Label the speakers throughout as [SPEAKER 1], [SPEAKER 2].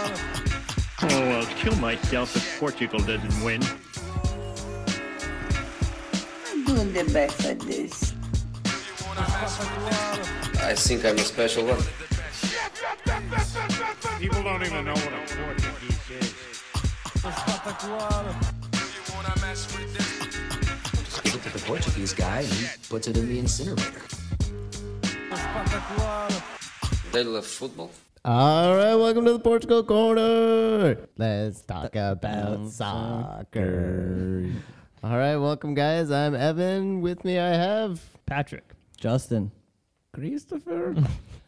[SPEAKER 1] Oh, I'll kill myself if Portugal doesn't win.
[SPEAKER 2] I'm doing the best at this.
[SPEAKER 3] I think I'm a special one.
[SPEAKER 4] People don't even know what a Portuguese is.
[SPEAKER 5] Just give it to the Portuguese guy and he puts it in the incinerator.
[SPEAKER 3] They love football.
[SPEAKER 6] All right, welcome to the Portugal Corner. Let's talk about soccer. All right, welcome, guys. I'm Evan. With me, I have.
[SPEAKER 7] Patrick.
[SPEAKER 8] Justin.
[SPEAKER 7] Christopher.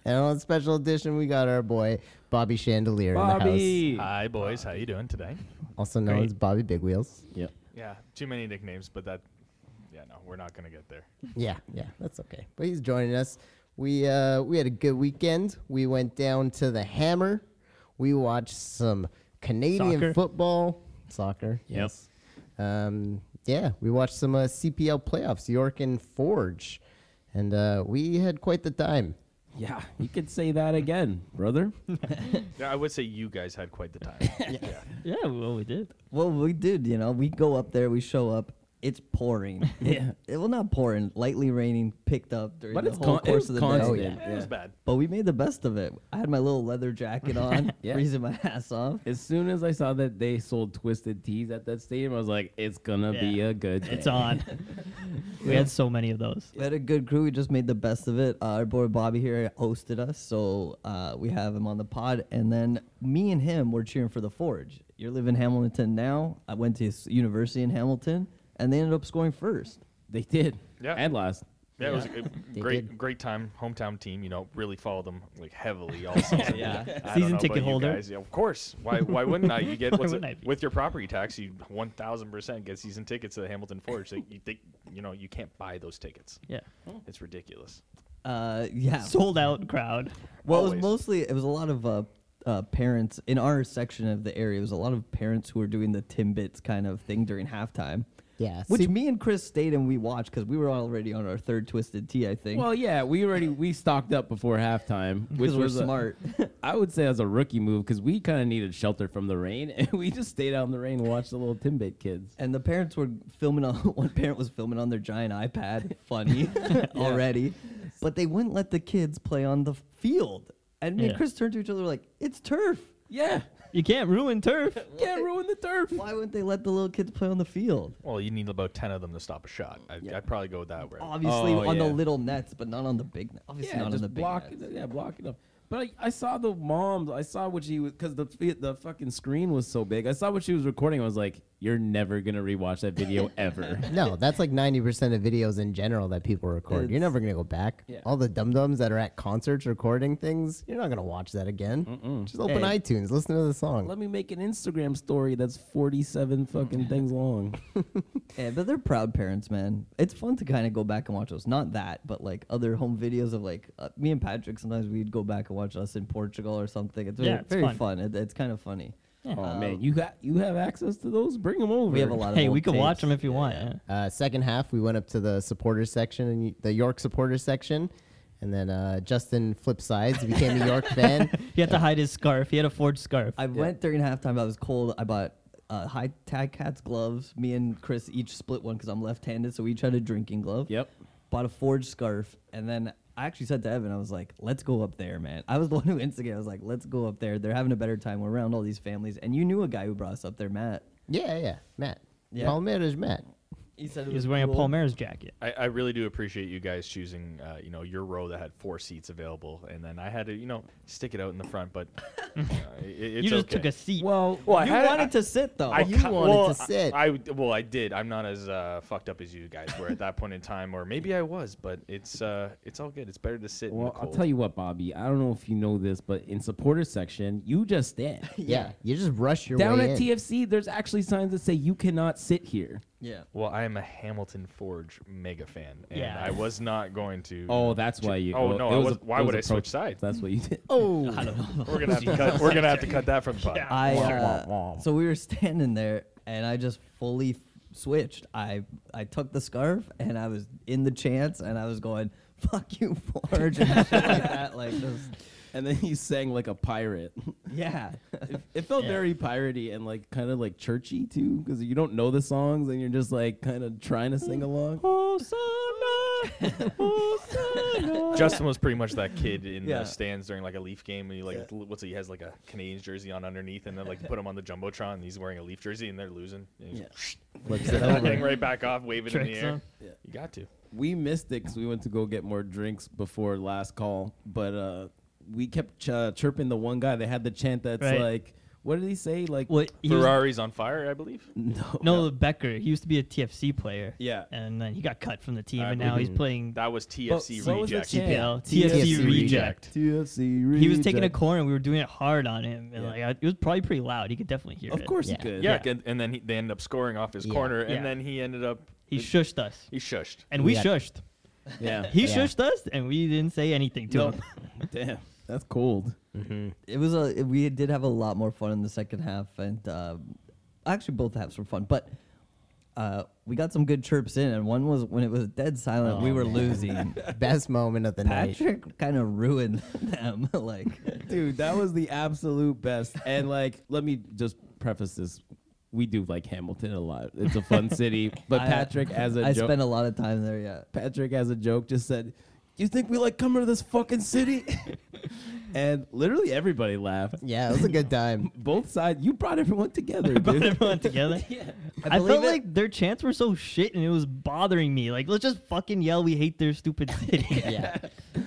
[SPEAKER 6] And on special edition, we got our boy, Bobby Chandelier in
[SPEAKER 7] Bobby.
[SPEAKER 4] Hi, boys. How you doing today?
[SPEAKER 6] the house. Also known as Bobby Big Wheels.
[SPEAKER 8] Yep.
[SPEAKER 4] Yeah, too many nicknames, but that. Yeah, no, we're not gonna get there.
[SPEAKER 6] Yeah, yeah, that's okay. But he's joining us. We uh, we had a good weekend. We went down to the Hammer. We watched some Canadian
[SPEAKER 7] Soccer.
[SPEAKER 6] football, soccer. Yes. Um, yeah, we watched some uh, CPL playoffs, York and Forge, and uh, we had quite the time.
[SPEAKER 8] Yeah, you could say that again, brother.
[SPEAKER 4] Yeah, I would say you guys had quite the time. yeah.
[SPEAKER 7] Yeah, well, we did.
[SPEAKER 8] well, we did, you know, we go up there, we show up, it's pouring. yeah. It, well, not pouring, lightly raining, picked up during
[SPEAKER 7] But
[SPEAKER 8] the
[SPEAKER 7] it's
[SPEAKER 8] whole
[SPEAKER 7] con- it
[SPEAKER 8] course
[SPEAKER 7] was
[SPEAKER 8] of the
[SPEAKER 7] constant.
[SPEAKER 8] day. Oh,
[SPEAKER 7] Yeah,
[SPEAKER 4] It was bad.
[SPEAKER 8] But we made the best of it. I had my little leather jacket on,
[SPEAKER 7] Yeah.
[SPEAKER 8] freezing my ass off.
[SPEAKER 9] As soon as I saw that they sold twisted teas at that stadium, I was like, it's gonna be
[SPEAKER 7] Yeah.
[SPEAKER 9] a good day.
[SPEAKER 7] It's on. we had so many of those.
[SPEAKER 8] We had a good crew. We just made the best of it. Uh, our boy Bobby here hosted us, so uh, we have him on the pod. And then me and him were cheering for the Forge. You live in Hamilton now. I went to s- university in Hamilton, and they ended up scoring first.
[SPEAKER 9] They did.
[SPEAKER 4] Yeah.
[SPEAKER 9] And last.
[SPEAKER 4] Yeah, it was a g- great,
[SPEAKER 6] did.
[SPEAKER 4] great time. Hometown team, you know, really followed them like heavily all season.
[SPEAKER 8] Yeah.
[SPEAKER 4] I don't
[SPEAKER 7] Season
[SPEAKER 4] know about
[SPEAKER 7] ticket
[SPEAKER 4] you
[SPEAKER 7] holder.
[SPEAKER 4] guys. Yeah, of course. Why? Why wouldn't I? You get
[SPEAKER 7] Why
[SPEAKER 4] what's it,
[SPEAKER 7] wouldn't I be?
[SPEAKER 4] with your property tax, you one thousand percent get season tickets to the Hamilton Forge. That you think you know you can't buy those tickets.
[SPEAKER 7] Yeah.
[SPEAKER 4] It's ridiculous.
[SPEAKER 8] Uh, yeah.
[SPEAKER 7] Sold out crowd.
[SPEAKER 8] well, it
[SPEAKER 4] always.
[SPEAKER 8] was mostly it was a lot of uh, uh, parents in our section of the area. It was a lot of parents who were doing the Timbits kind of thing during halftime.
[SPEAKER 6] Yeah,
[SPEAKER 8] Which
[SPEAKER 6] see-
[SPEAKER 8] me and Chris stayed and we watched because we were already on our third Twisted Tea, I think.
[SPEAKER 9] Well, yeah, we already we stocked up before halftime, which
[SPEAKER 8] because we're
[SPEAKER 9] was a-
[SPEAKER 8] smart.
[SPEAKER 9] I would say as a rookie move because we kind of needed shelter from the rain, and we just stayed out in the rain and watched the little Timbit kids.
[SPEAKER 8] And the parents were filming on one parent was filming on their giant iPad, funny already, but they wouldn't let the kids play on the field. And me
[SPEAKER 7] Yeah.
[SPEAKER 8] and Chris turned to each other like, "It's turf.
[SPEAKER 9] Yeah,
[SPEAKER 7] You can't ruin turf.
[SPEAKER 9] can't ruin the turf.
[SPEAKER 8] Why wouldn't they let the little kids play on the field?
[SPEAKER 4] Well, you need about ten of them to stop a shot. I, I'd probably go that way.
[SPEAKER 8] Obviously
[SPEAKER 9] Oh,
[SPEAKER 8] on the
[SPEAKER 9] yeah.
[SPEAKER 8] little nets, but not on the big net. Obviously
[SPEAKER 9] Yeah,
[SPEAKER 8] not on
[SPEAKER 9] just
[SPEAKER 8] the big
[SPEAKER 9] block,
[SPEAKER 8] nets.
[SPEAKER 9] yeah, block it up. But I, I saw the mom. I saw what she was because the fi- the fucking screen was so big. I saw what she was recording. I was like, "You're never gonna rewatch that video ever."
[SPEAKER 6] No, that's like 90% of videos in general that people record. you're
[SPEAKER 8] It's-
[SPEAKER 6] never going to go back.
[SPEAKER 9] Yeah.
[SPEAKER 6] All the dum dums that are at concerts recording things, you're not going to watch that again. Just open
[SPEAKER 9] Hey.
[SPEAKER 6] iTunes, listen to the song.
[SPEAKER 9] Let me make an Instagram story that's 47 fucking things long.
[SPEAKER 8] Yeah, but they're proud parents, man. It's fun to kind of go back and watch those. Not that, but like other home videos of like uh, me and Patrick. Sometimes we'd go back and watch us in Portugal or something. It's very,
[SPEAKER 7] Yeah, it's
[SPEAKER 8] very fun.
[SPEAKER 7] fun.
[SPEAKER 8] It- it's kind of funny.
[SPEAKER 9] Oh man, you got you have access to those? Bring them over.
[SPEAKER 8] Um, We have a lot of
[SPEAKER 7] Hey,
[SPEAKER 8] old
[SPEAKER 7] we can watch
[SPEAKER 8] tapes.
[SPEAKER 7] them if you want. yeah.
[SPEAKER 6] Uh, second half, we went up to the supporters section and y- the York supporters section, and then uh, Justin flipped sides, became a York fan.
[SPEAKER 7] He had to hide his scarf. He had a forged scarf.
[SPEAKER 8] I went during halftime. I was cold. I bought uh, high tag cats gloves. Me and Chris each split one because I'm left-handed, so we each had a drinking glove.
[SPEAKER 9] Yep.
[SPEAKER 8] Bought a forged scarf, and then I actually said to Evan, I was like, "Let's go up there, man." I was the one who instigated. I was like, "Let's go up there. They're having a better time. We're around all these families." And you knew a guy who brought us up there, Matt.
[SPEAKER 6] Yeah, yeah, Matt.
[SPEAKER 8] Yeah.
[SPEAKER 6] Palmeiras Matt.
[SPEAKER 8] He said
[SPEAKER 7] He was wearing a Palmeiras jacket.
[SPEAKER 4] I, I really do appreciate you guys choosing, uh, you know, your row that had four seats available, and then I had to, you know, stick it out in the front. But uh, it, it's
[SPEAKER 7] You just took
[SPEAKER 4] okay.
[SPEAKER 7] a seat.
[SPEAKER 9] Well,
[SPEAKER 4] Well, I
[SPEAKER 8] You
[SPEAKER 4] had-
[SPEAKER 8] wanted
[SPEAKER 4] I-
[SPEAKER 8] to sit though.
[SPEAKER 9] Oh,
[SPEAKER 4] I
[SPEAKER 8] you
[SPEAKER 4] ca-
[SPEAKER 6] wanted
[SPEAKER 4] well,
[SPEAKER 6] to sit.
[SPEAKER 4] I, I- well, I did. I'm not as uh, fucked up as you guys were at that point in time, or maybe I was, but it's uh, it's all good. It's better to sit. in
[SPEAKER 9] well,
[SPEAKER 4] the
[SPEAKER 9] I'll
[SPEAKER 4] cold.
[SPEAKER 9] tell you what, Bobby. I don't know if you know this, but in supporter section, you just stand.
[SPEAKER 6] Yeah. you just rush your
[SPEAKER 9] Down
[SPEAKER 6] way
[SPEAKER 9] at
[SPEAKER 6] in.
[SPEAKER 9] TFC, there's actually signs that say you cannot sit here.
[SPEAKER 8] yeah.
[SPEAKER 4] Well, I am a Hamilton Forge mega fan, and
[SPEAKER 7] Yeah.
[SPEAKER 4] I was not going to.
[SPEAKER 9] Oh, that's why you.
[SPEAKER 4] Oh, no,
[SPEAKER 9] it
[SPEAKER 4] I
[SPEAKER 9] was a-
[SPEAKER 4] was- why
[SPEAKER 9] it was
[SPEAKER 4] would
[SPEAKER 9] a
[SPEAKER 4] I switch
[SPEAKER 9] pro-
[SPEAKER 4] sides?
[SPEAKER 9] That's what you did.
[SPEAKER 6] Oh,
[SPEAKER 4] we're gonna have to cut. We're gonna have to cut that from the pod.
[SPEAKER 8] I uh, so we were standing there, and I just fully f- switched. I I took the scarf, and I was in the chance, and I was going, "Fuck you, Forge," and shit like that. Like just
[SPEAKER 9] and then he sang like a pirate.
[SPEAKER 8] Yeah.
[SPEAKER 9] It, it felt very piratey and like kind of like churchy too, because you don't know the songs and you're just like kind of trying to sing along.
[SPEAKER 7] Hosanna, Hosanna.
[SPEAKER 4] Justin was pretty much that kid in
[SPEAKER 8] Yeah.
[SPEAKER 4] the stands during like a Leaf game. And he like l- what's it, he has like a Canadians jersey on underneath, and then like you put him on the jumbotron, and he's wearing a Leaf jersey, and they're losing. And he's
[SPEAKER 9] Flips it
[SPEAKER 4] yeah.
[SPEAKER 9] over.
[SPEAKER 4] getting right back off, waving in the
[SPEAKER 7] Tricks
[SPEAKER 4] air.
[SPEAKER 7] him.
[SPEAKER 4] You got to.
[SPEAKER 9] we missed it because we went to go get more drinks before last call. But uh, we kept ch- uh, chirping the one guy. They had the chant that's
[SPEAKER 7] Right.
[SPEAKER 9] like, what did he say? Like,
[SPEAKER 7] What he was-
[SPEAKER 4] Ferrari's on fire, I believe.
[SPEAKER 7] no, Becker. He used to be a TFC player.
[SPEAKER 9] Yeah.
[SPEAKER 7] And then he got cut from the team,
[SPEAKER 4] I
[SPEAKER 7] and now he's
[SPEAKER 4] wouldn't-
[SPEAKER 7] playing
[SPEAKER 4] That was TFC
[SPEAKER 9] what was the
[SPEAKER 4] reject.
[SPEAKER 9] chant?
[SPEAKER 7] TPL.
[SPEAKER 9] Yeah.
[SPEAKER 7] TFC,
[SPEAKER 9] TFC
[SPEAKER 7] reject.
[SPEAKER 9] TFC.
[SPEAKER 7] He was taking a
[SPEAKER 9] reject.
[SPEAKER 7] corner. We were doing it hard on him, and
[SPEAKER 9] Yeah.
[SPEAKER 7] like I, it was probably pretty loud. He could definitely hear it.
[SPEAKER 9] Of course
[SPEAKER 6] Yeah.
[SPEAKER 9] he could.
[SPEAKER 4] Yeah, and, and then he, they ended up scoring off his
[SPEAKER 6] Yeah.
[SPEAKER 4] corner, and
[SPEAKER 7] Yeah.
[SPEAKER 4] then he ended up
[SPEAKER 7] he shushed us,
[SPEAKER 4] he shushed.
[SPEAKER 7] and we
[SPEAKER 6] Yeah.
[SPEAKER 7] shushed.
[SPEAKER 9] Yeah.
[SPEAKER 7] He
[SPEAKER 6] Yeah.
[SPEAKER 7] shushed us, and we didn't say anything to
[SPEAKER 9] No.
[SPEAKER 7] him.
[SPEAKER 9] Damn. That's cold.
[SPEAKER 8] it was a we did have a lot more fun in the second half and uh, actually both halves were fun but uh, we got some good chirps in and one was when it was dead silent
[SPEAKER 9] Oh,
[SPEAKER 8] we were losing
[SPEAKER 6] Best moment of the night.
[SPEAKER 8] patrick kind of ruined them like
[SPEAKER 9] Dude, that was the absolute best. And like, let me just preface this. We do like Hamilton a lot. It's a fun city. But
[SPEAKER 7] uh,
[SPEAKER 8] I- uh,
[SPEAKER 9] Patrick as a
[SPEAKER 8] I
[SPEAKER 9] joke
[SPEAKER 8] spent a lot of time there yeah
[SPEAKER 9] Patrick as a joke just said, You think we like coming to this fucking city? and literally everybody laughed.
[SPEAKER 6] Yeah, it was a good time.
[SPEAKER 9] Both sides you brought everyone together,
[SPEAKER 7] Brought
[SPEAKER 9] dude.
[SPEAKER 7] everyone together. I, felt like their chants were so shit, and it was bothering me. Like, let's just fucking yell, "We hate their stupid city."
[SPEAKER 6] Yeah.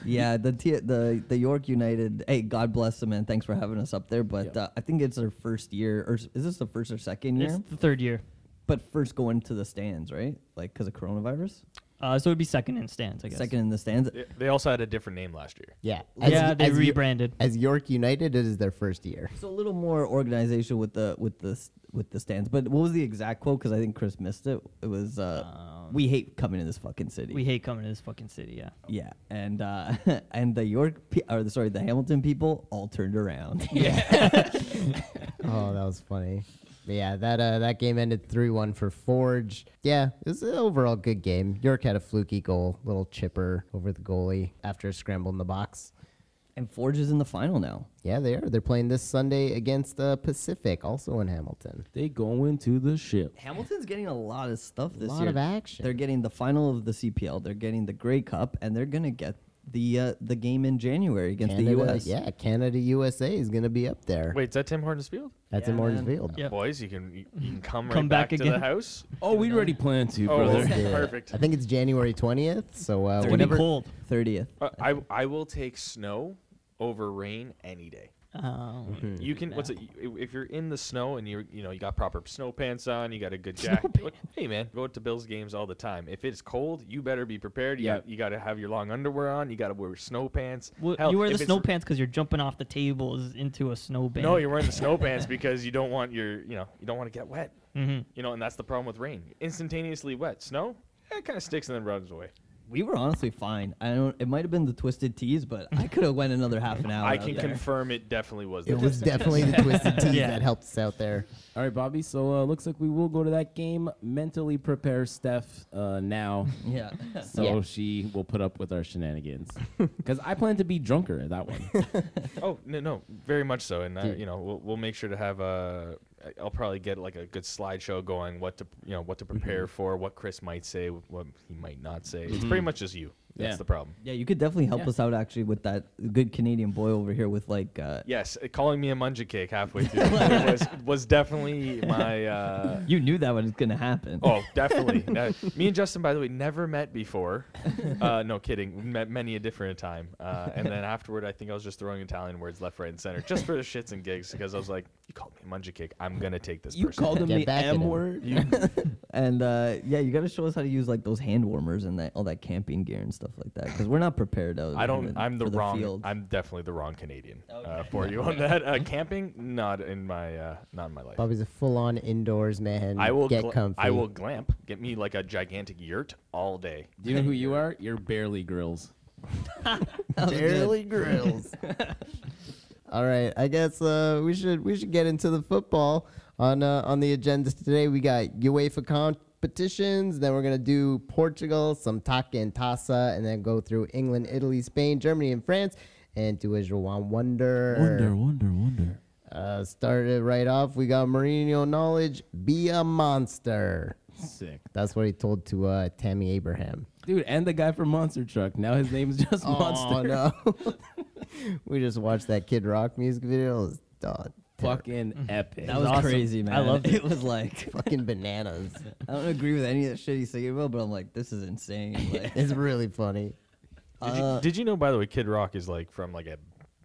[SPEAKER 8] yeah the, t- the the york united hey god bless them and thanks for having us up there but
[SPEAKER 9] Yeah.
[SPEAKER 8] uh, i think it's their first year or s- is this the first or second year
[SPEAKER 7] It's the third year,
[SPEAKER 8] but first going to the stands right like because of coronavirus
[SPEAKER 7] uh, so it'd be second in stands, I guess.
[SPEAKER 8] second in the stands
[SPEAKER 4] They- They also had a different name last year.
[SPEAKER 6] Yeah.
[SPEAKER 7] yeah, they
[SPEAKER 6] Yo-
[SPEAKER 7] rebranded.
[SPEAKER 6] As York United, it is their first year.
[SPEAKER 8] So a little more organization with the with the s- with the stands. But what was the exact quote? Because I think Chris missed it. It was, uh, "We hate coming to this fucking city."
[SPEAKER 7] Um, we hate coming to this fucking city. Yeah.
[SPEAKER 8] yeah, and uh, and the York pe- or the, sorry, the Hamilton people all turned around.
[SPEAKER 6] Oh, that was funny. But yeah, that uh, that game ended three one for Forge. Yeah, it was an overall good game. York had a fluky goal, little chipper over the goalie after a scramble in the box.
[SPEAKER 8] and Forge is in the final now.
[SPEAKER 6] Yeah, they are. They're playing this Sunday against uh, Pacific, also in Hamilton.
[SPEAKER 9] they going to the ship.
[SPEAKER 8] Hamilton's getting a lot of stuff this
[SPEAKER 6] Lot
[SPEAKER 8] year.
[SPEAKER 6] of action.
[SPEAKER 8] They're getting the final of the CPL. They're getting the Grey Cup, and they're gonna get the uh, the game in January against
[SPEAKER 6] Canada,
[SPEAKER 8] the U.S.
[SPEAKER 6] yeah, Canada USA is gonna be up there.
[SPEAKER 4] Wait, is that Tim Hortons Field?
[SPEAKER 6] That's
[SPEAKER 8] Yeah,
[SPEAKER 6] in
[SPEAKER 8] man.
[SPEAKER 6] Morgan's Field.
[SPEAKER 7] Yep.
[SPEAKER 4] Boys, you can you you can come,
[SPEAKER 7] Come
[SPEAKER 4] right
[SPEAKER 7] back
[SPEAKER 4] back, to
[SPEAKER 7] again.
[SPEAKER 4] the house.
[SPEAKER 9] Oh, we already planned to,
[SPEAKER 4] Oh,
[SPEAKER 9] brother.
[SPEAKER 4] there- perfect.
[SPEAKER 6] I think it's January twentieth. So uh,
[SPEAKER 7] It's gonna be
[SPEAKER 6] whenever
[SPEAKER 7] cold.
[SPEAKER 8] thirtieth.
[SPEAKER 4] Uh, I I will take snow over rain any day.
[SPEAKER 7] Oh.
[SPEAKER 6] Hmm.
[SPEAKER 4] You can what's it? you- If you're in the snow and you you know you got proper snow pants on, you got a good jacket. What- Hey man, go to Bills games all the time. If it's cold, you better be prepared. You
[SPEAKER 9] Yeah.
[SPEAKER 4] got, you got to have your long underwear on. You got to wear snow pants.
[SPEAKER 7] Well,
[SPEAKER 4] Hell,
[SPEAKER 7] you wear the
[SPEAKER 4] if it's-
[SPEAKER 7] snow pants because you're jumping off the tables into a snowbank.
[SPEAKER 4] No, you're wearing the snow pants because you don't want your you know you don't want to get wet.
[SPEAKER 7] Mhm.
[SPEAKER 4] You know, and that's the problem with rain. Instantaneously wet snow. It kind of sticks and then runs away.
[SPEAKER 8] We were honestly fine. I don't. It might have been the twisted tees, but I could have went another half an hour.
[SPEAKER 4] I
[SPEAKER 8] out
[SPEAKER 4] can
[SPEAKER 8] there.
[SPEAKER 4] confirm it definitely was.
[SPEAKER 6] Oh, it
[SPEAKER 4] the
[SPEAKER 6] was definitely the twisted tees
[SPEAKER 7] Yeah.
[SPEAKER 6] that helped us out there.
[SPEAKER 9] All right, Bobby. So uh, looks like we will go to that game. Mentally prepare Steph uh, now,
[SPEAKER 8] Yeah.
[SPEAKER 9] so
[SPEAKER 6] Yeah.
[SPEAKER 9] she will put up with our shenanigans. Because I plan to be drunker at that one.
[SPEAKER 4] Oh no, no, very much so, and uh,
[SPEAKER 6] Dude.
[SPEAKER 4] you know we'll, we'll make sure to have a. I'll probably get like a good slideshow going, what to you know what
[SPEAKER 9] Mm-hmm.
[SPEAKER 4] to prepare for, what Chris might say, what he might not say. It's pretty much just you. That's
[SPEAKER 9] Mm-hmm. Yeah.
[SPEAKER 4] the problem.
[SPEAKER 8] yeah, you could definitely help us out actually with that good Canadian boy over here with like. Uh,
[SPEAKER 4] Yes, uh, calling me a munja cake halfway through was was definitely my. Uh,
[SPEAKER 8] You knew that was gonna happen.
[SPEAKER 4] Oh, definitely. No, me and Justin, by the way, never met before. Uh, no kidding. We Met many a different time. Uh, and then afterward, I think I was just throwing Italian words left, right, and center just for the shits and gigs because I was like, you called me a munja cake. I'm going to take this
[SPEAKER 9] you
[SPEAKER 4] person.
[SPEAKER 9] called him
[SPEAKER 6] Get
[SPEAKER 9] the
[SPEAKER 6] back at
[SPEAKER 9] M
[SPEAKER 6] him.
[SPEAKER 9] word.
[SPEAKER 8] And uh, yeah, you gotta show us how to use like those hand warmers and that all that camping gear and stuff like that because we're not prepared. Out
[SPEAKER 4] I don't.
[SPEAKER 8] even
[SPEAKER 4] I'm the
[SPEAKER 8] for
[SPEAKER 4] wrong.
[SPEAKER 8] field.
[SPEAKER 4] I'm definitely the wrong Canadian uh, for you on that. Uh, camping, not in my, uh, not in my life.
[SPEAKER 6] Bobby's a full-on indoors man.
[SPEAKER 4] I will
[SPEAKER 6] get
[SPEAKER 4] gla-
[SPEAKER 6] comfy.
[SPEAKER 4] I will glamp. Get me like a gigantic yurt all day.
[SPEAKER 9] Do you know who you are? You're barely grills.
[SPEAKER 6] Barely grills. All right, I guess uh, we should we should get into the football on uh, on the agenda today. We got UEFA competitions, then we're gonna do Portugal, some Taka and Tasa, and then go through England, Italy, Spain, Germany, and France. and to Israel Wonder.
[SPEAKER 9] Wonder, wonder, wonder.
[SPEAKER 6] Uh, started right off. We got Mourinho knowledge. Be a monster.
[SPEAKER 9] Sick.
[SPEAKER 6] That's what he told to uh, Tammy Abraham.
[SPEAKER 9] Dude, and the guy from Monster Truck. Now his name's just Monster.
[SPEAKER 6] Oh no! we just watched that Kid Rock music video. It was, oh,
[SPEAKER 9] Fucking epic.
[SPEAKER 8] That was
[SPEAKER 7] awesome.
[SPEAKER 8] crazy,
[SPEAKER 7] I
[SPEAKER 8] man.
[SPEAKER 7] loved
[SPEAKER 8] it. was like
[SPEAKER 6] fucking bananas.
[SPEAKER 8] I don't agree with any of the shit he's thinking about, but I'm like, this is insane. Like,
[SPEAKER 6] It's really funny.
[SPEAKER 4] Did, you, did you know, by the way, Kid Rock is like from like a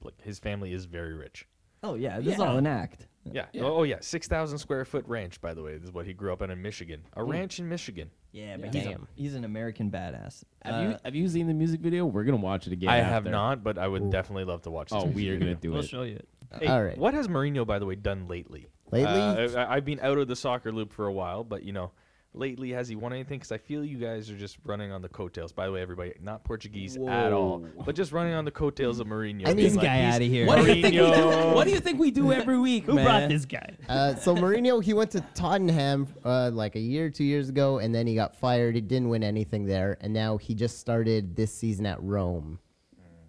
[SPEAKER 4] like his family is very rich.
[SPEAKER 8] oh yeah, this is all an act.
[SPEAKER 4] Yeah. Oh yeah, six thousand square foot ranch. By the way, this is what he grew up in in Michigan. A ranch in Michigan.
[SPEAKER 8] Yeah, but he's, a,
[SPEAKER 6] Damn.
[SPEAKER 8] he's an American badass. Uh,
[SPEAKER 9] have you have you seen the music video? We're gonna watch it again.
[SPEAKER 4] I have
[SPEAKER 9] after.
[SPEAKER 4] not, but I would definitely love to watch. this
[SPEAKER 9] Oh, we
[SPEAKER 4] music
[SPEAKER 9] are gonna
[SPEAKER 4] video.
[SPEAKER 9] do
[SPEAKER 7] We'll
[SPEAKER 9] it.
[SPEAKER 7] show you it.
[SPEAKER 4] Hey,
[SPEAKER 6] All right.
[SPEAKER 4] What has Mourinho, by the way, done lately?
[SPEAKER 6] Lately?
[SPEAKER 4] Uh, I, I've been out of the soccer loop for a while, but you know, lately has he won anything? Because I feel you guys are just running on the coattails. By the way, everybody, not Portuguese at all, but just running on the coattails of Mourinho.
[SPEAKER 8] Get
[SPEAKER 4] being
[SPEAKER 8] this
[SPEAKER 4] like,
[SPEAKER 8] guy
[SPEAKER 4] he's-
[SPEAKER 8] out of here.
[SPEAKER 9] What do, you think we do?
[SPEAKER 4] Mourinho.
[SPEAKER 9] what do you think we do every week,
[SPEAKER 7] Who
[SPEAKER 9] man?
[SPEAKER 7] brought this guy?
[SPEAKER 6] Uh, so Mourinho, he went to Tottenham uh, like a year, two years ago, and then he got fired. He didn't win anything there, and now he just started this season at Rome.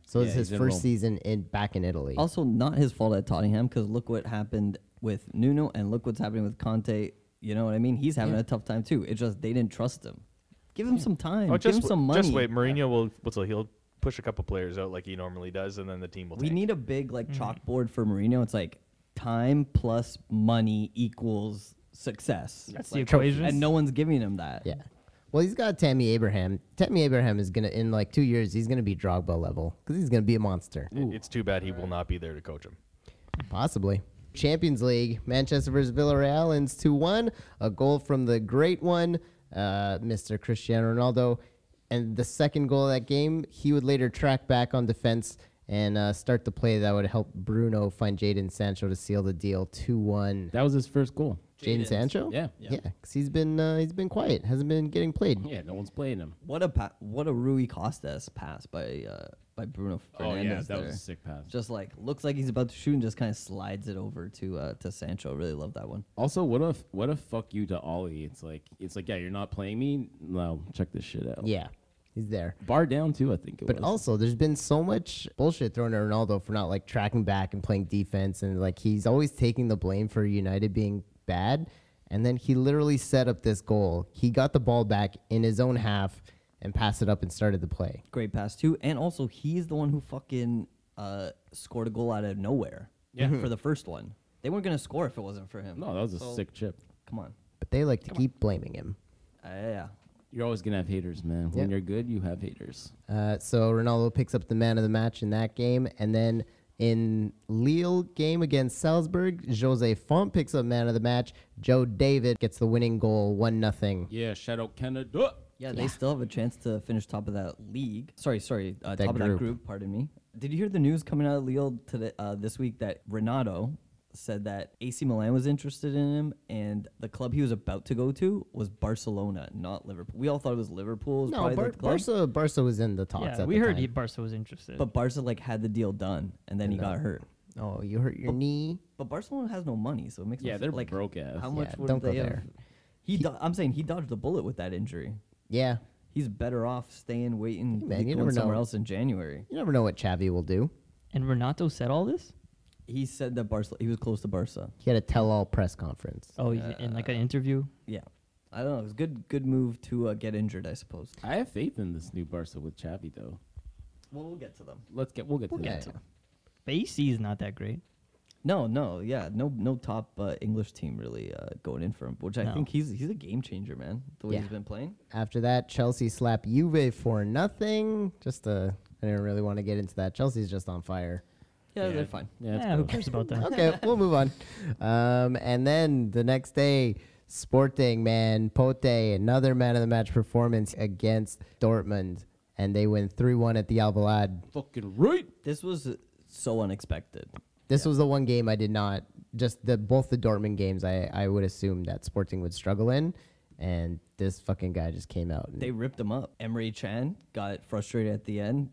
[SPEAKER 6] So
[SPEAKER 9] Yeah,
[SPEAKER 6] this is
[SPEAKER 9] he's
[SPEAKER 6] his
[SPEAKER 9] in
[SPEAKER 6] first
[SPEAKER 9] Rome.
[SPEAKER 6] season in back in Italy.
[SPEAKER 8] Also, not his fault at Tottenham because look what happened with Nuno and look what's happening with Conte. You know what I mean? He's having a tough time too. It's just they didn't trust him. Give him some time.
[SPEAKER 4] Oh,
[SPEAKER 8] Give
[SPEAKER 4] just
[SPEAKER 8] him
[SPEAKER 4] w-
[SPEAKER 8] some money.
[SPEAKER 4] Just wait, Mourinho will what's it- he'll push a couple players out like he normally does, and then the team will.
[SPEAKER 8] We
[SPEAKER 4] tank.
[SPEAKER 8] need a big like
[SPEAKER 9] Mm-hmm.
[SPEAKER 8] chalkboard for Mourinho. It's like time plus money equals success.
[SPEAKER 7] That's
[SPEAKER 8] Like,
[SPEAKER 7] the equation.
[SPEAKER 8] and no one's giving him that.
[SPEAKER 6] yeah. Well, he's got Tammy Abraham. Tammy Abraham is gonna in like two years. He's gonna be Drogba level because he's gonna be a monster,
[SPEAKER 4] It- It's too bad he will not be there to coach him.
[SPEAKER 6] possibly. Champions League: Manchester versus Villarreal ends two one. A goal from the great one, uh, Mr. Cristiano Ronaldo, and the second goal of that game, he would later track back on defense and uh, start the play that would help Bruno find Jadon Sancho to seal the deal two one.
[SPEAKER 9] That was his first goal.
[SPEAKER 6] Jadon Sancho,
[SPEAKER 9] Yeah.
[SPEAKER 6] yeah, because he's been uh, he's been quiet, hasn't been getting played.
[SPEAKER 9] Yeah, no one's playing him.
[SPEAKER 8] What a pa- what a Rui Costas pass by uh, by Bruno
[SPEAKER 9] Oh,
[SPEAKER 8] Fernandez. there.
[SPEAKER 9] pass.
[SPEAKER 8] Just like looks like he's about to shoot and just kind of slides it over to uh, to Sancho. Really love that one.
[SPEAKER 9] Also, what a what a fuck you to Ollie. It's like it's like yeah, you're not playing me. No, check this shit out.
[SPEAKER 6] Yeah, he's there.
[SPEAKER 9] Bar down too, I think it
[SPEAKER 6] But
[SPEAKER 9] was.
[SPEAKER 6] also, there's been so much bullshit thrown at Ronaldo for not like tracking back and playing defense, and like he's always taking the blame for United being bad. And then he literally set up this goal. He got the ball back in his own half and passed it up and started the play.
[SPEAKER 8] Great pass too. And also he's the one who fucking uh, scored a goal out of nowhere. Yeah. For the first one, they weren't gonna score if it wasn't for him.
[SPEAKER 9] no, that was a
[SPEAKER 8] So,
[SPEAKER 9] sick chip.
[SPEAKER 8] Come on.
[SPEAKER 6] But they like to keep blaming him.
[SPEAKER 8] Uh, yeah.
[SPEAKER 9] You're always gonna have haters, man. When
[SPEAKER 6] Yeah.
[SPEAKER 9] you're good, you have haters.
[SPEAKER 6] Uh, so Ronaldo picks up the man of the match in that game, and then in Lille game against Salzburg, Jose Font picks up man of the match. Joe David gets the winning goal, one nothing.
[SPEAKER 9] Yeah, shout out Canada.
[SPEAKER 8] Yeah, they still have a chance to finish top of that league. Sorry, sorry, uh,
[SPEAKER 6] That
[SPEAKER 8] top of that
[SPEAKER 6] group.
[SPEAKER 8] group. Pardon me. Did you hear the news coming out of Lille today uh, this week that Renato said that AC Milan was interested in him, and the club he was about to go to was Barcelona, not Liverpool. We all thought it was Liverpool. Was
[SPEAKER 6] No,
[SPEAKER 8] probably the
[SPEAKER 6] Bar-
[SPEAKER 8] club,
[SPEAKER 6] Barca, Barca was in the talks.
[SPEAKER 7] Yeah,
[SPEAKER 6] at
[SPEAKER 7] we
[SPEAKER 6] the
[SPEAKER 7] heard
[SPEAKER 6] time.
[SPEAKER 7] he- Barca was interested.
[SPEAKER 8] but Barca like had the deal done, and then he got hurt.
[SPEAKER 6] Oh, you hurt your knee.
[SPEAKER 8] But Barcelona has no money, so it makes no
[SPEAKER 9] Yeah,
[SPEAKER 8] sense.
[SPEAKER 9] they're
[SPEAKER 8] like
[SPEAKER 9] broke ass.
[SPEAKER 8] How
[SPEAKER 9] Yeah,
[SPEAKER 8] much would
[SPEAKER 6] don't go
[SPEAKER 8] they have?
[SPEAKER 6] there.
[SPEAKER 8] He, do- I'm saying he dodged the bullet with that injury.
[SPEAKER 6] Yeah.
[SPEAKER 8] He's better off staying, waiting,
[SPEAKER 6] Hey, man, you
[SPEAKER 8] going
[SPEAKER 6] never
[SPEAKER 8] somewhere
[SPEAKER 6] know.
[SPEAKER 8] else in January.
[SPEAKER 6] You never know what Chavi will do.
[SPEAKER 7] and Renato said all this?
[SPEAKER 8] He said that Barca, he was close to Barca.
[SPEAKER 6] He had a tell all press conference.
[SPEAKER 7] Oh, yeah, in like an interview?
[SPEAKER 8] Yeah, I don't know. It was good, good move to uh, get injured, I suppose.
[SPEAKER 9] I have faith in this new Barca with Chavi though.
[SPEAKER 8] Well, we'll get to them.
[SPEAKER 9] Let's get we'll get to
[SPEAKER 6] Yeah.
[SPEAKER 9] that.
[SPEAKER 7] But AC is not that great.
[SPEAKER 8] No, no, yeah, no, no top uh, English team really uh, going in for him, which I
[SPEAKER 7] No.
[SPEAKER 8] think he's he's a game changer, man. The way
[SPEAKER 6] Yeah.
[SPEAKER 8] he's been playing.
[SPEAKER 6] After that, Chelsea slap Juve for nothing. Just uh, I didn't really want to get into that. Chelsea's just on fire.
[SPEAKER 8] Yeah, they're fine.
[SPEAKER 9] Yeah, it's
[SPEAKER 7] yeah, who
[SPEAKER 9] cool.
[SPEAKER 7] cares about that?
[SPEAKER 6] Okay, we'll move on. Um, and then the next day, Sporting man Pote, another man of the match performance against Dortmund, and they win three one at the Alvalade.
[SPEAKER 9] fucking right.
[SPEAKER 8] This was uh, so unexpected.
[SPEAKER 6] This was the one game I did not just the both the Dortmund games I, I would assume that Sporting would struggle in and this fucking guy just came out and
[SPEAKER 8] They ripped him up. Emery Chan got frustrated at the end,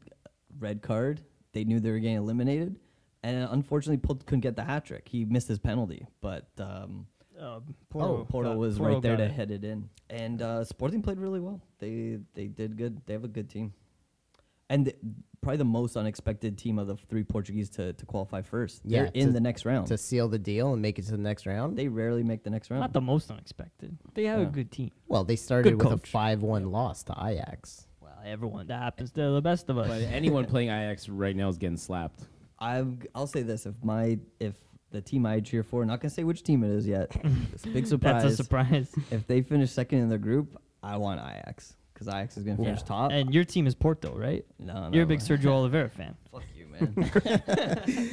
[SPEAKER 8] red card. They knew they were getting eliminated, and unfortunately, Porto couldn't get the hat trick. He missed his penalty, but um,
[SPEAKER 7] Uh,
[SPEAKER 8] Porto, Porto
[SPEAKER 7] got-
[SPEAKER 8] was
[SPEAKER 7] Porto
[SPEAKER 8] right there
[SPEAKER 7] got
[SPEAKER 8] to
[SPEAKER 7] it.
[SPEAKER 8] head it in. And uh, Sporting played really well. They they did good. They have a good team. and th- probably the most unexpected team of the three Portuguese to, to qualify first. They're
[SPEAKER 6] Yeah,
[SPEAKER 8] in
[SPEAKER 6] to-
[SPEAKER 8] the next round.
[SPEAKER 6] to seal the deal and make it to the next round.
[SPEAKER 8] they rarely make the next round.
[SPEAKER 7] Not the most unexpected. They have a good team.
[SPEAKER 6] well, they started
[SPEAKER 7] Good
[SPEAKER 6] with
[SPEAKER 7] coach.
[SPEAKER 6] a five-one loss to Ajax.
[SPEAKER 7] Well, everyone that happens to the best of us.
[SPEAKER 9] But anyone playing IX right now is getting slapped.
[SPEAKER 8] I've, I'll say this: if my if the team I cheer for, not gonna say which team it is yet. it's a big surprise.
[SPEAKER 7] That's a surprise.
[SPEAKER 8] If they finish second in their group, I want Ajax because Ajax is gonna finish top.
[SPEAKER 7] and your team is Porto, right?
[SPEAKER 8] no,
[SPEAKER 7] You're a
[SPEAKER 8] no,
[SPEAKER 7] big Sergio Oliveira fan.
[SPEAKER 8] Fuck you, man.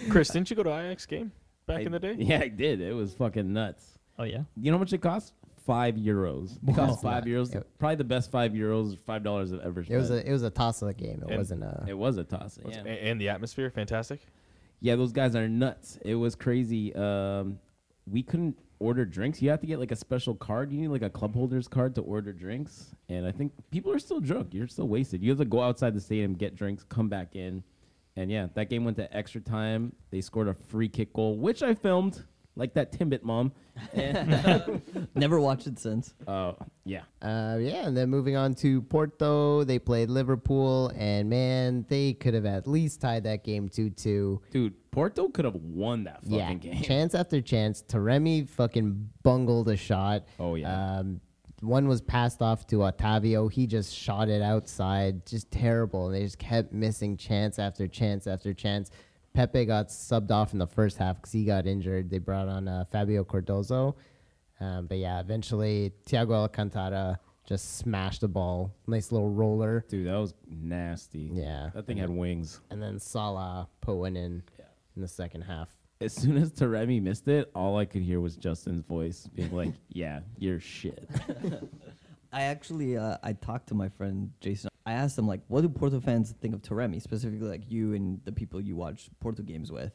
[SPEAKER 4] Chris, didn't you go to IX game back in the day?
[SPEAKER 9] Yeah, I did. It was fucking nuts.
[SPEAKER 7] Oh yeah.
[SPEAKER 9] You know how much it cost? Five euros. It cost five euros.
[SPEAKER 6] It-
[SPEAKER 9] Probably the best five euros, five dollars I've ever
[SPEAKER 6] It
[SPEAKER 9] spent.
[SPEAKER 6] was a it was a toss of the game. It
[SPEAKER 4] And
[SPEAKER 6] wasn't a.
[SPEAKER 9] it was a toss.
[SPEAKER 4] Was-
[SPEAKER 9] Yeah.
[SPEAKER 4] a- And the atmosphere, fantastic.
[SPEAKER 9] Yeah, those guys are nuts. It was crazy. Um, we couldn't order drinks. You have to get like a special card. You need like a club holders card to order drinks. And I think people are still drunk. You're still wasted. You have to go outside the stadium, get drinks, come back in. And yeah, that game went to extra time. They scored a free kick goal, which I filmed, like that Timbit mom.
[SPEAKER 8] Never watched it since.
[SPEAKER 9] Uh, yeah.
[SPEAKER 6] Uh, yeah, and then moving on to Porto, they played Liverpool, and man, they could have at least tied that game two-two.
[SPEAKER 9] Dude, Porto could have won that fucking
[SPEAKER 6] yeah,
[SPEAKER 9] game.
[SPEAKER 6] chance after chance. Taremi fucking bungled a shot.
[SPEAKER 9] Oh, yeah.
[SPEAKER 6] Um, one was passed off to Otavio. He just shot it outside. Just terrible. And they just kept missing chance after chance after chance. Pepe got subbed off in the first half because he got injured. They brought on uh, Fabio Cardozo. Um, but yeah, eventually Thiago Alcantara just smashed the ball. Nice little roller.
[SPEAKER 9] Dude, that was nasty.
[SPEAKER 6] Yeah.
[SPEAKER 9] That thing had wings.
[SPEAKER 6] And then Salah put one in in the second half.
[SPEAKER 9] as soon as Taremi missed it, all I could hear was Justin's voice being like, "Yeah, you're shit."
[SPEAKER 8] I actually uh, I talked to my friend Jason. I asked him like, what do Porto fans think of Taremi specifically, like you and the people you watch Porto games with,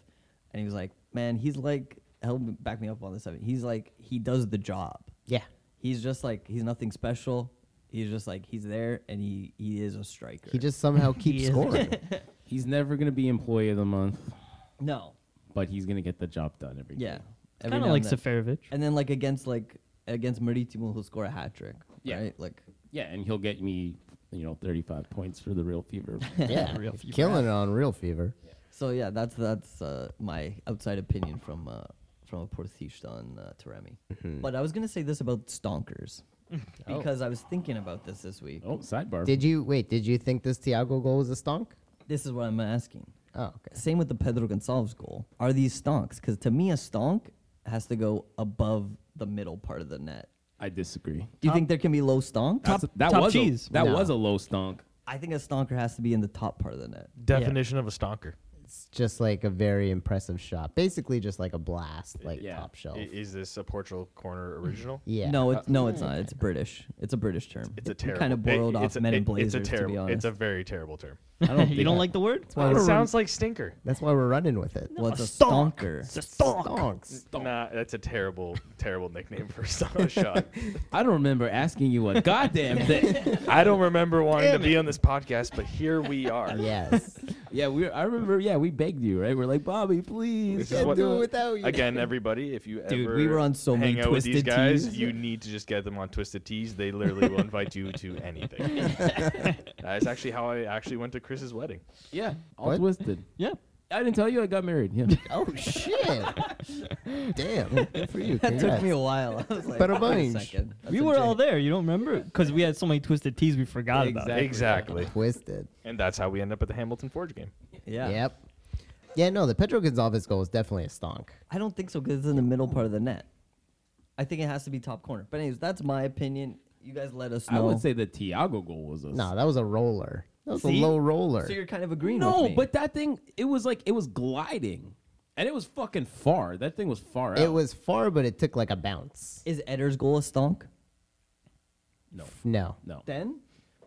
[SPEAKER 8] and he was like, man, he's like, help me- back me up on this. I mean, he's like, he does the job.
[SPEAKER 6] Yeah.
[SPEAKER 8] He's just like, he's nothing special. He's just like, he's there and he he is a striker.
[SPEAKER 6] He just somehow keeps
[SPEAKER 7] is.
[SPEAKER 6] scoring.
[SPEAKER 9] He's never gonna be employee of the month,
[SPEAKER 8] no,
[SPEAKER 9] but he's gonna get the job done every
[SPEAKER 8] yeah,
[SPEAKER 9] game.
[SPEAKER 7] Kind
[SPEAKER 8] Every now
[SPEAKER 7] of
[SPEAKER 8] and
[SPEAKER 7] like
[SPEAKER 8] then.
[SPEAKER 7] Seferovic.
[SPEAKER 8] And then like against like against Maritimo, he'll score a hat trick.
[SPEAKER 9] Yeah.
[SPEAKER 8] Right? Like
[SPEAKER 9] Yeah, and he'll get me, you know, 35 points for the real fever.
[SPEAKER 6] Yeah,
[SPEAKER 7] Real fever.
[SPEAKER 6] killing it on real fever.
[SPEAKER 8] so yeah, that's that's uh, my outside opinion from uh, from a Portista on uh, Taremi.
[SPEAKER 6] Mm-hmm.
[SPEAKER 8] But I was gonna say this about Stonkers
[SPEAKER 4] Oh.
[SPEAKER 8] because I was thinking about this this week.
[SPEAKER 9] oh, sidebar.
[SPEAKER 6] Did you wait? Did you think this Tiago goal was a stonk?
[SPEAKER 8] This is what I'm asking. Uh,
[SPEAKER 6] Oh, okay.
[SPEAKER 8] Same with the Pedro Gonçalves goal. Are these stonks? Because to me, a stonk has to go above the middle part of the net.
[SPEAKER 9] I disagree.
[SPEAKER 8] Do you think there can be low stonks?
[SPEAKER 9] That's- that
[SPEAKER 7] top
[SPEAKER 9] was
[SPEAKER 7] cheese.
[SPEAKER 9] A, that
[SPEAKER 6] No.
[SPEAKER 9] was a low stonk.
[SPEAKER 8] I think a stonker has to be in the top part of the net.
[SPEAKER 4] Definition of a stonker.
[SPEAKER 6] It's just like a very impressive shot. Basically, just like a blast, like
[SPEAKER 9] Yeah.
[SPEAKER 6] top shelf.
[SPEAKER 4] I- Is this a Portugal corner original?
[SPEAKER 6] yeah.
[SPEAKER 8] No, it's no, it's not. It's British. It's a British term.
[SPEAKER 4] Uh, It's a
[SPEAKER 8] It- we
[SPEAKER 4] terrible.
[SPEAKER 8] Kind of
[SPEAKER 4] it-
[SPEAKER 8] borrowed off
[SPEAKER 4] it's a-
[SPEAKER 8] Men in
[SPEAKER 4] it- It's
[SPEAKER 8] Blazers.
[SPEAKER 4] a
[SPEAKER 8] To be
[SPEAKER 4] terrible.
[SPEAKER 8] honest.
[SPEAKER 4] It's a very terrible term.
[SPEAKER 9] I don't think
[SPEAKER 7] you don't
[SPEAKER 9] I-
[SPEAKER 7] like the word?
[SPEAKER 6] why
[SPEAKER 4] it
[SPEAKER 6] we're-
[SPEAKER 4] sounds like stinker.
[SPEAKER 6] That's why we're running with it.
[SPEAKER 8] well, it's a
[SPEAKER 7] stonk.
[SPEAKER 8] stonker.
[SPEAKER 7] It's a stonk.
[SPEAKER 6] Stonks.
[SPEAKER 4] Nah, that's a terrible, terrible nickname for a stonk shot.
[SPEAKER 9] I don't remember asking you a goddamn thing.
[SPEAKER 4] I don't remember wanting to be on this podcast, but here we are.
[SPEAKER 6] Yes.
[SPEAKER 9] yeah, we. I remember. Yeah, we begged you, right? We're like, Bobby, please.
[SPEAKER 4] This is
[SPEAKER 6] Can't
[SPEAKER 4] what-
[SPEAKER 6] do it without you.
[SPEAKER 4] Again, everybody, if you
[SPEAKER 8] Dude,
[SPEAKER 4] ever
[SPEAKER 8] we were on so
[SPEAKER 4] hang
[SPEAKER 8] many
[SPEAKER 4] out with these
[SPEAKER 8] Twisted
[SPEAKER 4] guys,
[SPEAKER 8] Teas.
[SPEAKER 4] you need to just get them on Twisted Teas. They literally will invite you to anything. That's actually how I actually went to Chris's wedding.
[SPEAKER 9] Yeah, all
[SPEAKER 6] What?
[SPEAKER 9] twisted.
[SPEAKER 7] Yeah.
[SPEAKER 9] I didn't tell you I got married. Yeah.
[SPEAKER 6] oh shit. Damn. Good for you.
[SPEAKER 8] It took
[SPEAKER 6] Congrats.
[SPEAKER 8] me a while. I was like,
[SPEAKER 6] Bada
[SPEAKER 8] wait
[SPEAKER 6] bing.
[SPEAKER 8] a second.
[SPEAKER 7] we were all there. You don't remember? Because we had so many twisted teas we forgot about.
[SPEAKER 9] Exactly.
[SPEAKER 7] It.
[SPEAKER 4] Exactly.
[SPEAKER 6] Twisted.
[SPEAKER 4] And that's how we end up at the Hamilton Forge game.
[SPEAKER 8] Yeah.
[SPEAKER 6] Yep. Yeah. No, the Pedro Gonzalez goal was definitely a stonk.
[SPEAKER 8] I don't think so because it's in the middle part of the net. I think it has to be top corner. But anyways, that's my opinion. You guys let us know.
[SPEAKER 9] I would say the Tiago goal was a
[SPEAKER 6] No, that was a roller. That was
[SPEAKER 8] See?
[SPEAKER 6] a low roller.
[SPEAKER 8] So you're kind of agreeing
[SPEAKER 9] No,
[SPEAKER 8] with me.
[SPEAKER 9] but that thing, it was like it was gliding, and it was fucking far. That thing was far out.
[SPEAKER 6] it was far, but it took like a bounce.
[SPEAKER 8] is Eder's goal a stonk?
[SPEAKER 9] no,
[SPEAKER 6] No.
[SPEAKER 9] no.
[SPEAKER 8] Then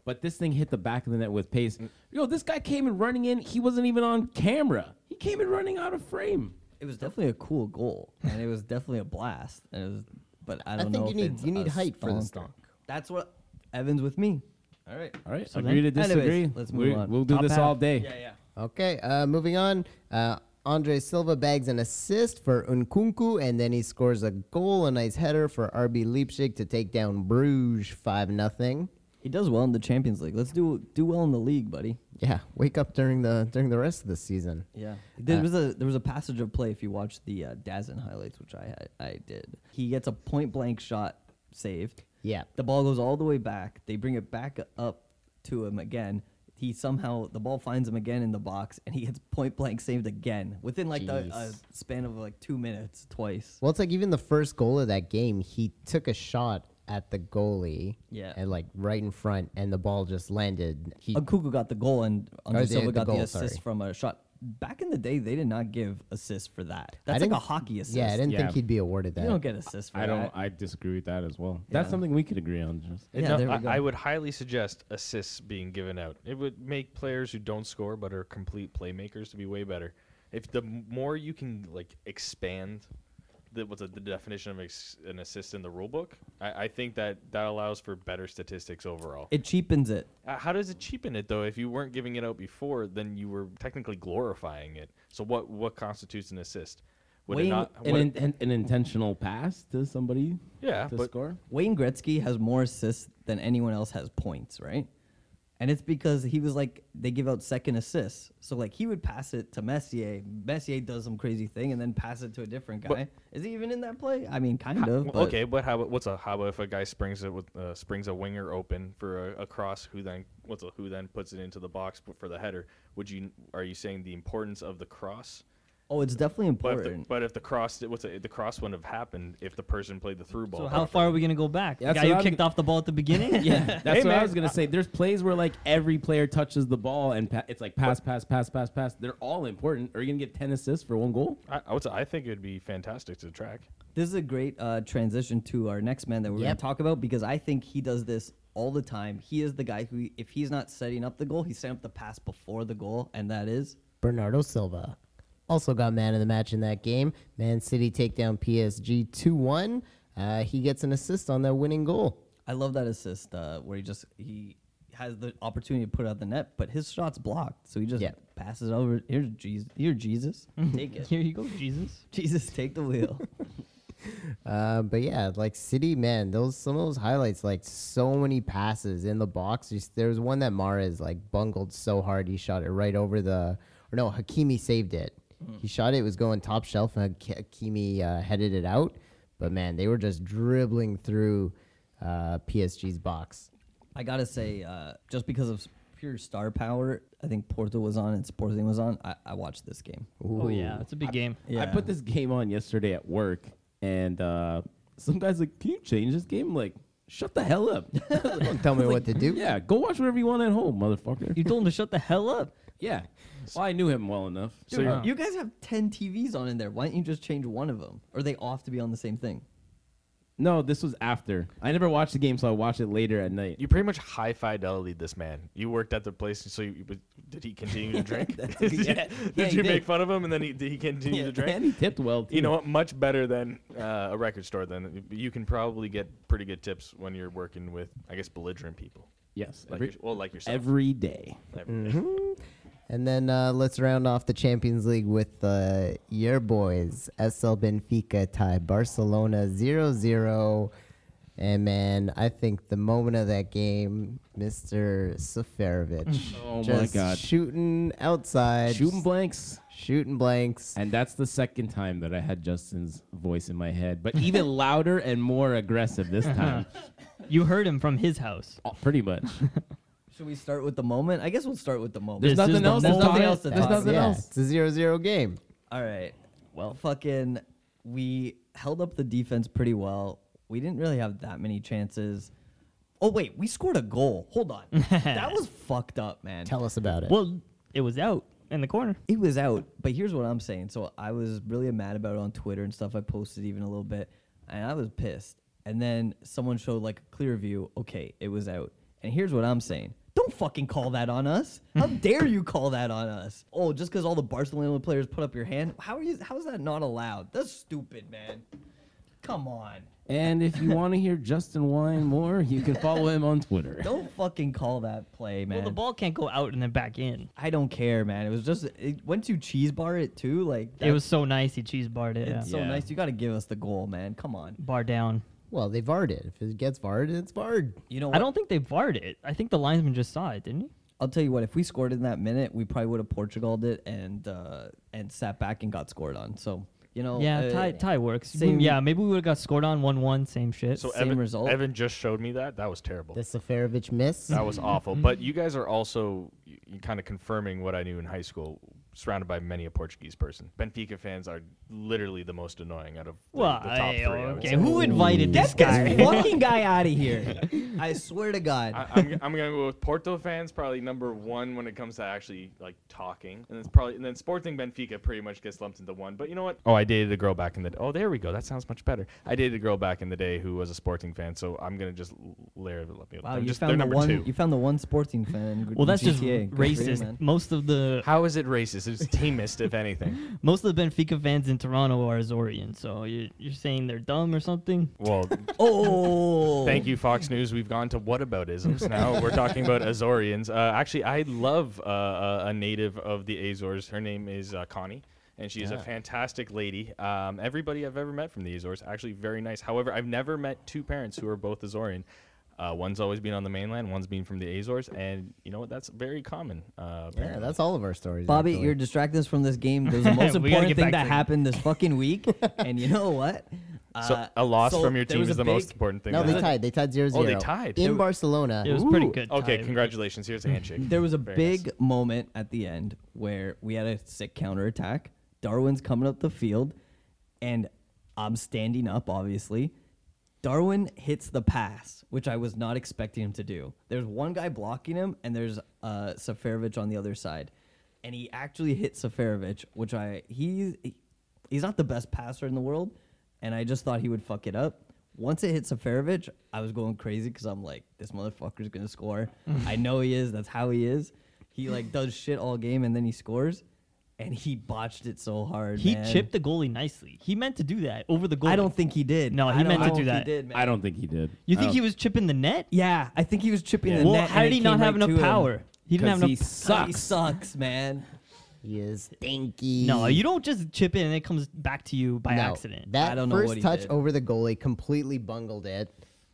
[SPEAKER 9] But this thing hit the back of the net with pace. Yo, this guy came in running in. He wasn't even on camera. He came in running out of frame.
[SPEAKER 8] it was definitely a cool goal, and it was definitely a blast. And it was, but I don't
[SPEAKER 6] think
[SPEAKER 8] know.
[SPEAKER 6] you
[SPEAKER 8] if
[SPEAKER 6] need-
[SPEAKER 8] it's
[SPEAKER 6] you need
[SPEAKER 8] a
[SPEAKER 6] height for the
[SPEAKER 8] stonker.
[SPEAKER 6] stonk.
[SPEAKER 8] That's what Evans with me.
[SPEAKER 9] All right, all right.
[SPEAKER 7] then-
[SPEAKER 9] Agree to
[SPEAKER 8] Anyways,
[SPEAKER 9] disagree.
[SPEAKER 8] let's
[SPEAKER 9] We-
[SPEAKER 8] move on.
[SPEAKER 9] We'll do
[SPEAKER 7] Top
[SPEAKER 9] this
[SPEAKER 7] half.
[SPEAKER 9] all day.
[SPEAKER 8] yeah.
[SPEAKER 6] Okay, uh, moving on. Uh, Andre Silva bags an assist for Unkunku, and then he scores a goal, a nice header for RB Leipzig to take down Bruges 5 0.
[SPEAKER 8] He does well in the Champions League. Let's do do well in the league, buddy.
[SPEAKER 6] Yeah, wake up during the during the rest of the season.
[SPEAKER 8] Yeah, there
[SPEAKER 6] Uh,
[SPEAKER 8] was a there was a passage of play. If you watch the uh, Dazn highlights, which I had, I did, he gets a point blank shot saved.
[SPEAKER 6] Yeah.
[SPEAKER 8] the ball goes all the way back. They bring it back up to him again. He somehow the ball finds him again in the box, and he gets point blank saved again within like the a
[SPEAKER 6] Jeez.
[SPEAKER 8] span of like two minutes twice.
[SPEAKER 6] Well, it's like even the first goal of that game, he took a shot at the goalie.
[SPEAKER 8] Yeah.
[SPEAKER 6] And like right in front, and the ball just landed. He,
[SPEAKER 8] Akuku got the goal and
[SPEAKER 6] Oh,
[SPEAKER 8] Andre
[SPEAKER 6] they
[SPEAKER 8] Silva
[SPEAKER 6] had the
[SPEAKER 8] got
[SPEAKER 6] goal,
[SPEAKER 8] the assist
[SPEAKER 6] sorry.
[SPEAKER 8] from a shot. Back in the day, they did not give assists for that. That's like
[SPEAKER 6] didn't-
[SPEAKER 8] a hockey assist.
[SPEAKER 6] yeah, I didn't
[SPEAKER 9] Yeah.
[SPEAKER 6] think he'd be awarded that.
[SPEAKER 8] you don't get assists for
[SPEAKER 9] I don't.
[SPEAKER 8] that.
[SPEAKER 9] I disagree with that as well. That's something we could agree on. Just
[SPEAKER 8] Yeah,
[SPEAKER 4] No,
[SPEAKER 8] there we
[SPEAKER 4] I,
[SPEAKER 8] go.
[SPEAKER 4] I would highly suggest assists being given out. It would make players who don't score but are complete playmakers to be way better. If the m- more you can like expand the what's it, the definition of ex- an assist in the rule book, I, I think that that allows for better statistics overall.
[SPEAKER 8] it cheapens it.
[SPEAKER 4] Uh, How does it cheapen it though? If you weren't giving it out before, then you were technically glorifying it. So what what constitutes an assist? Would it
[SPEAKER 8] Wayne-
[SPEAKER 4] not?
[SPEAKER 9] Uh, an,
[SPEAKER 4] would-
[SPEAKER 9] in, an, an intentional pass to somebody.
[SPEAKER 4] Yeah,
[SPEAKER 9] to
[SPEAKER 4] but-
[SPEAKER 9] score.
[SPEAKER 8] Wayne Gretzky has more assists than anyone else has points, right? And it's because he was like they give out second assists. So like he would pass it to Messier. Messier does some crazy thing and then pass it to a different guy. Is he even in that play? I mean, kind of.
[SPEAKER 4] Well,
[SPEAKER 8] but
[SPEAKER 4] okay, but how about what's a how about if a guy springs it with uh, springs a winger open for a, a cross, who then what's a, who then puts it into the box p- for the header? Would you are you saying the importance of the cross?
[SPEAKER 8] Oh, it's definitely
[SPEAKER 4] But if
[SPEAKER 8] important.
[SPEAKER 4] the, but if the cross di- what's it, the cross wouldn't have happened if the person played the through ball.
[SPEAKER 7] So how far are we gonna go back? The
[SPEAKER 9] That's
[SPEAKER 7] guy
[SPEAKER 9] what
[SPEAKER 7] who
[SPEAKER 9] I'm-
[SPEAKER 7] kicked off the ball at the beginning.
[SPEAKER 9] Yeah, that's what
[SPEAKER 4] man.
[SPEAKER 9] I was gonna say. There's plays where like every player touches the ball and pa- it's like pass, pass, pass, pass, pass. They're all important. Are you gonna get ten assists for one goal?
[SPEAKER 4] I, I would say, I think it'd be fantastic to track.
[SPEAKER 8] This is a great uh, transition to our next man that we're going
[SPEAKER 6] Yep.
[SPEAKER 8] to talk about because I think he does this all the time. He is the guy who, if he's not setting up the goal, he's setting up the pass before the goal, and that is
[SPEAKER 6] Bernardo Silva also got man of the match in that game. Man City take down PSG 2 1. Uh, he gets an assist on that winning goal.
[SPEAKER 8] I love that assist uh, where he just he has the opportunity to put out the net, but his shot's blocked, so he just
[SPEAKER 6] Yeah.
[SPEAKER 8] passes over. Here, Jesus, here, Jesus, take it.
[SPEAKER 7] Here you go, Jesus.
[SPEAKER 8] Jesus, take the wheel.
[SPEAKER 6] Uh, but yeah, like City, man, those some of those highlights, like so many passes in the box. Just, there was one that Mares like bungled so hard he shot it right over the, or no, Hakimi saved it. He shot it, it was going top shelf, and Hak- Hakimi uh, headed it out. But man, they were just dribbling through uh, PSG's box.
[SPEAKER 8] I gotta say, uh, just because of s- pure star power, I think Porto was on and Sporting was on. I, I watched this game.
[SPEAKER 7] Oh yeah, it's a big game.
[SPEAKER 8] Yeah.
[SPEAKER 9] I put this game on yesterday at work, and uh, some guys like, "Can you change this game?" I'm like, shut the hell up.
[SPEAKER 6] Don't tell me what to do.
[SPEAKER 9] yeah, go watch whatever you want at home, motherfucker.
[SPEAKER 7] You told him to shut the hell up.
[SPEAKER 9] yeah. Well, I knew him well enough.
[SPEAKER 8] Dude, you guys have 10 TVs on in there. Why don't you just change one of them? Are they off to be on the same thing?
[SPEAKER 9] No, this was after. I never watched the game, so I watched it later at night.
[SPEAKER 4] You pretty much high fidelity this man. You worked at the place, so you, but did he continue to drink? did you, did
[SPEAKER 8] yeah, he
[SPEAKER 4] you make
[SPEAKER 8] did.
[SPEAKER 4] fun of him and then he, did he continue to drink?
[SPEAKER 9] and he tipped well. Too.
[SPEAKER 4] You know what? Much better than uh, a record store. Then you can probably get pretty good tips when you're working with, I guess, belligerent people.
[SPEAKER 9] Yes.
[SPEAKER 4] Like
[SPEAKER 9] every-
[SPEAKER 4] your- well, like yourself.
[SPEAKER 9] every day.
[SPEAKER 4] Every-
[SPEAKER 6] And then uh, let's round off the Champions League with uh, your boys. SL Benfica tie Barcelona 0 0. And man, I think the moment of that game, Mr. Seferovic.
[SPEAKER 9] Oh my
[SPEAKER 6] just
[SPEAKER 9] God.
[SPEAKER 6] Shooting outside.
[SPEAKER 9] Shooting blanks.
[SPEAKER 6] shooting blanks.
[SPEAKER 9] And that's the second time that I had Justin's voice in my head, but even louder and more aggressive this time.
[SPEAKER 7] You heard him from his house.
[SPEAKER 9] Oh, Pretty much.
[SPEAKER 8] Should we start with the moment? I guess we'll start with the moment.
[SPEAKER 9] There's
[SPEAKER 7] This is
[SPEAKER 9] nothing
[SPEAKER 7] the
[SPEAKER 9] else. There's
[SPEAKER 7] moment.
[SPEAKER 9] nothing else.
[SPEAKER 8] to
[SPEAKER 9] There's
[SPEAKER 8] talk
[SPEAKER 9] nothing
[SPEAKER 6] yeah,
[SPEAKER 9] else.
[SPEAKER 6] It's a 0 0 game.
[SPEAKER 8] All right. Well, fucking, we held up the defense pretty well. We didn't really have that many chances. Oh, wait, we scored a goal. Hold on. that was fucked up, man.
[SPEAKER 6] Tell us about it.
[SPEAKER 7] Well, it was out in the corner.
[SPEAKER 8] It was out, but here's what I'm saying. So I was really mad about it on Twitter and stuff. I posted even a little bit, and I was pissed. And then someone showed like a clear view. Okay, it was out. And here's what I'm saying. Don't fucking call that on us. How dare you call that on us? Oh, just because all the Barcelona players put up your hand? How are you? How is that not allowed? That's stupid, man. Come on.
[SPEAKER 9] And if you want to hear Justin whine more, you can follow him on Twitter.
[SPEAKER 8] Don't fucking call that play, man.
[SPEAKER 7] Well, the ball can't go out and then back in.
[SPEAKER 8] I don't care, man. It was just it, once you cheese bar it too, like
[SPEAKER 7] It was so nice. He cheese barred it.
[SPEAKER 8] It's
[SPEAKER 7] Yeah.
[SPEAKER 8] so nice. You got to give us the goal, man. Come on.
[SPEAKER 7] Bar down.
[SPEAKER 6] Well, they varred it. If it gets varred, it's varred.
[SPEAKER 8] You know, what?
[SPEAKER 7] I don't think they barred it. I think the linesman just saw it, didn't he?
[SPEAKER 8] I'll tell you what. If we scored in that minute, we probably would have Portugaled it and uh, and sat back and got scored on. So you know,
[SPEAKER 7] yeah,
[SPEAKER 8] uh,
[SPEAKER 7] tie tie works.
[SPEAKER 8] same-
[SPEAKER 7] yeah, maybe we would have got scored on one one, same shit.
[SPEAKER 4] So
[SPEAKER 8] Same
[SPEAKER 4] Evan,
[SPEAKER 8] result.
[SPEAKER 4] Evan just showed me that. That was terrible.
[SPEAKER 6] The Safarovich miss.
[SPEAKER 4] That was awful. But you guys are also kind of confirming what I knew in high school, surrounded by many a Portuguese person. Benfica fans are literally the most annoying out of the,
[SPEAKER 7] well,
[SPEAKER 4] the top three.
[SPEAKER 7] hey,
[SPEAKER 4] I would
[SPEAKER 7] okay,
[SPEAKER 4] say.
[SPEAKER 7] who invited this guy?
[SPEAKER 8] fucking guy out of here. I swear to God.
[SPEAKER 4] I, I'm, I'm gonna go with Porto fans probably number one when it comes to actually like talking, and it's probably and then Sporting Benfica pretty much gets lumped into one. But you know what? Oh, I dated a girl back in the oh there we go. That sounds much better. I dated a girl back in the day who was a Sporting fan, so I'm gonna just l- layer let me.
[SPEAKER 8] wow,
[SPEAKER 4] I'm
[SPEAKER 8] you
[SPEAKER 4] just they're
[SPEAKER 8] found the
[SPEAKER 4] number
[SPEAKER 8] one.
[SPEAKER 4] two.
[SPEAKER 8] You found the one sporting fan. in
[SPEAKER 7] well, that's just
[SPEAKER 8] GTA. Good for you,
[SPEAKER 7] racist.
[SPEAKER 8] man.
[SPEAKER 7] most of the
[SPEAKER 4] How is it racist? It's teamist, if anything.
[SPEAKER 7] most of the Benfica fans in Toronto are Azorian, so you're you're saying they're dumb or something?
[SPEAKER 4] Well,
[SPEAKER 8] Oh,
[SPEAKER 4] Thank you, Fox News. We've gone to whataboutisms now. We're talking about Azorians. Uh, actually, I love uh, a- a native of the Azores. Her name is uh, Connie, and she is a fantastic lady. Um, everybody I've ever met from the Azores, actually, very nice. However, I've never met two parents who are both Azorian. Uh, one's always been on the mainland, one's been from the Azores, and you know what? That's very common. Uh,
[SPEAKER 6] yeah, that's all of our stories.
[SPEAKER 8] Bobby,
[SPEAKER 6] actually.
[SPEAKER 8] you're distracting us from this game. There's the most
[SPEAKER 7] We gotta
[SPEAKER 8] important
[SPEAKER 7] get
[SPEAKER 8] thing
[SPEAKER 7] back
[SPEAKER 8] that
[SPEAKER 7] to it.
[SPEAKER 8] happened this fucking week, and you know what?
[SPEAKER 4] So,
[SPEAKER 8] Uh,
[SPEAKER 4] a loss
[SPEAKER 8] so
[SPEAKER 4] from your
[SPEAKER 8] there
[SPEAKER 4] team
[SPEAKER 8] was
[SPEAKER 4] is
[SPEAKER 8] a
[SPEAKER 4] the most
[SPEAKER 8] big-
[SPEAKER 4] important thing.
[SPEAKER 6] no, they
[SPEAKER 4] that-
[SPEAKER 6] tied. They tied 0-0.
[SPEAKER 4] Oh, they tied.
[SPEAKER 6] in
[SPEAKER 4] It-
[SPEAKER 6] Barcelona.
[SPEAKER 7] It was pretty good.
[SPEAKER 4] Okay,
[SPEAKER 7] tie.
[SPEAKER 4] congratulations. Here's a handshake.
[SPEAKER 8] There was a
[SPEAKER 4] Very nice.
[SPEAKER 8] big moment at the end where we had a sick counterattack. Darwin's coming up the field, and I'm standing up, obviously. Darwin hits the pass, which I was not expecting him to do. There's one guy blocking him, and there's uh, Safarovich on the other side. And he actually hit Safarovich, which I, he, he- he's not the best passer in the world, and I just thought he would fuck it up. Once it hit Safarovich, I was going crazy because I'm like, this motherfucker's gonna score. I know he is. That's how he is. He like does shit all game and then he scores, and he botched it so hard.
[SPEAKER 7] He
[SPEAKER 8] man.
[SPEAKER 7] chipped the goalie nicely. He meant to do that over the goal.
[SPEAKER 8] I don't think he did.
[SPEAKER 7] No, he
[SPEAKER 8] I don't
[SPEAKER 7] meant to
[SPEAKER 8] know
[SPEAKER 7] do
[SPEAKER 8] if he
[SPEAKER 7] that.
[SPEAKER 8] did, man.
[SPEAKER 9] I don't think he did. Uh,
[SPEAKER 7] You
[SPEAKER 9] I
[SPEAKER 7] think
[SPEAKER 9] don't-
[SPEAKER 7] he was chipping the net?
[SPEAKER 8] Yeah, I think he was chipping the
[SPEAKER 7] well,
[SPEAKER 8] net.
[SPEAKER 7] how
[SPEAKER 8] and
[SPEAKER 7] did
[SPEAKER 8] it
[SPEAKER 7] he not
[SPEAKER 8] came
[SPEAKER 7] have
[SPEAKER 8] right
[SPEAKER 7] enough
[SPEAKER 8] to him.
[SPEAKER 7] power? He didn't have
[SPEAKER 9] 'Cause
[SPEAKER 7] enough.
[SPEAKER 9] he
[SPEAKER 8] God, He
[SPEAKER 9] sucks.
[SPEAKER 8] sucks, man.
[SPEAKER 6] He is stinky.
[SPEAKER 7] No, you don't just chip in and it comes back to you by
[SPEAKER 6] No,
[SPEAKER 7] accident.
[SPEAKER 6] That
[SPEAKER 8] I don't know
[SPEAKER 6] first
[SPEAKER 8] what he
[SPEAKER 6] touch
[SPEAKER 8] did.
[SPEAKER 6] over the goalie completely bungled it,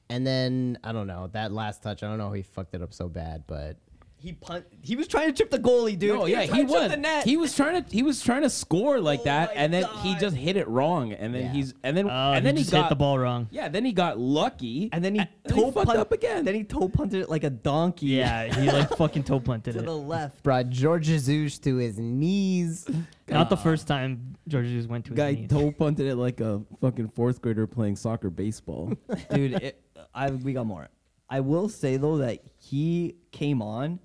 [SPEAKER 6] and then I don't know that last touch. I don't know he fucked it up so bad, but
[SPEAKER 8] He punt. He was trying to chip the goalie, dude.
[SPEAKER 9] No, Oh, yeah,
[SPEAKER 8] he,
[SPEAKER 9] he
[SPEAKER 8] was. trying to chip
[SPEAKER 9] was.
[SPEAKER 8] The net.
[SPEAKER 9] He was trying to. He was trying to score like
[SPEAKER 8] Oh
[SPEAKER 9] that,
[SPEAKER 8] my
[SPEAKER 9] and then he
[SPEAKER 8] God.
[SPEAKER 9] just hit it wrong, and then
[SPEAKER 6] Yeah.
[SPEAKER 9] he's and then
[SPEAKER 7] Oh,
[SPEAKER 9] and
[SPEAKER 7] he
[SPEAKER 9] then he
[SPEAKER 7] just
[SPEAKER 9] got
[SPEAKER 7] hit the ball wrong.
[SPEAKER 9] Yeah, then he got lucky,
[SPEAKER 8] and then he
[SPEAKER 9] he
[SPEAKER 8] toe
[SPEAKER 9] fucked
[SPEAKER 8] punt-
[SPEAKER 9] up again.
[SPEAKER 8] Then he toe punted it like a donkey.
[SPEAKER 7] Yeah, he like fucking toe punted
[SPEAKER 8] to
[SPEAKER 7] it.
[SPEAKER 8] the left.
[SPEAKER 6] brought George Jesus to his knees.
[SPEAKER 7] Not the first time George Jesus went to his
[SPEAKER 9] guy
[SPEAKER 7] knees.
[SPEAKER 9] toe punted it like a fucking fourth grader playing soccer baseball.
[SPEAKER 8] dude. It, I we got more. I will say though that he came on,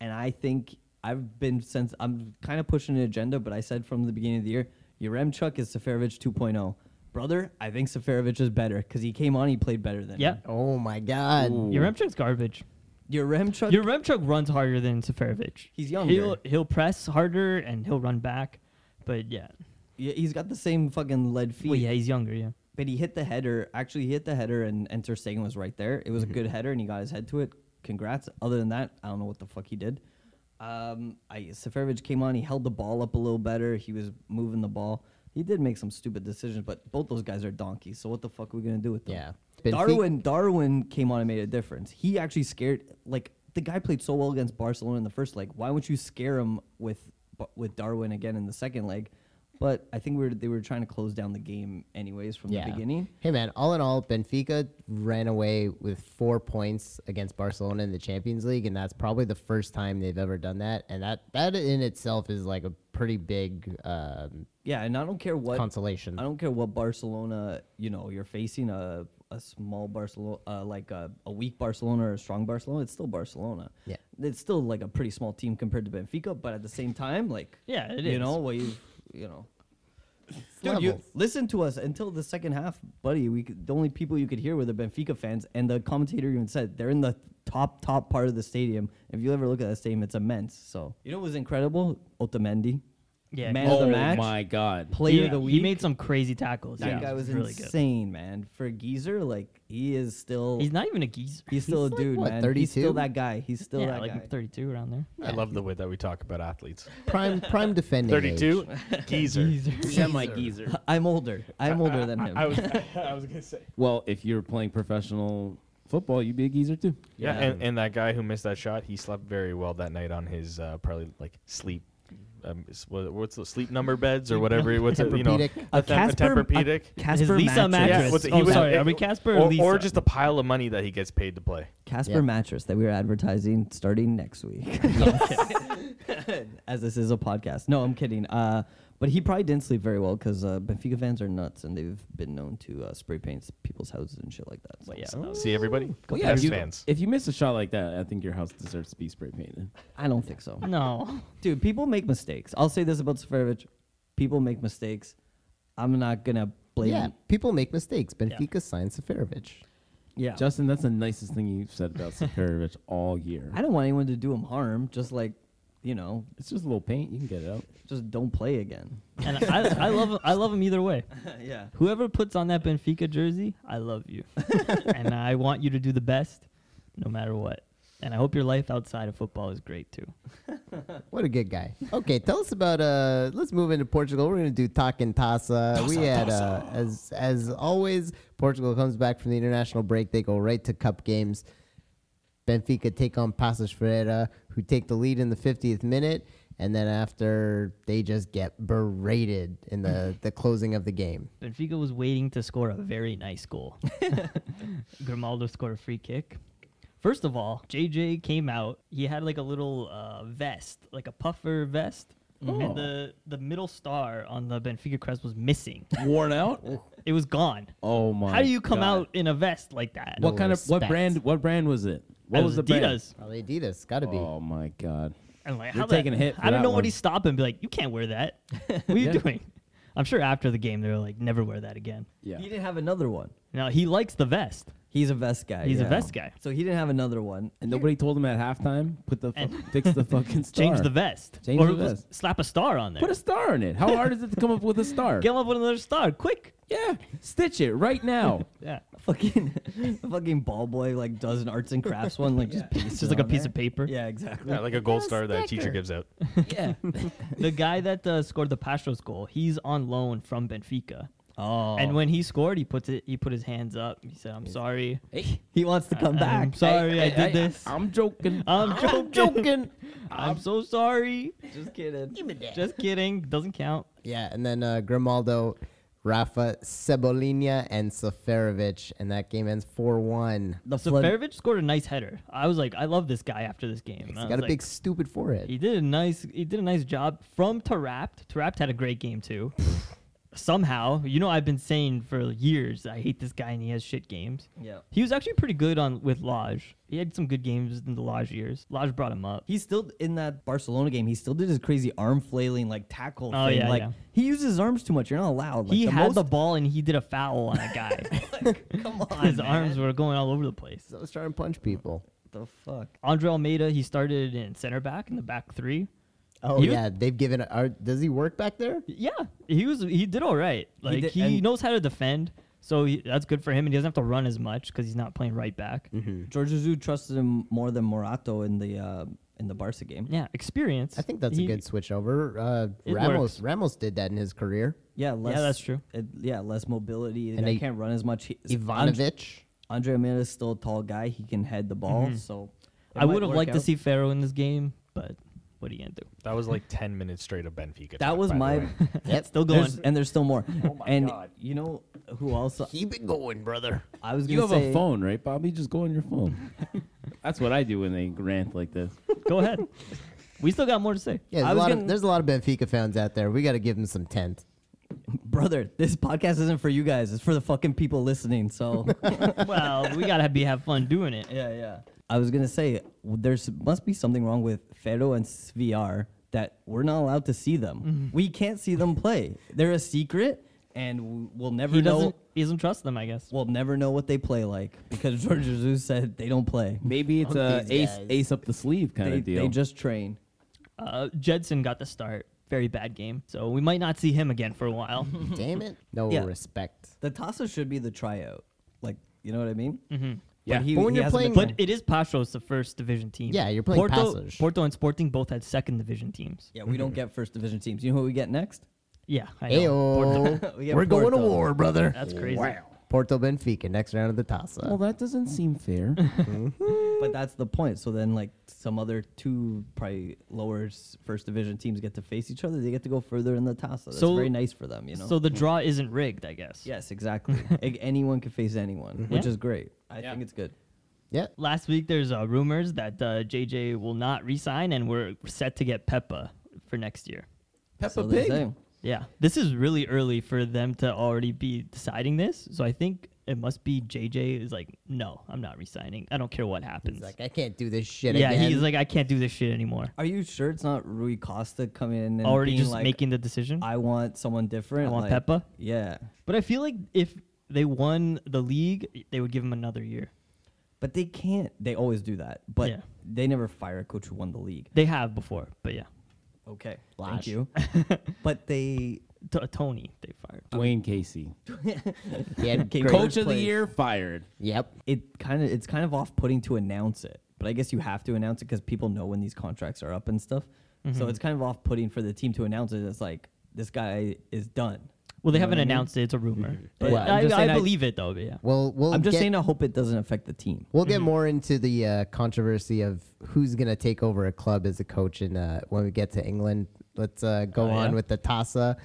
[SPEAKER 8] and I think I've been since I'm kind of pushing an agenda, but I said from the beginning of the year, Yaremchuk is Safarovich 2.0, oh. brother. I think Safarovich is better because he came on, he played better than
[SPEAKER 7] yeah,
[SPEAKER 6] Oh my God!
[SPEAKER 7] your Remchuk's garbage.
[SPEAKER 8] him. Yaremchuk.
[SPEAKER 7] Your Remchuk runs harder than Seferovic.
[SPEAKER 8] He's younger.
[SPEAKER 7] He'll he'll press harder and he'll run back, but yeah,
[SPEAKER 8] yeah, he's got the same fucking lead feet.
[SPEAKER 7] well, yeah, he's younger. Yeah,
[SPEAKER 8] but he hit the header. Actually, he hit the header, and, and Ter Stegen was right there. It was
[SPEAKER 6] Mm-hmm.
[SPEAKER 8] a good header, and he got his head to it. Congrats. Other than that, I don't know what the fuck he did. Um, I Seferovic came on. He held the ball up a little better. He was moving the ball. He did make some stupid decisions, but both those guys are donkeys. So what the fuck are we gonna do with them?
[SPEAKER 6] Yeah. Benfica-
[SPEAKER 8] Darwin. Darwin came on and made a difference. He actually scared. Like the guy played so well against Barcelona in the first leg. Why wouldn't you scare him with with Darwin again in the second leg? But I think we were, they were trying to close down the game anyways from
[SPEAKER 6] Yeah.
[SPEAKER 8] the beginning.
[SPEAKER 6] Hey man, all in all, Benfica ran away with four points against Barcelona in the Champions League, and that's probably the first time they've ever done that. And that that in itself is like a pretty big um,
[SPEAKER 8] Yeah, and I don't care what
[SPEAKER 6] consolation.
[SPEAKER 8] I don't care what Barcelona you know you're facing a a small Barcelona uh, like a, a weak Barcelona or a strong Barcelona. It's still Barcelona.
[SPEAKER 6] Yeah.
[SPEAKER 8] it's still like a pretty small team compared to Benfica, but at the same time, like
[SPEAKER 7] Yeah, it
[SPEAKER 8] you
[SPEAKER 7] is.
[SPEAKER 8] know what you you know.
[SPEAKER 6] Dude,
[SPEAKER 8] Dude,
[SPEAKER 6] you-
[SPEAKER 8] you listen to us until the second half, buddy. We could, the only people you could hear were the Benfica fans, and the commentator even said they're in the top top part of the stadium. If you ever look at that stadium, it's immense. So you know what was incredible? Otamendi.
[SPEAKER 7] Yeah,
[SPEAKER 8] man of
[SPEAKER 9] oh
[SPEAKER 8] the match,
[SPEAKER 9] my god.
[SPEAKER 8] player
[SPEAKER 7] he,
[SPEAKER 8] of the week.
[SPEAKER 7] He made some crazy tackles.
[SPEAKER 8] that
[SPEAKER 9] Yeah.
[SPEAKER 8] guy was
[SPEAKER 7] really good.
[SPEAKER 8] insane, man. For a geezer, like he is still
[SPEAKER 7] He's not even a geezer.
[SPEAKER 8] he's still a
[SPEAKER 6] like,
[SPEAKER 8] dude,
[SPEAKER 6] what,
[SPEAKER 8] man. He's
[SPEAKER 6] 32?
[SPEAKER 8] still that guy. He's still
[SPEAKER 7] yeah,
[SPEAKER 8] that
[SPEAKER 7] like
[SPEAKER 8] guy.
[SPEAKER 7] 32 around there.
[SPEAKER 4] I love the way that we talk about athletes.
[SPEAKER 6] Prime prime defending. age.
[SPEAKER 4] 32, geezer.
[SPEAKER 7] Geezer.
[SPEAKER 9] Semi geezer.
[SPEAKER 8] I'm older. I'm older than him.
[SPEAKER 4] I was, I was gonna say.
[SPEAKER 9] Well, if you're playing professional football, you'd be a geezer too.
[SPEAKER 4] Yeah, And, and that guy who missed that shot, he slept very well that night on his uh, probably like sleep. Um, s- what- what's the sleep number beds or whatever? What's it? You know,
[SPEAKER 6] Tempur-Pedic.
[SPEAKER 4] a, tem- a Tempur-Pedic.
[SPEAKER 7] His
[SPEAKER 8] Casper
[SPEAKER 7] Lisa
[SPEAKER 8] mattress.
[SPEAKER 7] mattress.
[SPEAKER 4] Yeah, what's it-
[SPEAKER 7] oh,
[SPEAKER 4] he was-
[SPEAKER 7] sorry.
[SPEAKER 4] it-
[SPEAKER 7] Are we Casper or,
[SPEAKER 4] or,
[SPEAKER 7] Lisa?
[SPEAKER 4] or just a pile of money that he gets paid to play.
[SPEAKER 8] Casper
[SPEAKER 6] Yeah.
[SPEAKER 8] mattress that we are advertising starting next week. As this is a podcast. No, I'm kidding. Uh, but he probably didn't sleep very well because uh, Benfica fans are nuts and they've been known to uh, spray paint s- people's houses and shit like that. So
[SPEAKER 7] Well, yeah.
[SPEAKER 4] See everybody.
[SPEAKER 9] Well,
[SPEAKER 4] Pest
[SPEAKER 9] if Oh, you,
[SPEAKER 4] fans.
[SPEAKER 9] if you miss a shot like that, I think your house deserves to be spray painted.
[SPEAKER 8] I don't think so.
[SPEAKER 7] No.
[SPEAKER 8] Dude, people make mistakes. I'll say this about Seferovic. People make mistakes. I'm not going to blame
[SPEAKER 6] Yeah,
[SPEAKER 8] him.
[SPEAKER 6] people make mistakes. Benfica signed Seferovic.
[SPEAKER 8] Yeah.
[SPEAKER 9] Justin, that's the nicest thing you've said about Sakarovich all year.
[SPEAKER 8] I don't want anyone to do him harm. Just like, you know,
[SPEAKER 9] It's just a little paint. You can get it out.
[SPEAKER 8] just don't play again.
[SPEAKER 7] And I, I love I love him either way.
[SPEAKER 8] yeah.
[SPEAKER 7] Whoever puts on that Benfica jersey, I love you. and I want you to do the best no matter what. And I hope your life outside of football is great too.
[SPEAKER 6] What a good guy. Okay, tell us about uh let's move into Portugal. We're gonna do Takin Tasa. We had uh as as always, Portugal comes back from the international break, they go right to cup games. Benfica take on Passos Ferreira, who take the lead in the 50th minute, and then after they just get berated in the, the closing of the game.
[SPEAKER 7] Benfica was waiting to score a very nice goal. Grimaldo scored a free kick. First of all, JJ came out. He had like a little uh, vest, like a puffer vest, and the the middle star on the Benfica crest was missing.
[SPEAKER 9] Worn out?
[SPEAKER 7] it was gone.
[SPEAKER 9] Oh my!
[SPEAKER 7] How do you come
[SPEAKER 9] God.
[SPEAKER 7] out in a vest like that?
[SPEAKER 9] What kind of what
[SPEAKER 6] respect.
[SPEAKER 9] brand? What brand was it? What
[SPEAKER 7] It
[SPEAKER 9] was, the brand?
[SPEAKER 7] Adidas?
[SPEAKER 6] Probably Adidas, gotta be.
[SPEAKER 9] Oh my God!
[SPEAKER 7] And like,
[SPEAKER 9] They're
[SPEAKER 7] how the-
[SPEAKER 9] taking a hit for
[SPEAKER 7] I don't
[SPEAKER 9] that
[SPEAKER 7] know
[SPEAKER 9] one.
[SPEAKER 7] what he's stopping. Be like, you can't wear that. What are you
[SPEAKER 9] Yeah.
[SPEAKER 7] doing? I'm sure after the game they were like, never wear that again.
[SPEAKER 9] Yeah.
[SPEAKER 8] He didn't have another one.
[SPEAKER 7] Now he likes the vest.
[SPEAKER 8] He's a vest guy.
[SPEAKER 7] He's a
[SPEAKER 8] yeah.
[SPEAKER 7] vest guy.
[SPEAKER 8] So he didn't have another one.
[SPEAKER 9] And nobody told him at halftime. Put the fuck,
[SPEAKER 7] And-
[SPEAKER 9] fix the fucking star.
[SPEAKER 7] Change the vest.
[SPEAKER 9] Change
[SPEAKER 7] or
[SPEAKER 9] the
[SPEAKER 7] just
[SPEAKER 9] vest.
[SPEAKER 7] slap a star on there.
[SPEAKER 9] Put a star on it. How hard is it to come up with a star?
[SPEAKER 7] Get him up with another star, quick.
[SPEAKER 9] Yeah, stitch it right now.
[SPEAKER 7] Yeah.
[SPEAKER 8] fucking fucking ball boy like does an arts and crafts one like just
[SPEAKER 7] It's just like a piece of paper.
[SPEAKER 8] yeah exactly
[SPEAKER 4] Yeah, like a gold star that a teacher gives out.
[SPEAKER 8] yeah
[SPEAKER 7] The guy that uh, scored the Pastros goal, he's on loan from Benfica.
[SPEAKER 8] oh
[SPEAKER 7] And when he scored, he puts it. He put his hands up. He said, "I'm sorry.
[SPEAKER 8] he wants to
[SPEAKER 7] Uh, I'm
[SPEAKER 8] come back
[SPEAKER 7] Um, sorry, I, did
[SPEAKER 9] Hey,
[SPEAKER 7] this. I,
[SPEAKER 9] I'm joking.
[SPEAKER 8] Uh,
[SPEAKER 7] am joking. I'm so sorry.
[SPEAKER 8] just kidding
[SPEAKER 7] Just kidding. Doesn't count.
[SPEAKER 6] Yeah, and then uh, Grimaldo, Rafa, Cebolinha, and Seferovic, and that game ends 4 1.
[SPEAKER 8] the
[SPEAKER 7] So
[SPEAKER 8] flood
[SPEAKER 7] Ferovich scored a nice header. I was like, I love this guy after this game. And I
[SPEAKER 6] He's
[SPEAKER 7] was
[SPEAKER 6] got a
[SPEAKER 7] like,
[SPEAKER 6] big stupid forehead.
[SPEAKER 7] He did a nice. He did a nice job from Tarapt. Tarapt had a great game too. Somehow, you know, I've been saying for years I hate this guy and he has shit games.
[SPEAKER 8] Yeah.
[SPEAKER 7] he was actually pretty good on with Lodge. He had some good games in the Lodge years. Lodge brought him up.
[SPEAKER 8] he's still in that barcelona game he still did his crazy arm flailing like tackle
[SPEAKER 7] Oh,
[SPEAKER 8] thing
[SPEAKER 7] yeah,
[SPEAKER 8] like
[SPEAKER 7] yeah.
[SPEAKER 8] he uses his arms too much you're not allowed like,
[SPEAKER 7] he
[SPEAKER 8] the
[SPEAKER 7] had
[SPEAKER 8] most,
[SPEAKER 7] the ball and he did a foul on a guy.
[SPEAKER 8] come on
[SPEAKER 7] His
[SPEAKER 8] man.
[SPEAKER 7] arms were going all over the place.
[SPEAKER 6] So I was trying to punch people.
[SPEAKER 8] the fuck
[SPEAKER 7] Andre Almeida, he started in center back in the back three.
[SPEAKER 6] Oh
[SPEAKER 7] You-
[SPEAKER 6] yeah, they've given. Are, does he work back there?
[SPEAKER 7] Yeah, he was he did all right. Like
[SPEAKER 8] did-
[SPEAKER 7] he,
[SPEAKER 8] and-
[SPEAKER 7] knows how to defend, so he, that's good for him, and he doesn't have to run as much because he's not playing right back.
[SPEAKER 8] george Azu trusted him more than morato in the uh in the barca game
[SPEAKER 7] Yeah, experience.
[SPEAKER 6] I think that's
[SPEAKER 7] He-
[SPEAKER 6] a good switch over. Uh,
[SPEAKER 7] It
[SPEAKER 6] Ramos
[SPEAKER 7] works.
[SPEAKER 6] Ramos did that in his career.
[SPEAKER 8] yeah less,
[SPEAKER 7] that's true.
[SPEAKER 8] it- yeah less mobility and
[SPEAKER 6] And
[SPEAKER 8] i
[SPEAKER 6] they-
[SPEAKER 8] can't run as much He-
[SPEAKER 6] Ivanovic.
[SPEAKER 8] Andre Amanda is still a tall guy. He can head the ball. So it
[SPEAKER 7] I
[SPEAKER 8] might
[SPEAKER 7] would have
[SPEAKER 8] work
[SPEAKER 7] liked to
[SPEAKER 8] out.
[SPEAKER 7] see Faro in this game, but what are you gonna do?
[SPEAKER 4] That was like 10 minutes straight of Benfica.
[SPEAKER 8] That
[SPEAKER 4] talk,
[SPEAKER 8] was
[SPEAKER 4] by the
[SPEAKER 8] my.
[SPEAKER 4] way.
[SPEAKER 6] Yep,
[SPEAKER 7] Still going.
[SPEAKER 8] There's, and there's still more. Oh my and you know who else?
[SPEAKER 6] keep it going, brother.
[SPEAKER 8] I was gonna
[SPEAKER 9] You have
[SPEAKER 8] say
[SPEAKER 9] a phone, right, Bobby? Just go on your phone. That's what I do when they rant like this.
[SPEAKER 7] Go ahead. We still got more to say.
[SPEAKER 6] Yeah, there's
[SPEAKER 8] I
[SPEAKER 6] a,
[SPEAKER 8] was
[SPEAKER 6] lot
[SPEAKER 8] gonna-
[SPEAKER 6] of, there's a lot of Benfica fans out there. We got to give them some tent.
[SPEAKER 8] brother. This podcast isn't for you guys. It's for the fucking people listening. So
[SPEAKER 7] well, we gotta be have fun doing it.
[SPEAKER 8] yeah, yeah. I was gonna say there's must be something wrong with Fero and Sviar that we're not allowed to see them. We can't see them play. They're a secret, and w- we'll never
[SPEAKER 7] He
[SPEAKER 8] know.
[SPEAKER 7] doesn't. He doesn't trust them, I guess.
[SPEAKER 8] We'll never know what they play like because George Jesus said they don't play.
[SPEAKER 9] Maybe it's a
[SPEAKER 6] these
[SPEAKER 9] ace
[SPEAKER 6] guys.
[SPEAKER 9] ace up the sleeve kind
[SPEAKER 8] They,
[SPEAKER 9] of deal.
[SPEAKER 8] they just train.
[SPEAKER 7] Uh, Jedson got the start. very bad game. So we might not see him again for a while.
[SPEAKER 6] Damn it. No
[SPEAKER 8] Yeah.
[SPEAKER 6] respect.
[SPEAKER 8] The Tasa should be the tryout. Like, you know what I mean? Mm-hmm.
[SPEAKER 4] Yeah.
[SPEAKER 8] he,
[SPEAKER 6] But when
[SPEAKER 8] he
[SPEAKER 6] you're
[SPEAKER 8] hasn't
[SPEAKER 6] playing-
[SPEAKER 8] been-
[SPEAKER 7] But it is Pasos, the first division team.
[SPEAKER 6] Yeah, you're playing
[SPEAKER 7] Porto,
[SPEAKER 6] Passos.
[SPEAKER 7] Porto and Sporting both had second division teams.
[SPEAKER 8] yeah, we don't get first division teams. You know what we get next?
[SPEAKER 7] Yeah, I know. Porto.
[SPEAKER 6] Ayo.
[SPEAKER 8] We get
[SPEAKER 6] We're going to
[SPEAKER 8] Porto.
[SPEAKER 6] war, brother.
[SPEAKER 7] That's crazy.
[SPEAKER 6] Porto Benfica, next round of the Tasa.
[SPEAKER 9] Well, that doesn't seem fair.
[SPEAKER 8] But that's the point. So then, like, some other two probably lower s- first division teams get to face each other. They get to go further in the Tasa. That's
[SPEAKER 7] So-
[SPEAKER 8] very nice for them, you know?
[SPEAKER 7] So the draw isn't rigged, I guess.
[SPEAKER 8] yes, exactly. A- anyone can face anyone, which
[SPEAKER 7] Yeah.
[SPEAKER 8] is great. I
[SPEAKER 9] Yeah.
[SPEAKER 8] think it's good.
[SPEAKER 6] yeah.
[SPEAKER 7] Last week, there's uh, rumors that uh, JJ will not resign, and we're set to get Peppa for next year.
[SPEAKER 9] Peppa
[SPEAKER 8] So they
[SPEAKER 9] Pig.
[SPEAKER 8] say.
[SPEAKER 7] Yeah, this is really early for them to already be deciding this. So I think it must be JJ is like, no, I'm not resigning. I don't care what happens.
[SPEAKER 6] He's like, I can't do this shit
[SPEAKER 7] yeah,
[SPEAKER 6] again.
[SPEAKER 7] he's like, I can't do this shit anymore.
[SPEAKER 8] Are you sure it's not Rui Costa coming in and
[SPEAKER 7] already
[SPEAKER 8] being
[SPEAKER 7] just
[SPEAKER 8] like,
[SPEAKER 7] making the decision.
[SPEAKER 8] I want someone different.
[SPEAKER 7] I want
[SPEAKER 8] like,
[SPEAKER 7] Peppa.
[SPEAKER 8] Yeah.
[SPEAKER 7] But I feel like if they won the league, they would give him another year.
[SPEAKER 8] But they can't. They always do that. But
[SPEAKER 7] Yeah.
[SPEAKER 8] they never fire a coach who won the league.
[SPEAKER 7] They have before, but yeah,
[SPEAKER 8] Okay.
[SPEAKER 6] Flash.
[SPEAKER 8] Thank you. but they
[SPEAKER 7] T- uh, Tony they fired.
[SPEAKER 9] Dwayne Casey.
[SPEAKER 6] He had
[SPEAKER 8] Coach
[SPEAKER 6] great-
[SPEAKER 9] Coach of the
[SPEAKER 8] place.
[SPEAKER 9] year fired.
[SPEAKER 6] Yep.
[SPEAKER 8] it kind of it's kind of off putting to announce it. But I guess you have to announce it because people know when these contracts are up and stuff.
[SPEAKER 7] Mm-hmm.
[SPEAKER 8] So it's kind of off putting for the team to announce it. It's like this guy is done.
[SPEAKER 7] Well, they
[SPEAKER 8] You know
[SPEAKER 7] haven't
[SPEAKER 8] what I mean?
[SPEAKER 7] announced it. It's a rumor. But
[SPEAKER 8] Well, I'm
[SPEAKER 7] I,
[SPEAKER 8] just saying
[SPEAKER 7] I
[SPEAKER 8] I-
[SPEAKER 7] believe it though. But yeah.
[SPEAKER 6] Well, we'll
[SPEAKER 8] I'm just
[SPEAKER 6] get,
[SPEAKER 8] saying I hope it doesn't affect the team.
[SPEAKER 6] We'll
[SPEAKER 7] Mm-hmm.
[SPEAKER 6] get more into the uh, controversy of who's going to take over a club as a coach and uh, when we get to England. Let's uh, go
[SPEAKER 7] Oh,
[SPEAKER 6] on
[SPEAKER 7] yeah?
[SPEAKER 6] with the Tasa.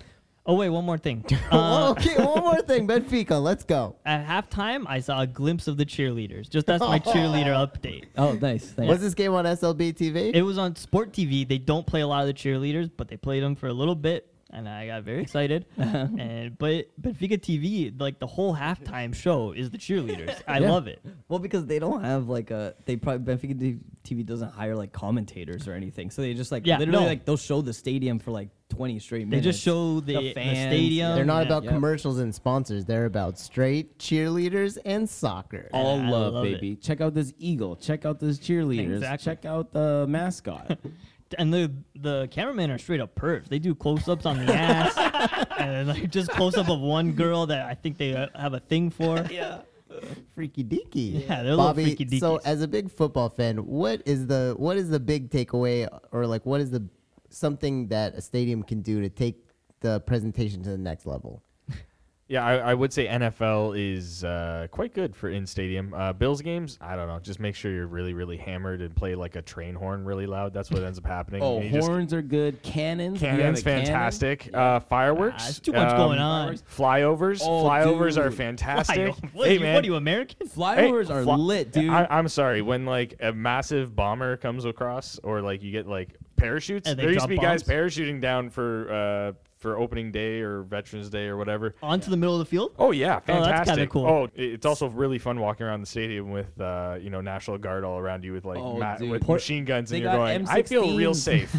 [SPEAKER 7] Oh wait, one more thing.
[SPEAKER 6] Oh,
[SPEAKER 7] Uh,
[SPEAKER 6] okay, one more thing. Benfica, let's go.
[SPEAKER 7] at halftime, I saw a glimpse of the cheerleaders. Just that's my cheerleader update.
[SPEAKER 8] Oh, nice. Thanks.
[SPEAKER 6] Was this game on SLB TV?
[SPEAKER 7] It was on Sport TV. They don't play a lot of the cheerleaders, but they played them for a little bit, and I got very excited.
[SPEAKER 8] Uh-huh.
[SPEAKER 7] and but Benfica TV, like the whole halftime show is the cheerleaders. I
[SPEAKER 8] Yeah.
[SPEAKER 7] love it.
[SPEAKER 8] Well, because they don't have like a they probably Benfica D- TV doesn't hire like commentators or anything, so they just like
[SPEAKER 7] Yeah,
[SPEAKER 8] literally
[SPEAKER 7] no.
[SPEAKER 8] like they'll show the stadium for like twenty straight
[SPEAKER 7] They
[SPEAKER 8] minutes.
[SPEAKER 7] just show the, the stadium.
[SPEAKER 6] They're not
[SPEAKER 7] and-
[SPEAKER 6] about
[SPEAKER 8] Yep.
[SPEAKER 6] commercials and sponsors. They're about straight cheerleaders and soccer.
[SPEAKER 9] All
[SPEAKER 7] I
[SPEAKER 9] love,
[SPEAKER 7] love it.
[SPEAKER 9] baby. Check out this eagle. Check out this cheerleaders. Uh,
[SPEAKER 7] Exactly.
[SPEAKER 9] Check out the mascot.
[SPEAKER 7] and the the cameramen are straight up pervs. They do close ups on the ass, and then, like just close up of one girl that I think they uh, have a thing for. Yeah,
[SPEAKER 6] Freaky deaky.
[SPEAKER 7] Yeah, they're little
[SPEAKER 6] Bobby,
[SPEAKER 7] freaky
[SPEAKER 6] So,
[SPEAKER 7] deakies.
[SPEAKER 6] as a big football fan, what is the what is the big takeaway, or like what is the something that a stadium can do to take the presentation to the next level?
[SPEAKER 4] Yeah, I, I would say NFL is uh, quite good for in stadium. Uh, Bills games, I don't know. Just make sure you're really, really hammered and play like a train horn really loud. That's what ends up happening.
[SPEAKER 9] oh,
[SPEAKER 4] You just-
[SPEAKER 9] horns are good. Cannons. we have
[SPEAKER 4] Cannons,
[SPEAKER 9] a cannon.
[SPEAKER 4] fantastic. Uh, fireworks.
[SPEAKER 7] Ah,
[SPEAKER 4] um,
[SPEAKER 7] there's too much going on.
[SPEAKER 4] Flyovers.
[SPEAKER 9] Oh,
[SPEAKER 4] flyovers are
[SPEAKER 9] dude.
[SPEAKER 4] fantastic.
[SPEAKER 7] what,
[SPEAKER 4] Hey,
[SPEAKER 7] are you,
[SPEAKER 4] man.
[SPEAKER 7] what are you American?
[SPEAKER 4] Hey,
[SPEAKER 9] Flyovers are
[SPEAKER 4] fly-
[SPEAKER 9] lit, dude.
[SPEAKER 4] I, I'm sorry. When like a massive bomber comes across, or like you get like parachutes.
[SPEAKER 7] And they
[SPEAKER 4] There used to
[SPEAKER 7] drop
[SPEAKER 4] be guys
[SPEAKER 7] bombs?
[SPEAKER 4] parachuting down for uh, for opening day or Veterans Day or whatever.
[SPEAKER 7] Onto the middle of the field.
[SPEAKER 4] Oh yeah,
[SPEAKER 7] Oh, that's kinda
[SPEAKER 4] fantastic!
[SPEAKER 7] cool.
[SPEAKER 4] Oh, i- it's also really fun walking around the stadium with uh, you know National Guard all around you with like
[SPEAKER 9] Oh,
[SPEAKER 4] ma-
[SPEAKER 9] dude.
[SPEAKER 4] with
[SPEAKER 9] Por-
[SPEAKER 4] machine guns,
[SPEAKER 9] they
[SPEAKER 4] and you're
[SPEAKER 9] got
[SPEAKER 4] going. I feel real
[SPEAKER 9] M16s.
[SPEAKER 4] safe.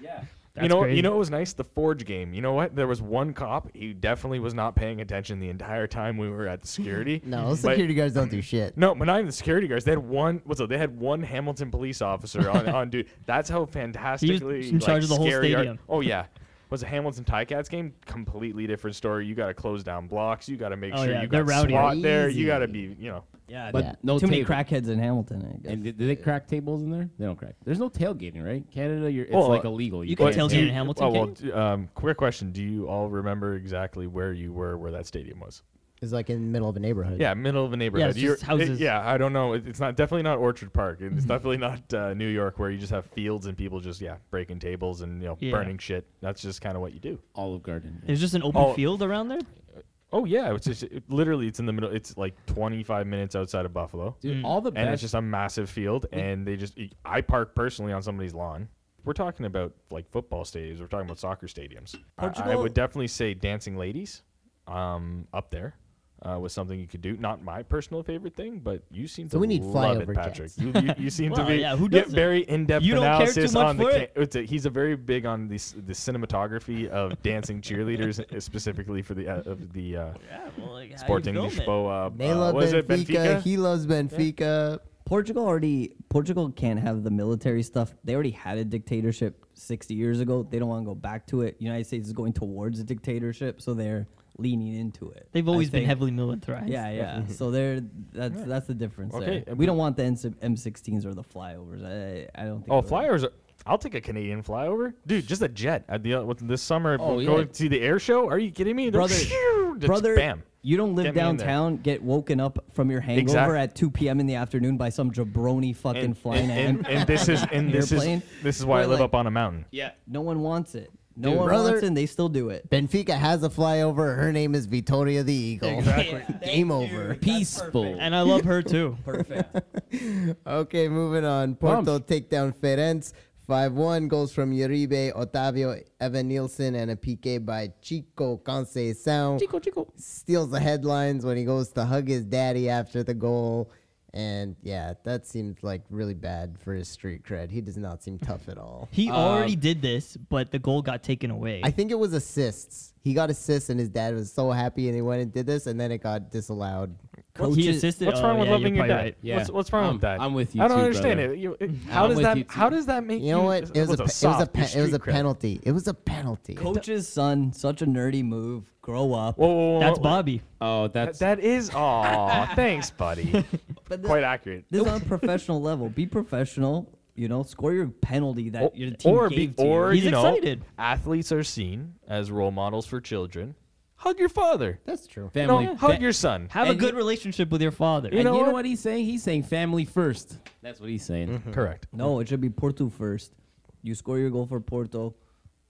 [SPEAKER 9] yeah.
[SPEAKER 4] you know,
[SPEAKER 7] crazy.
[SPEAKER 4] you know, it was nice. The Forge game. You know what? There was one cop. He definitely was not paying attention the entire time we were at the security.
[SPEAKER 6] No,
[SPEAKER 4] But-
[SPEAKER 6] security guards don't do shit.
[SPEAKER 4] no, but not even the security guards. They had one. What's up? They had one Hamilton police officer on, on duty. That's how fantastically
[SPEAKER 7] in
[SPEAKER 4] like,
[SPEAKER 7] charge of the whole
[SPEAKER 4] scary our-
[SPEAKER 7] stadium.
[SPEAKER 4] oh yeah. Was a Hamilton Ticats game completely different story? You got to close down blocks. You got to make
[SPEAKER 7] Oh,
[SPEAKER 4] sure
[SPEAKER 7] yeah,
[SPEAKER 4] you
[SPEAKER 7] they're
[SPEAKER 4] got
[SPEAKER 7] rowdy.
[SPEAKER 4] SWAT there. You got to
[SPEAKER 6] Crazy.
[SPEAKER 4] be, you know.
[SPEAKER 8] yeah,
[SPEAKER 9] But
[SPEAKER 6] Yeah.
[SPEAKER 9] no
[SPEAKER 8] too many
[SPEAKER 9] tailgate.
[SPEAKER 8] crackheads in Hamilton. I guess.
[SPEAKER 9] And did, did they crack tables in there? They don't crack. There's no tailgating, right? Canada, you're, it's
[SPEAKER 4] Well,
[SPEAKER 9] like illegal.
[SPEAKER 7] you can
[SPEAKER 9] can't
[SPEAKER 7] tailgate
[SPEAKER 9] do-
[SPEAKER 7] in Hamilton
[SPEAKER 4] Oh, well,
[SPEAKER 7] game?
[SPEAKER 4] d- um, quick question: Do you all remember exactly where you were, where that stadium was?
[SPEAKER 6] It's like in the middle of a neighborhood.
[SPEAKER 4] Yeah, middle of a neighborhood.
[SPEAKER 7] it's
[SPEAKER 4] You're-
[SPEAKER 7] just houses. Mm-hmm.
[SPEAKER 4] it- yeah, I don't know. It- It's not definitely not Orchard Park. and It's definitely not uh, New York where you just have fields and people just yeah breaking tables and you know
[SPEAKER 7] Yeah.
[SPEAKER 4] burning shit. That's just kind of what you do.
[SPEAKER 9] Olive Garden.
[SPEAKER 7] There's just an open
[SPEAKER 4] Oh.
[SPEAKER 7] field around there.
[SPEAKER 4] Oh yeah, it's just it, literally it's in the middle. It's like 25 minutes outside of Buffalo,
[SPEAKER 9] Dude, all the
[SPEAKER 4] and it's
[SPEAKER 9] best.
[SPEAKER 4] just a massive field. And they just I park personally on somebody's lawn. We're talking about like football stadiums. We're talking about soccer stadiums. I- I,
[SPEAKER 8] Portugal-
[SPEAKER 4] would definitely say dancing ladies, um, up there. Uh, was something you could do. Not my personal favorite thing, but you seem
[SPEAKER 6] So
[SPEAKER 4] to
[SPEAKER 6] we need
[SPEAKER 4] love it,
[SPEAKER 6] flyover
[SPEAKER 4] Patrick.
[SPEAKER 6] jets.
[SPEAKER 4] You, you, you seem
[SPEAKER 7] Well,
[SPEAKER 4] to be
[SPEAKER 7] yeah, who
[SPEAKER 4] get
[SPEAKER 7] doesn't?
[SPEAKER 4] very in-depth
[SPEAKER 7] You don't care too
[SPEAKER 4] analysis
[SPEAKER 7] much
[SPEAKER 4] on the.
[SPEAKER 7] for it?
[SPEAKER 4] it's a- he's a very big on the s- the cinematography of dancing cheerleaders, specifically for the uh, of the uh,
[SPEAKER 7] Yeah, well, like, how you
[SPEAKER 4] Sporting
[SPEAKER 7] film it?
[SPEAKER 4] Lisboa.
[SPEAKER 6] They
[SPEAKER 4] uh,
[SPEAKER 6] love
[SPEAKER 4] was
[SPEAKER 6] Benfica,
[SPEAKER 4] it Benfica?
[SPEAKER 6] He loves Benfica.
[SPEAKER 8] Portugal already Portugal can't have the military stuff. They already had a dictatorship 60 years ago. They don't want to go back to it. United States is going towards a dictatorship, so they're leaning into it.
[SPEAKER 7] They've
[SPEAKER 8] I
[SPEAKER 7] always been
[SPEAKER 8] think.
[SPEAKER 7] heavily militarized.
[SPEAKER 8] Yeah, yeah. so they're that's that's the difference
[SPEAKER 4] Okay,
[SPEAKER 8] there.
[SPEAKER 4] and
[SPEAKER 8] We
[SPEAKER 4] we-
[SPEAKER 8] don't want the M16s or the flyovers. I I don't think
[SPEAKER 4] Oh,
[SPEAKER 8] we're-
[SPEAKER 4] flyovers! Are, I'll take a Canadian flyover, dude. Just a jet. At the what, this summer,
[SPEAKER 9] Oh,
[SPEAKER 4] going
[SPEAKER 9] yeah.
[SPEAKER 4] to the air show. Are you kidding me? They're
[SPEAKER 8] brother,
[SPEAKER 4] just
[SPEAKER 8] brother,
[SPEAKER 4] bam.
[SPEAKER 8] you don't live
[SPEAKER 4] Get me in there.
[SPEAKER 8] downtown, get woken up from your hangover
[SPEAKER 4] Exact-
[SPEAKER 8] at 2 p.m. in the afternoon by some jabroni fucking flying
[SPEAKER 4] and,
[SPEAKER 8] hand.
[SPEAKER 4] and this is and this
[SPEAKER 8] Airplane.
[SPEAKER 4] is this is why I
[SPEAKER 8] We're
[SPEAKER 4] live
[SPEAKER 8] like-
[SPEAKER 4] up on a mountain.
[SPEAKER 8] yeah, no one wants it. No
[SPEAKER 6] Dude.
[SPEAKER 8] one
[SPEAKER 6] Brother-
[SPEAKER 8] wants it, and they still do it.
[SPEAKER 6] Benfica has a flyover. Her name is Vittoria the Eagle. Game over.
[SPEAKER 9] Peaceful.
[SPEAKER 7] And I love her too.
[SPEAKER 8] Perfect.
[SPEAKER 6] Okay, moving on. Porto
[SPEAKER 9] Bumps.
[SPEAKER 6] take down Ferenc. 5 1 goals from Uribe, Otavio, Evan Nielsen, and a PK by Chico Conceição.
[SPEAKER 9] Chico, Chico.
[SPEAKER 6] Steals the headlines when he goes to hug his daddy after the goal. And yeah, that seems like really bad for his street cred. He does not seem tough at all.
[SPEAKER 4] Um,
[SPEAKER 7] He already did this, but the goal got taken away.
[SPEAKER 6] I think it was assists. He got assists, and his dad was so happy, and he went and did this, and then it got disallowed.
[SPEAKER 7] he assisted.
[SPEAKER 4] What's
[SPEAKER 7] oh,
[SPEAKER 4] wrong with
[SPEAKER 7] yeah, you're
[SPEAKER 4] loving your
[SPEAKER 7] probably
[SPEAKER 4] dad?
[SPEAKER 7] right.
[SPEAKER 9] Yeah.
[SPEAKER 4] What's, what's wrong
[SPEAKER 9] I'm-
[SPEAKER 4] with that?
[SPEAKER 9] I'm with you
[SPEAKER 4] I don't
[SPEAKER 9] too,
[SPEAKER 4] understand
[SPEAKER 9] brother.
[SPEAKER 4] it. You- it- How does
[SPEAKER 9] with
[SPEAKER 4] that?
[SPEAKER 9] you too.
[SPEAKER 4] How does that make you?
[SPEAKER 6] You know what? It was, a, pe- it was a
[SPEAKER 4] soft,
[SPEAKER 6] pe-
[SPEAKER 4] your
[SPEAKER 6] it was a
[SPEAKER 4] street cred.
[SPEAKER 6] penalty. It was a penalty.
[SPEAKER 8] Coach's son, such a nerdy move. Grow up.
[SPEAKER 4] Whoa, whoa, whoa, whoa,
[SPEAKER 7] That's
[SPEAKER 4] whoa.
[SPEAKER 7] Bobby.
[SPEAKER 9] Oh,
[SPEAKER 4] That-
[SPEAKER 9] that's
[SPEAKER 4] That is. Aw, thanks, buddy.
[SPEAKER 8] But
[SPEAKER 4] Quite accurate.
[SPEAKER 8] This is on a professional level. Be professional. You know, score your penalty that
[SPEAKER 4] Or-
[SPEAKER 8] your team
[SPEAKER 4] or
[SPEAKER 8] gave
[SPEAKER 4] be,
[SPEAKER 8] to
[SPEAKER 4] or
[SPEAKER 8] you.
[SPEAKER 7] He's
[SPEAKER 4] you know,
[SPEAKER 7] excited.
[SPEAKER 4] athletes are seen as role models for children. Hug your father.
[SPEAKER 6] That's true.
[SPEAKER 4] You
[SPEAKER 9] family.
[SPEAKER 4] know, hug
[SPEAKER 9] fa-
[SPEAKER 4] your son.
[SPEAKER 7] Have a
[SPEAKER 9] And
[SPEAKER 7] good
[SPEAKER 9] you-
[SPEAKER 7] relationship with your father.
[SPEAKER 4] know
[SPEAKER 9] and you know
[SPEAKER 4] what? Mm-hmm.
[SPEAKER 9] what he's saying? He's saying family first. That's what he's saying.
[SPEAKER 4] Correct.
[SPEAKER 8] No, it should be Porto first. You score your goal for Porto.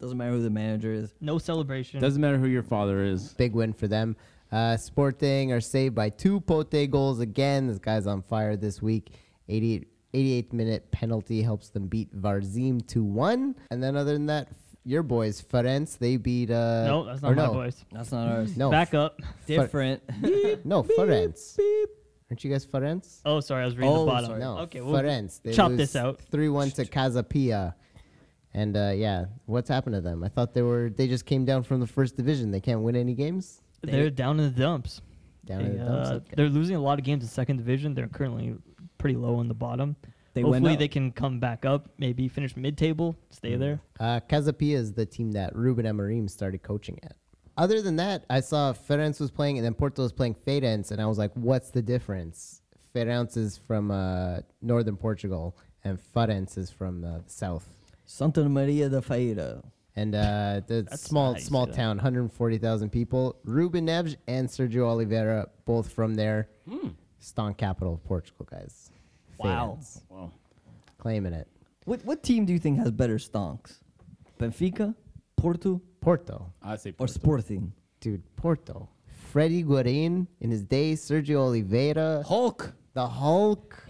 [SPEAKER 8] Doesn't matter who the manager is.
[SPEAKER 7] No celebration.
[SPEAKER 9] Doesn't matter who your father is.
[SPEAKER 6] Big win for them. Uh, Sporting are saved by two Pote goals again. This guy's on fire this week. 88, 88th minute penalty helps them beat Varzim 2 1. And then, other than that, f- your boys, Ferenc, they beat. Uh,
[SPEAKER 7] no, that's
[SPEAKER 6] or
[SPEAKER 7] not my
[SPEAKER 6] no,
[SPEAKER 7] voice.
[SPEAKER 8] That's not ours.
[SPEAKER 6] No,
[SPEAKER 7] Back up.
[SPEAKER 8] Different.
[SPEAKER 6] no, Ferenc. Aren't you guys Ferenc?
[SPEAKER 7] Oh, sorry, I was reading
[SPEAKER 8] Oh,
[SPEAKER 7] the bottom.
[SPEAKER 8] sorry.
[SPEAKER 6] No,
[SPEAKER 7] Okay, well,
[SPEAKER 6] Ferenc. They
[SPEAKER 7] chop this out.
[SPEAKER 6] 3 1 to Casapia. And uh, yeah, what's happened to them? I thought they were they just came down from the first division. They can't win any games.
[SPEAKER 7] they're down in the dumps.
[SPEAKER 6] Down in the
[SPEAKER 7] They,
[SPEAKER 6] dumps,
[SPEAKER 7] uh,
[SPEAKER 6] okay.
[SPEAKER 7] They're losing a lot of games in second division. They're currently pretty low in the bottom.
[SPEAKER 8] They went
[SPEAKER 7] Hopefully,
[SPEAKER 8] up.
[SPEAKER 7] they can come back up. Maybe finish mid-table, stay there.
[SPEAKER 6] Uh, Casapia is the team that Ruben Amorim started coaching at. Other than that, I saw Ferenc was playing and then Porto was playing Feirense, and I was like, what's the difference? Feirense is from uh, northern Portugal, and Ferenc is from uh, the south.
[SPEAKER 8] Santa Maria da Feira.
[SPEAKER 6] And uh, the
[SPEAKER 7] That's
[SPEAKER 6] small
[SPEAKER 7] nice,
[SPEAKER 6] small
[SPEAKER 7] yeah.
[SPEAKER 6] town, 140,000 people. Ruben Neves and Sergio Oliveira, both from there.
[SPEAKER 7] Hmm.
[SPEAKER 6] Ston capital of Portugal, guys.
[SPEAKER 8] Wow.
[SPEAKER 6] Feirense,
[SPEAKER 9] Wow.
[SPEAKER 6] Claiming it.
[SPEAKER 8] What what team do you think has better stonks? Benfica, Porto,
[SPEAKER 6] Porto.
[SPEAKER 9] I say
[SPEAKER 8] or
[SPEAKER 9] Porto.
[SPEAKER 8] Sporting?
[SPEAKER 6] Dude, Porto. Freddy Guarin in his day, Sergio Oliveira,
[SPEAKER 8] Hulk,
[SPEAKER 6] the Hulk.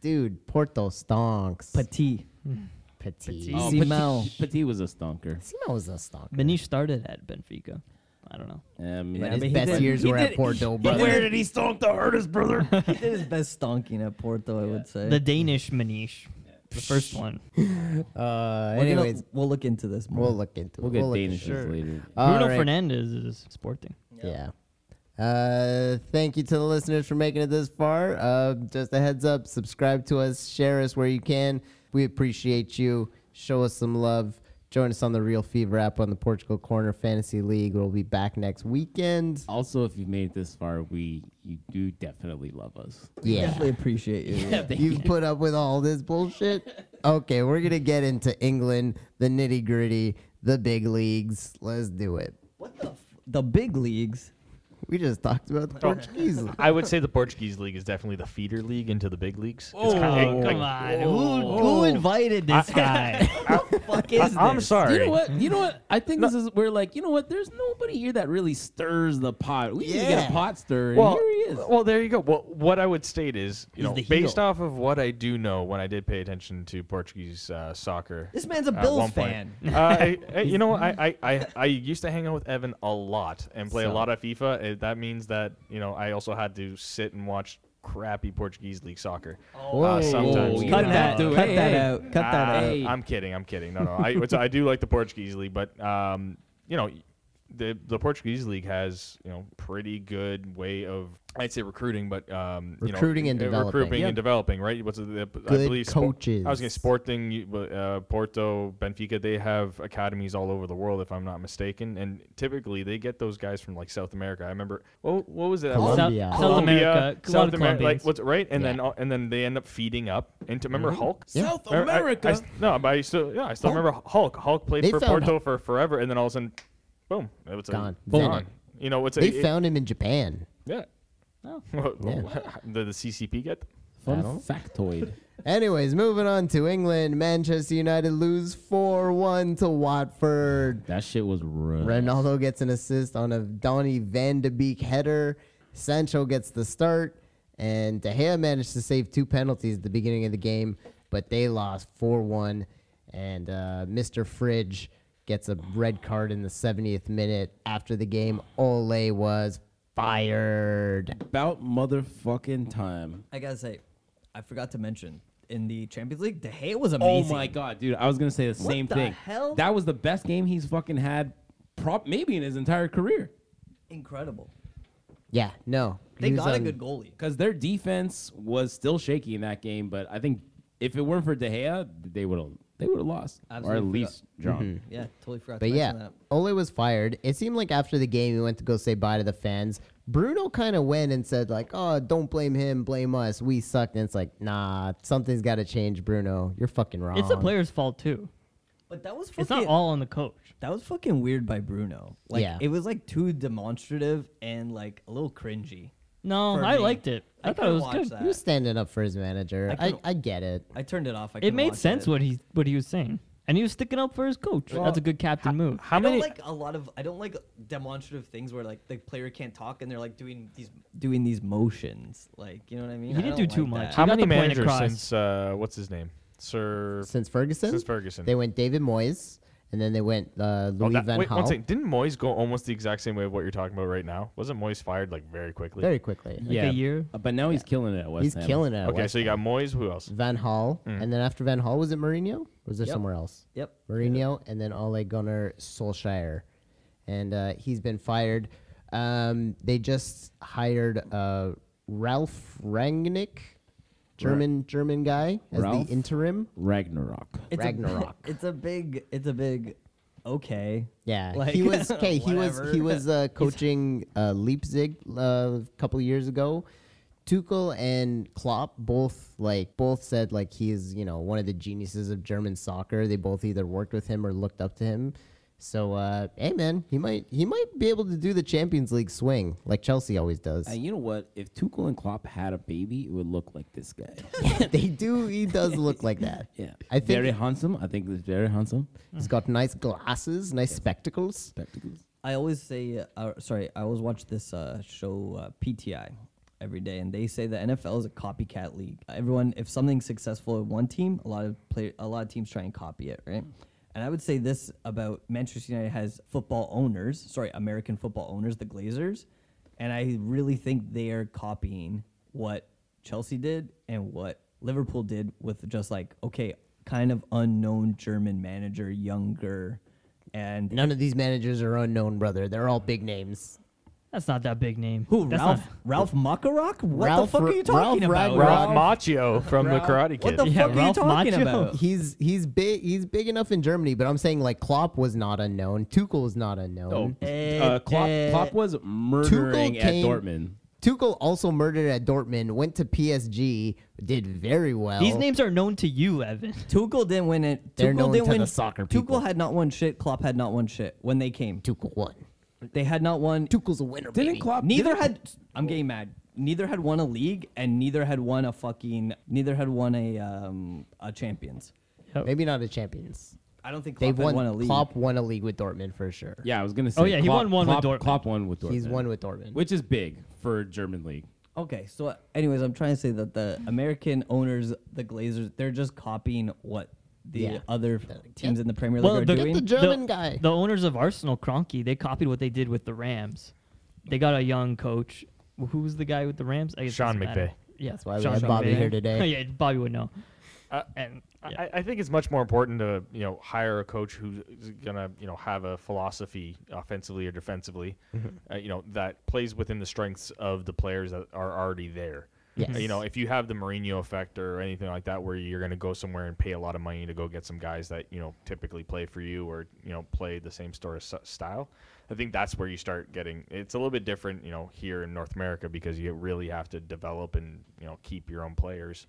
[SPEAKER 6] Dude, Porto stonks.
[SPEAKER 8] Petit,
[SPEAKER 6] Petit.
[SPEAKER 7] Petit.
[SPEAKER 6] Petit.
[SPEAKER 9] Oh,
[SPEAKER 8] Simão.
[SPEAKER 9] Petit, Petit was a stonker.
[SPEAKER 6] was a stonker.
[SPEAKER 7] Manish started at Benfica. I don't know.
[SPEAKER 9] Um,
[SPEAKER 8] Yeah,
[SPEAKER 6] His
[SPEAKER 8] but he
[SPEAKER 6] best
[SPEAKER 8] did-
[SPEAKER 6] years
[SPEAKER 8] he
[SPEAKER 6] were at
[SPEAKER 8] did-
[SPEAKER 6] Porto,
[SPEAKER 8] he
[SPEAKER 6] brother.
[SPEAKER 8] did-
[SPEAKER 9] he stonk the hardest, brother?
[SPEAKER 8] He did his best stonking at Porto, I would say.
[SPEAKER 7] The Danish Manish, the first one.
[SPEAKER 6] Uh,
[SPEAKER 8] We're gonna-
[SPEAKER 6] anyways,
[SPEAKER 8] we'll look into this more.
[SPEAKER 6] we'll look into
[SPEAKER 9] We'll
[SPEAKER 6] it.
[SPEAKER 9] get
[SPEAKER 6] look
[SPEAKER 9] Danish
[SPEAKER 6] into it.
[SPEAKER 9] later.
[SPEAKER 7] Bruno
[SPEAKER 6] All right.
[SPEAKER 7] Fernandez is Sporting.
[SPEAKER 6] Yeah. Uh, thank you to the listeners for making it this far. Uh, just a heads up subscribe to us, share us where you can. We appreciate you. Show us some love. Join us on the Real Fever app on the Portugal Corner Fantasy League. We'll be back next weekend.
[SPEAKER 9] Also, if you've made it this far, we you do definitely love us.
[SPEAKER 6] Yeah.
[SPEAKER 8] Definitely appreciate you.
[SPEAKER 6] You've put up with all this bullshit. Okay, we're going to get into England, the nitty gritty, the big leagues. Let's do it.
[SPEAKER 8] What the? F- the big leagues.
[SPEAKER 6] We just talked about the Portuguese. League.
[SPEAKER 4] I would say the Portuguese league is definitely the feeder league into the big leagues. It's
[SPEAKER 7] Oh,
[SPEAKER 4] kinda-
[SPEAKER 7] come
[SPEAKER 4] like-
[SPEAKER 7] on. Who,
[SPEAKER 9] Oh.
[SPEAKER 7] who invited this guy?
[SPEAKER 8] Fuck is
[SPEAKER 4] I, am
[SPEAKER 8] this?
[SPEAKER 4] sorry.
[SPEAKER 9] You know what? You know what? I think this is we're like, you know what? There's nobody here that really stirs the pot. We need to get
[SPEAKER 6] Yeah.
[SPEAKER 9] a pot stirrer. and
[SPEAKER 4] Well,
[SPEAKER 9] here he is.
[SPEAKER 4] well, there you go. Well, what I would state is, you
[SPEAKER 7] He's
[SPEAKER 4] know,
[SPEAKER 7] the
[SPEAKER 4] based
[SPEAKER 7] heel.
[SPEAKER 4] off of what I do know when I did pay attention to Portuguese uh, soccer.
[SPEAKER 8] This man's a
[SPEAKER 4] at
[SPEAKER 8] Bills
[SPEAKER 4] one point.
[SPEAKER 8] fan.
[SPEAKER 4] Uh, I, I- you know, I, I, I, I used to hang out with Evan a lot and play a
[SPEAKER 8] So.
[SPEAKER 4] lot of FIFA. It, that means that you know I also had to sit and watch crappy Portuguese league soccer. uh, sometimes.
[SPEAKER 9] you
[SPEAKER 8] Cut
[SPEAKER 9] don't have
[SPEAKER 8] that.
[SPEAKER 9] to.
[SPEAKER 8] Cut
[SPEAKER 9] Hey,
[SPEAKER 8] that
[SPEAKER 9] hey.
[SPEAKER 8] out. Cut that
[SPEAKER 4] Ah,
[SPEAKER 8] out.
[SPEAKER 9] Hey.
[SPEAKER 4] I'm kidding. I'm kidding. No, no. I, it's- I do like the Portuguese league, but um, you know, the the Portuguese league has you know pretty good way of I'd say recruiting, but um, you know,
[SPEAKER 6] Recruiting and
[SPEAKER 4] uh,
[SPEAKER 6] developing.
[SPEAKER 4] recruiting
[SPEAKER 6] Yeah.
[SPEAKER 4] and developing, right? What's it- the, I
[SPEAKER 6] Good
[SPEAKER 4] believe Spor- I was
[SPEAKER 6] coaches.
[SPEAKER 4] going to Sporting, you- but, uh, Porto, Benfica. They have academies all over the world, if I'm not mistaken, and typically they get those guys from like South America. I remember what what was it? I
[SPEAKER 7] South,
[SPEAKER 4] was-
[SPEAKER 6] Colombia.
[SPEAKER 7] South
[SPEAKER 4] Colombia,
[SPEAKER 7] America, a lot
[SPEAKER 4] South America,
[SPEAKER 7] of
[SPEAKER 4] like
[SPEAKER 7] Colombians.
[SPEAKER 4] what's right, and then and then they end up feeding up into. Remember
[SPEAKER 6] Mm-hmm.
[SPEAKER 4] Hulk?
[SPEAKER 9] South
[SPEAKER 4] I- I- I
[SPEAKER 9] America.
[SPEAKER 4] s- no, but I still yeah, I
[SPEAKER 7] Oh.
[SPEAKER 4] still remember Hulk. Hulk played
[SPEAKER 6] They
[SPEAKER 4] for
[SPEAKER 6] found
[SPEAKER 4] Porto for forever, and then all of a sudden, boom, it was a-
[SPEAKER 6] Gone.
[SPEAKER 4] boom.
[SPEAKER 6] Zen.
[SPEAKER 4] gone. You know what's a,
[SPEAKER 6] They
[SPEAKER 4] it-
[SPEAKER 6] found him in Japan.
[SPEAKER 4] yeah.
[SPEAKER 7] Oh.
[SPEAKER 4] Well, Did the CCP get them?
[SPEAKER 9] Fun factoid.
[SPEAKER 6] Anyways, moving on to England. Manchester United lose 4 1 to Watford.
[SPEAKER 9] that shit was rough.
[SPEAKER 6] Ronaldo gets an assist on a Donny van de Beek header. Sancho gets the start. And De Gea managed to save two penalties at the beginning of the game, but they lost 4 1. And uh, Mr. Fridge gets a red card in the 70th minute. After the game, Ole was fired.
[SPEAKER 9] About motherfucking time.
[SPEAKER 8] I gotta say, I forgot to mention in the Champions League, De Gea was
[SPEAKER 9] Oh
[SPEAKER 8] amazing.
[SPEAKER 9] my god, dude! I was gonna say the
[SPEAKER 8] What
[SPEAKER 9] same
[SPEAKER 8] the
[SPEAKER 9] thing.
[SPEAKER 8] hell?
[SPEAKER 9] That was the best game he's fucking had, prop maybe in his entire career.
[SPEAKER 8] incredible!
[SPEAKER 6] Yeah, no.
[SPEAKER 8] They
[SPEAKER 6] he was
[SPEAKER 8] got a
[SPEAKER 6] on-
[SPEAKER 8] good goalie.
[SPEAKER 9] Because their defense was still shaky in that game, but I think if it weren't for De Gea, they would have they would have lost or
[SPEAKER 8] Absolutely
[SPEAKER 9] at least drawn.
[SPEAKER 8] Yeah, totally forgot.
[SPEAKER 6] But
[SPEAKER 8] to
[SPEAKER 6] yeah,
[SPEAKER 8] mention that.
[SPEAKER 6] Ole was fired. It seemed like after the game, he went to go say bye to the fans. Bruno kind of went and said like, "Oh, don't blame him, blame us. We sucked." And it's like, nah, something's got to change, Bruno. You're fucking wrong.
[SPEAKER 7] It's the player's fault too.
[SPEAKER 8] But that was fucking,
[SPEAKER 7] It's not all on the coach.
[SPEAKER 8] That was fucking weird by Bruno. Like
[SPEAKER 6] Yeah.
[SPEAKER 8] it was like too demonstrative and like a little cringy.
[SPEAKER 7] No,
[SPEAKER 8] for
[SPEAKER 7] I
[SPEAKER 8] me.
[SPEAKER 7] liked it. I, thought it
[SPEAKER 8] couldn't
[SPEAKER 7] was
[SPEAKER 8] watch
[SPEAKER 7] good.
[SPEAKER 8] that.
[SPEAKER 6] He was standing up for his manager.
[SPEAKER 8] I
[SPEAKER 6] I, I,
[SPEAKER 8] couldn't-
[SPEAKER 6] get it.
[SPEAKER 8] I turned it off. I
[SPEAKER 7] It
[SPEAKER 8] couldn't
[SPEAKER 7] made
[SPEAKER 8] watch
[SPEAKER 7] sense
[SPEAKER 8] it.
[SPEAKER 7] what he what he was saying, and he was sticking up for his coach. That's a good captain move.
[SPEAKER 4] How
[SPEAKER 8] I don't
[SPEAKER 4] many?
[SPEAKER 8] like a lot of I don't like demonstrative things where like the player can't talk and they're like doing these doing these motions like you know what I
[SPEAKER 7] He
[SPEAKER 8] mean. I
[SPEAKER 7] didn't
[SPEAKER 8] don't
[SPEAKER 7] do too
[SPEAKER 8] like
[SPEAKER 7] much.
[SPEAKER 8] that.
[SPEAKER 4] how
[SPEAKER 7] got
[SPEAKER 4] many
[SPEAKER 7] the point
[SPEAKER 4] managers
[SPEAKER 7] across.
[SPEAKER 4] since uh, what's his name? Sir.
[SPEAKER 6] Since Ferguson,
[SPEAKER 4] Since Ferguson.
[SPEAKER 6] they went David Moyes, and then they went uh,
[SPEAKER 4] Oh,
[SPEAKER 6] Louis
[SPEAKER 4] that-
[SPEAKER 6] Van
[SPEAKER 4] wait, one
[SPEAKER 6] Gaal
[SPEAKER 4] second. Didn't Moyes go almost the exact same way of what you're talking about right now? Wasn't Moyes fired like very quickly?
[SPEAKER 6] very quickly.
[SPEAKER 7] Like a year?
[SPEAKER 9] uh, But now he's killing it at West
[SPEAKER 6] He's
[SPEAKER 9] Ham.
[SPEAKER 6] killing it. at
[SPEAKER 4] okay,
[SPEAKER 6] West
[SPEAKER 4] so Mm. you got Moyes. Who else?
[SPEAKER 6] Van Hall, and then after Van Hall, was it Mourinho? Or was there
[SPEAKER 8] Yep.
[SPEAKER 6] somewhere else?
[SPEAKER 8] Yep.
[SPEAKER 6] Mourinho, and then Ole Gunnar Solskjaer, and uh, he's been fired. Um, they just hired uh, Ralph Rangnick, German German guy, as
[SPEAKER 9] Ralph?
[SPEAKER 6] the interim.
[SPEAKER 9] Ragnarok.
[SPEAKER 8] It's
[SPEAKER 6] Ragnarok.
[SPEAKER 8] A, it's a big. It's a big. Okay.
[SPEAKER 6] Yeah,
[SPEAKER 8] Like,
[SPEAKER 6] he was okay. He was he
[SPEAKER 8] whatever.
[SPEAKER 6] was uh, coaching uh, Leipzig uh, a couple years ago. Tuchel and Klopp both like both said like he is you know one of the geniuses of German soccer. They both either worked with him or looked up to him. So uh, hey man, he might he might be able to do the Champions League swing like Chelsea always does.
[SPEAKER 8] Uh,
[SPEAKER 9] And you know what? If Tuchel and Klopp had a baby, it would look like this guy.
[SPEAKER 6] they do. He does look like that.
[SPEAKER 9] Yeah.
[SPEAKER 6] I think
[SPEAKER 9] very handsome. I think he's very handsome.
[SPEAKER 6] he's got nice glasses, nice spectacles.
[SPEAKER 9] Spectacles.
[SPEAKER 8] I always say. Uh, sorry. I always watch this uh, show uh, PTI every day, and they say the NFL is a copycat league. Everyone, if something's successful at one team, a lot of play, a lot of teams try and copy it, right? And I would say this about Manchester United has football owners. Sorry, American football owners, the Glazers, and I really think they are copying what Chelsea did and what Liverpool did with just like okay, kind of unknown German manager, younger, and
[SPEAKER 6] None of these managers are unknown, brother. They're all big names.
[SPEAKER 7] That's not that big name.
[SPEAKER 8] Who
[SPEAKER 7] That's
[SPEAKER 8] Ralph?
[SPEAKER 7] not-
[SPEAKER 8] Ralph Makarok? What
[SPEAKER 6] Ralph
[SPEAKER 8] the fuck
[SPEAKER 6] Ra-
[SPEAKER 8] are you talking
[SPEAKER 6] Ralph
[SPEAKER 8] about?
[SPEAKER 6] Ragnar-
[SPEAKER 4] Ralph
[SPEAKER 6] Ralph-
[SPEAKER 4] Macchio from the Karate
[SPEAKER 8] What
[SPEAKER 4] Kid.
[SPEAKER 8] the
[SPEAKER 7] Yeah,
[SPEAKER 8] fuck
[SPEAKER 7] Ralph
[SPEAKER 8] are you talking
[SPEAKER 7] Macchio.
[SPEAKER 8] about?
[SPEAKER 6] he's he's big he's big enough in Germany, but I'm saying like Klopp was not unknown. Tuchel is not
[SPEAKER 9] Oh,
[SPEAKER 6] unknown.
[SPEAKER 7] eh,
[SPEAKER 9] uh, Klopp, Klopp was murdering at
[SPEAKER 6] came-
[SPEAKER 9] Dortmund.
[SPEAKER 6] Tuchel also murdered at Dortmund, went to PSG, did very well.
[SPEAKER 7] These names are known to you, Evan.
[SPEAKER 8] Tuchel didn't win it.
[SPEAKER 6] They're
[SPEAKER 8] Tuchel
[SPEAKER 6] known
[SPEAKER 8] didn't
[SPEAKER 6] to
[SPEAKER 8] win
[SPEAKER 6] the soccer
[SPEAKER 8] Tuchel
[SPEAKER 6] people.
[SPEAKER 8] had not won shit. Klopp had not won shit when they came.
[SPEAKER 6] Tuchel won.
[SPEAKER 8] They had not won.
[SPEAKER 6] Tuchel's a winner.
[SPEAKER 9] Didn't
[SPEAKER 6] baby.
[SPEAKER 9] Klopp?
[SPEAKER 8] Neither
[SPEAKER 9] didn't-
[SPEAKER 8] had. I'm getting mad. Neither had won a league, and neither had won a fucking. Neither had won a um a champions.
[SPEAKER 6] Maybe not a champions.
[SPEAKER 8] I don't think Klopp
[SPEAKER 6] They've
[SPEAKER 8] had
[SPEAKER 6] won,
[SPEAKER 8] won a league.
[SPEAKER 6] Klopp won a league with Dortmund for sure.
[SPEAKER 9] Yeah, I was gonna say.
[SPEAKER 7] Oh, yeah, he
[SPEAKER 9] Klopp-
[SPEAKER 7] won one with
[SPEAKER 9] Klopp,
[SPEAKER 7] Dortmund.
[SPEAKER 9] Klopp won with Dortmund.
[SPEAKER 6] He's won with Dortmund.
[SPEAKER 9] which is big for German league.
[SPEAKER 8] Okay, so anyways, I'm trying to say that the American owners, the Glazers, they're just copying what the
[SPEAKER 6] Yeah.
[SPEAKER 8] other teams in the Premier League
[SPEAKER 7] Well,
[SPEAKER 8] are
[SPEAKER 7] the-
[SPEAKER 8] doing.
[SPEAKER 6] the German guy.
[SPEAKER 7] The owners of Arsenal, Kroenke, they copied what they did with the Rams. They got a young coach. Who was the guy with the Rams? I guess it
[SPEAKER 4] Sean
[SPEAKER 7] doesn't matter.
[SPEAKER 4] McVay.
[SPEAKER 7] Yeah,
[SPEAKER 6] That's why we have Bobby here today.
[SPEAKER 7] yeah, Bobby would know.
[SPEAKER 4] Uh,
[SPEAKER 7] and yeah.
[SPEAKER 4] I, I think it's much more important to you know hire a coach who's gonna you know have a philosophy offensively or defensively, uh, you know that plays within the strengths of the players that are already there. Uh, You know, if you have the Mourinho effect or anything like that, where you're gonna go somewhere and pay a lot of money to go get some guys that you know typically play for you or you know play the same sort of s- style, I think that's where you start getting. It's a little bit different, you know, here in North America because you really have to develop and you know keep your own players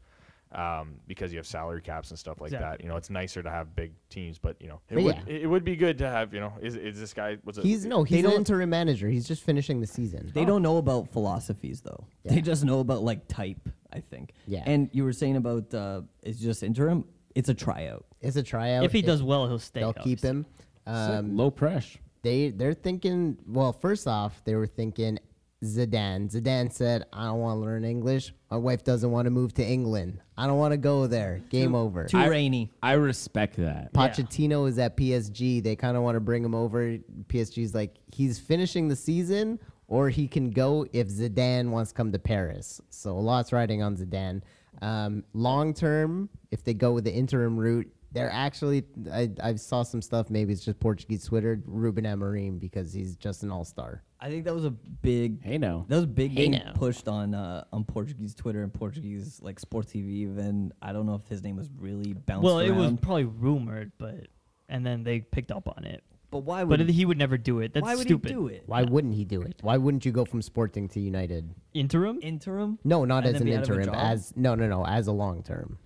[SPEAKER 4] um, because you have salary caps and stuff like that.
[SPEAKER 7] Exactly.
[SPEAKER 4] You know, it's nicer to have big teams, but you know, it
[SPEAKER 6] But
[SPEAKER 4] would
[SPEAKER 6] yeah.
[SPEAKER 4] it would be good to have. You know, is is this guy? Was it?
[SPEAKER 6] He's no, he's an
[SPEAKER 8] don't-
[SPEAKER 6] interim manager. He's just finishing the season.
[SPEAKER 8] They don't know about philosophies though.
[SPEAKER 6] Oh. Yeah.
[SPEAKER 8] They just know about like type, I think.
[SPEAKER 6] Yeah.
[SPEAKER 8] And you were saying about uh, it's just interim. It's a tryout.
[SPEAKER 6] It's a tryout.
[SPEAKER 7] if he
[SPEAKER 6] It-
[SPEAKER 7] does well, he'll stay.
[SPEAKER 6] Oh, they'll keep
[SPEAKER 7] obviously.
[SPEAKER 6] him.
[SPEAKER 9] It's like
[SPEAKER 6] Um,
[SPEAKER 9] low pressure.
[SPEAKER 6] they they're thinking. Well, first off, they were thinking Zidane. Zidane said, "I don't want to learn English. My wife doesn't want to move to England. I don't want to go there. Game over."
[SPEAKER 8] Too rainy.
[SPEAKER 9] I respect that.
[SPEAKER 6] Pochettino is at PSG. They kind of want to bring him over. PSG's like he's finishing the season, or he can go if Zidane wants to come to Paris. So a lot's riding on Zidane. Um, Long term, if they go with the interim route, they're actually I, I saw some stuff. Maybe it's just Portuguese Twitter. Ruben Amorim because he's just an all star.
[SPEAKER 8] I think that was a big.
[SPEAKER 9] Hey, now.
[SPEAKER 8] That was a big getting pushed on uh, on Portuguese Twitter and Portuguese like sports TV. Even I don't know if his name was really bounced
[SPEAKER 7] Well, it was
[SPEAKER 8] around.
[SPEAKER 7] probably rumored, but and then they picked up on it.
[SPEAKER 8] But why would?
[SPEAKER 7] But he would never do it. That's
[SPEAKER 8] why would
[SPEAKER 7] stupid.
[SPEAKER 8] he do it?
[SPEAKER 6] Why wouldn't he do it? Why wouldn't you go from Sporting to United?
[SPEAKER 7] Interim?
[SPEAKER 8] Interim?
[SPEAKER 6] No, not
[SPEAKER 8] And
[SPEAKER 6] as
[SPEAKER 8] then
[SPEAKER 6] an
[SPEAKER 8] be out of a
[SPEAKER 6] interim.
[SPEAKER 8] job?
[SPEAKER 6] As no, no, no. As a long term,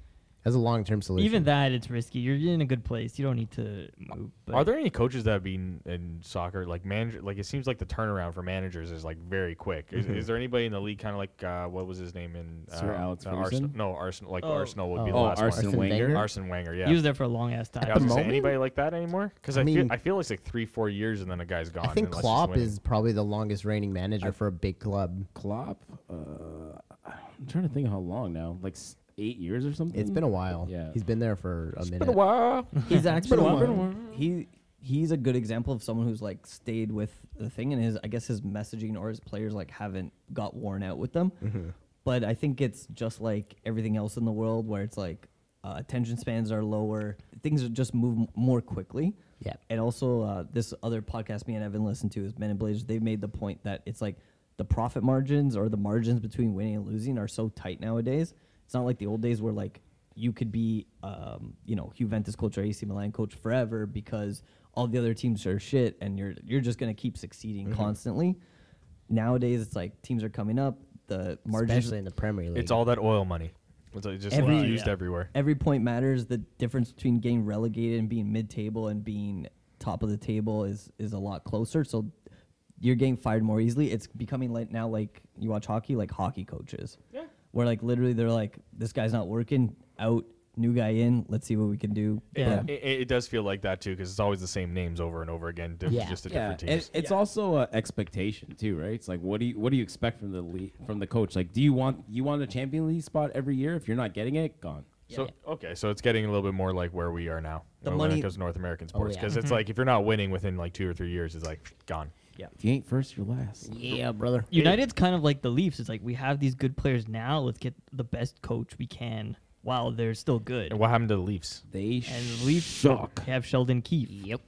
[SPEAKER 6] as a long term solution.
[SPEAKER 7] Even that, it's risky. You're in a good place. You don't need to move. But
[SPEAKER 4] Are there any coaches that have been in soccer like manager? Like it seems like the turnaround for managers is like very quick. Is,
[SPEAKER 7] Mm-hmm.
[SPEAKER 4] is there anybody in the league kind of like uh, what was his name in uh,
[SPEAKER 9] Sir Alex
[SPEAKER 4] uh, Arsenal?
[SPEAKER 9] Ferguson?
[SPEAKER 4] No, Arsenal. Like
[SPEAKER 7] Oh.
[SPEAKER 4] Arsenal would be
[SPEAKER 6] Oh.
[SPEAKER 4] the
[SPEAKER 9] Oh,
[SPEAKER 4] last
[SPEAKER 9] Arsene
[SPEAKER 6] Arsene
[SPEAKER 9] Wenger.
[SPEAKER 6] Wenger?
[SPEAKER 4] one. Arsenal Wenger. Yeah.
[SPEAKER 7] He was there for a long ass time.
[SPEAKER 4] yeah, I was gonna
[SPEAKER 6] the
[SPEAKER 4] say,
[SPEAKER 6] moment?
[SPEAKER 4] anybody like that anymore? Because I,
[SPEAKER 6] I
[SPEAKER 4] feel
[SPEAKER 6] mean-
[SPEAKER 4] I feel it's like three four years and then a guy's gone.
[SPEAKER 6] I think
[SPEAKER 4] unless he's
[SPEAKER 6] Klopp
[SPEAKER 4] winning.
[SPEAKER 6] is probably the longest reigning manager for a big club.
[SPEAKER 9] Klopp. Uh, I'm trying to think how long now. Like s- eight years or something.
[SPEAKER 6] It's been a while.
[SPEAKER 9] Yeah.
[SPEAKER 6] He's been there for a minute.
[SPEAKER 4] Been a while.
[SPEAKER 8] He's actually
[SPEAKER 6] while. Been a
[SPEAKER 8] he he's a good example of someone who's like stayed with the thing and his I guess his messaging or his players like haven't got worn out with them. But I think it's just like everything else in the world where it's like uh, attention spans are lower, things are just move m- more quickly.
[SPEAKER 6] Yeah.
[SPEAKER 8] And also uh, this other podcast me and Evan listened to is Men and Blazers. They've made the point that it's like the profit margins or the margins between winning and losing are so tight nowadays. It's not like the old days where like you could be, um, you know, Juventus coach or AC Milan coach forever because all the other teams are shit, and you're you're just gonna keep succeeding constantly. Nowadays, it's like teams are coming up. The margins,
[SPEAKER 6] Especially in the Premier League.
[SPEAKER 4] It's all that oil money. It's like just
[SPEAKER 8] Every-
[SPEAKER 4] used
[SPEAKER 7] yeah.
[SPEAKER 4] everywhere.
[SPEAKER 8] every point matters. The difference between getting relegated and being mid-table and being top of the table is is a lot closer. So you're getting fired more easily. It's becoming like now, like you watch hockey, like hockey coaches, yeah, where like literally they're like, this guy's not working, out, new guy in, let's see what we can do.
[SPEAKER 7] Yeah.
[SPEAKER 4] It, it, it does feel like that too because it's always the same names over and over again. diff-
[SPEAKER 6] Yeah.
[SPEAKER 4] Just the
[SPEAKER 9] Yeah,
[SPEAKER 4] different
[SPEAKER 9] and
[SPEAKER 4] teams.
[SPEAKER 9] it's also uh, expectation too, right? It's like what do you what do you expect from the league, from the coach? Like, do you want you want a Champions League spot every year? If you're not getting it, gone.
[SPEAKER 4] So okay, so it's getting a little bit more like where we are now.
[SPEAKER 8] The
[SPEAKER 4] uh, when
[SPEAKER 8] money-
[SPEAKER 4] it comes to North American sports
[SPEAKER 6] yeah.
[SPEAKER 4] because it's like if you're not winning within like two or three years, it's like gone.
[SPEAKER 9] If you ain't first, you're last.
[SPEAKER 6] yeah, brother.
[SPEAKER 7] United's kind of like the Leafs. It's like we have these good players now. Let's get the best coach we can while they're still good.
[SPEAKER 4] And what happened to the Leafs?
[SPEAKER 9] They
[SPEAKER 7] And the Leafs
[SPEAKER 9] shock.
[SPEAKER 7] have Sheldon Keefe. Yep.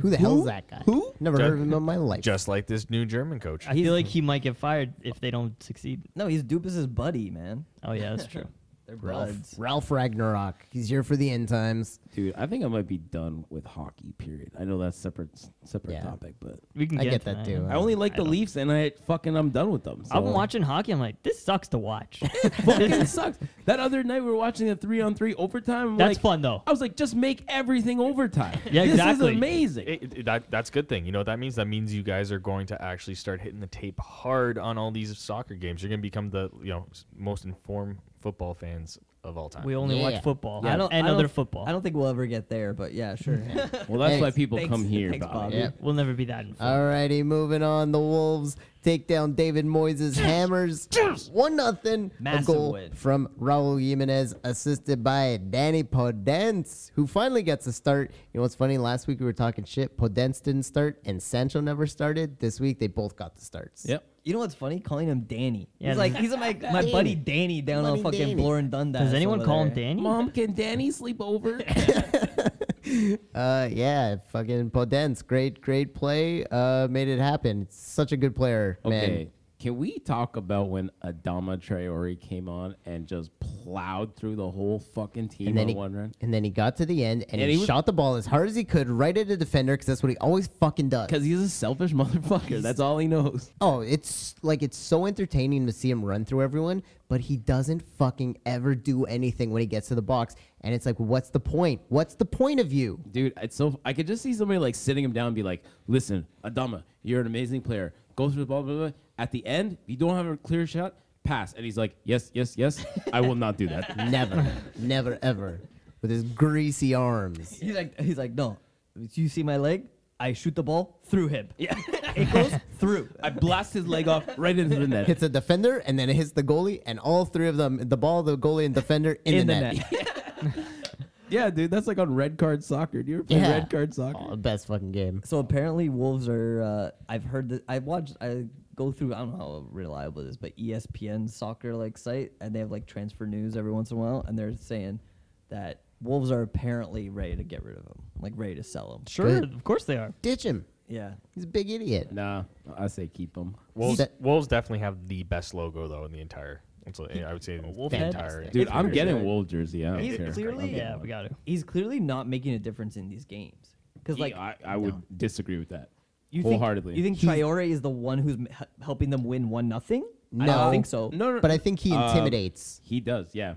[SPEAKER 6] Who the hell's that guy? Who? Never
[SPEAKER 4] Just-
[SPEAKER 6] heard of him in my life.
[SPEAKER 4] Just like this new German coach.
[SPEAKER 7] I feel like Uh, he might get fired if they don't succeed.
[SPEAKER 8] No, he's Dupas's buddy, man.
[SPEAKER 7] Oh yeah, that's true.
[SPEAKER 8] They're
[SPEAKER 6] Ralph,
[SPEAKER 8] brothers.
[SPEAKER 6] Ralph Ragnarok. He's here for the end times.
[SPEAKER 9] Dude, I think I might be done with hockey. Period. I know that's separate separate
[SPEAKER 6] Yeah.
[SPEAKER 9] topic, but
[SPEAKER 7] We can
[SPEAKER 6] I
[SPEAKER 7] get,
[SPEAKER 6] get
[SPEAKER 7] to
[SPEAKER 6] that too.
[SPEAKER 9] I only like
[SPEAKER 7] I
[SPEAKER 9] the
[SPEAKER 7] don't-
[SPEAKER 9] Leafs, and I fucking I'm done with them. So.
[SPEAKER 7] I'm watching hockey. I'm like, this sucks to watch.
[SPEAKER 9] Fucking sucks. That other night we were watching a three on three overtime. I'm
[SPEAKER 7] That's
[SPEAKER 9] like-
[SPEAKER 7] fun, though.
[SPEAKER 9] I was like, just make everything overtime.
[SPEAKER 7] Yeah, exactly.
[SPEAKER 9] This is amazing.
[SPEAKER 4] It- it- that that's a good thing. You know what that means? That means you guys are going to actually start hitting the tape hard on all these soccer games. You're going to become the you know s- most informed football fans of all time.
[SPEAKER 7] we only
[SPEAKER 6] Yeah.
[SPEAKER 7] watch football
[SPEAKER 8] I don't,
[SPEAKER 7] and
[SPEAKER 8] I don't-
[SPEAKER 7] other football.
[SPEAKER 8] I don't think we'll ever get there, but yeah, sure.
[SPEAKER 9] well, that's why
[SPEAKER 6] Thanks.
[SPEAKER 9] people
[SPEAKER 8] Thanks-
[SPEAKER 9] come here,
[SPEAKER 8] thanks,
[SPEAKER 9] Bobby.
[SPEAKER 8] Bobby.
[SPEAKER 6] Yep.
[SPEAKER 7] We'll never be that. informed.
[SPEAKER 6] Alrighty, moving on. The Wolves take down David Moyes' hammers. One nothing.
[SPEAKER 8] Massive
[SPEAKER 6] a goal
[SPEAKER 8] win.
[SPEAKER 6] from Raul Jimenez, assisted by Danny Podence, who finally gets a start. You know what's funny? Last week we were talking shit. Podence didn't start, and Sancho never started. This week they both got the starts.
[SPEAKER 9] Yep.
[SPEAKER 8] You know what's funny? Calling him Danny.
[SPEAKER 7] Yeah,
[SPEAKER 8] he's
[SPEAKER 7] this
[SPEAKER 8] like he's my my buddy Danny down on
[SPEAKER 6] Bloody
[SPEAKER 8] fucking
[SPEAKER 6] Danny.
[SPEAKER 8] Bloor and Dundas.
[SPEAKER 7] Does anyone
[SPEAKER 8] over
[SPEAKER 7] call him
[SPEAKER 8] there.
[SPEAKER 7] Danny?
[SPEAKER 9] Mom, can Danny sleep over?
[SPEAKER 6] Uh, yeah, fucking Podence, great, great play. Uh, made it happen. Such a good player, man.
[SPEAKER 9] Okay. Can we talk about when Adama Traore came on and just plowed through the whole fucking team
[SPEAKER 6] And then,
[SPEAKER 9] on
[SPEAKER 6] he,
[SPEAKER 9] one run?
[SPEAKER 6] and then he got to the end and,
[SPEAKER 9] And
[SPEAKER 6] he,
[SPEAKER 9] he was-
[SPEAKER 6] shot the ball as hard as he could right at a defender because that's what he always fucking does.
[SPEAKER 9] Because he's a selfish motherfucker. That's all he knows.
[SPEAKER 6] Oh, it's like it's so entertaining to see him run through everyone, but he doesn't fucking ever do anything when he gets to the box. And it's like, what's the point? What's the point of you?
[SPEAKER 9] Dude, it's so I could just see somebody like sitting him down and be like, "Listen, Adama, you're an amazing player. Go through the ball, blah, blah, blah. At the end, if you don't have a clear shot, pass." And he's like, "Yes, yes, yes. I will not do that."
[SPEAKER 6] Never, never, ever. With his greasy arms.
[SPEAKER 8] He's like he's like no. You see my leg? I shoot the ball through him. Yeah, it goes through.
[SPEAKER 9] I blast his leg off right into the net.
[SPEAKER 6] Hits a defender and then it hits the goalie, and all three of them the ball, the goalie, and defender in, the, net.
[SPEAKER 9] Yeah, dude, that's like on red card soccer. Do you ever play
[SPEAKER 6] Yeah.
[SPEAKER 9] red card soccer?
[SPEAKER 6] Oh, best fucking game.
[SPEAKER 8] So apparently wolves are. Uh, I've heard that. I watched. I go through. I don't know how reliable this, is, but E ESPN soccer like site, and they have like transfer news every once in a while, and they're saying that wolves are apparently ready to get rid of him, like ready to sell him.
[SPEAKER 7] Sure,
[SPEAKER 6] Good.
[SPEAKER 7] of course they are.
[SPEAKER 6] Ditch him.
[SPEAKER 8] Yeah,
[SPEAKER 6] He's a big idiot.
[SPEAKER 9] Nah, I say keep him.
[SPEAKER 4] Wolves,
[SPEAKER 6] That-
[SPEAKER 4] Wolves definitely have the best logo though in the entire. it's like- I would say in the
[SPEAKER 6] head?
[SPEAKER 4] entire.
[SPEAKER 9] Dude, I'm
[SPEAKER 8] weird,
[SPEAKER 9] getting
[SPEAKER 8] right?
[SPEAKER 9] Wolf jersey. I don't
[SPEAKER 8] He's
[SPEAKER 9] care.
[SPEAKER 8] clearly-
[SPEAKER 9] I'm
[SPEAKER 7] Yeah,
[SPEAKER 9] getting
[SPEAKER 7] we got to.
[SPEAKER 8] he's clearly not making a difference in these games. Because
[SPEAKER 9] one.
[SPEAKER 8] like
[SPEAKER 9] I, I would disagree with that.
[SPEAKER 8] you think,
[SPEAKER 9] wholeheartedly.
[SPEAKER 8] you think Traore is the one who's m- h- helping them win one nothing? I
[SPEAKER 6] No. uh,
[SPEAKER 8] don't think so.
[SPEAKER 9] No, no,
[SPEAKER 6] But I think he
[SPEAKER 9] Um,
[SPEAKER 6] intimidates.
[SPEAKER 9] He does, yeah.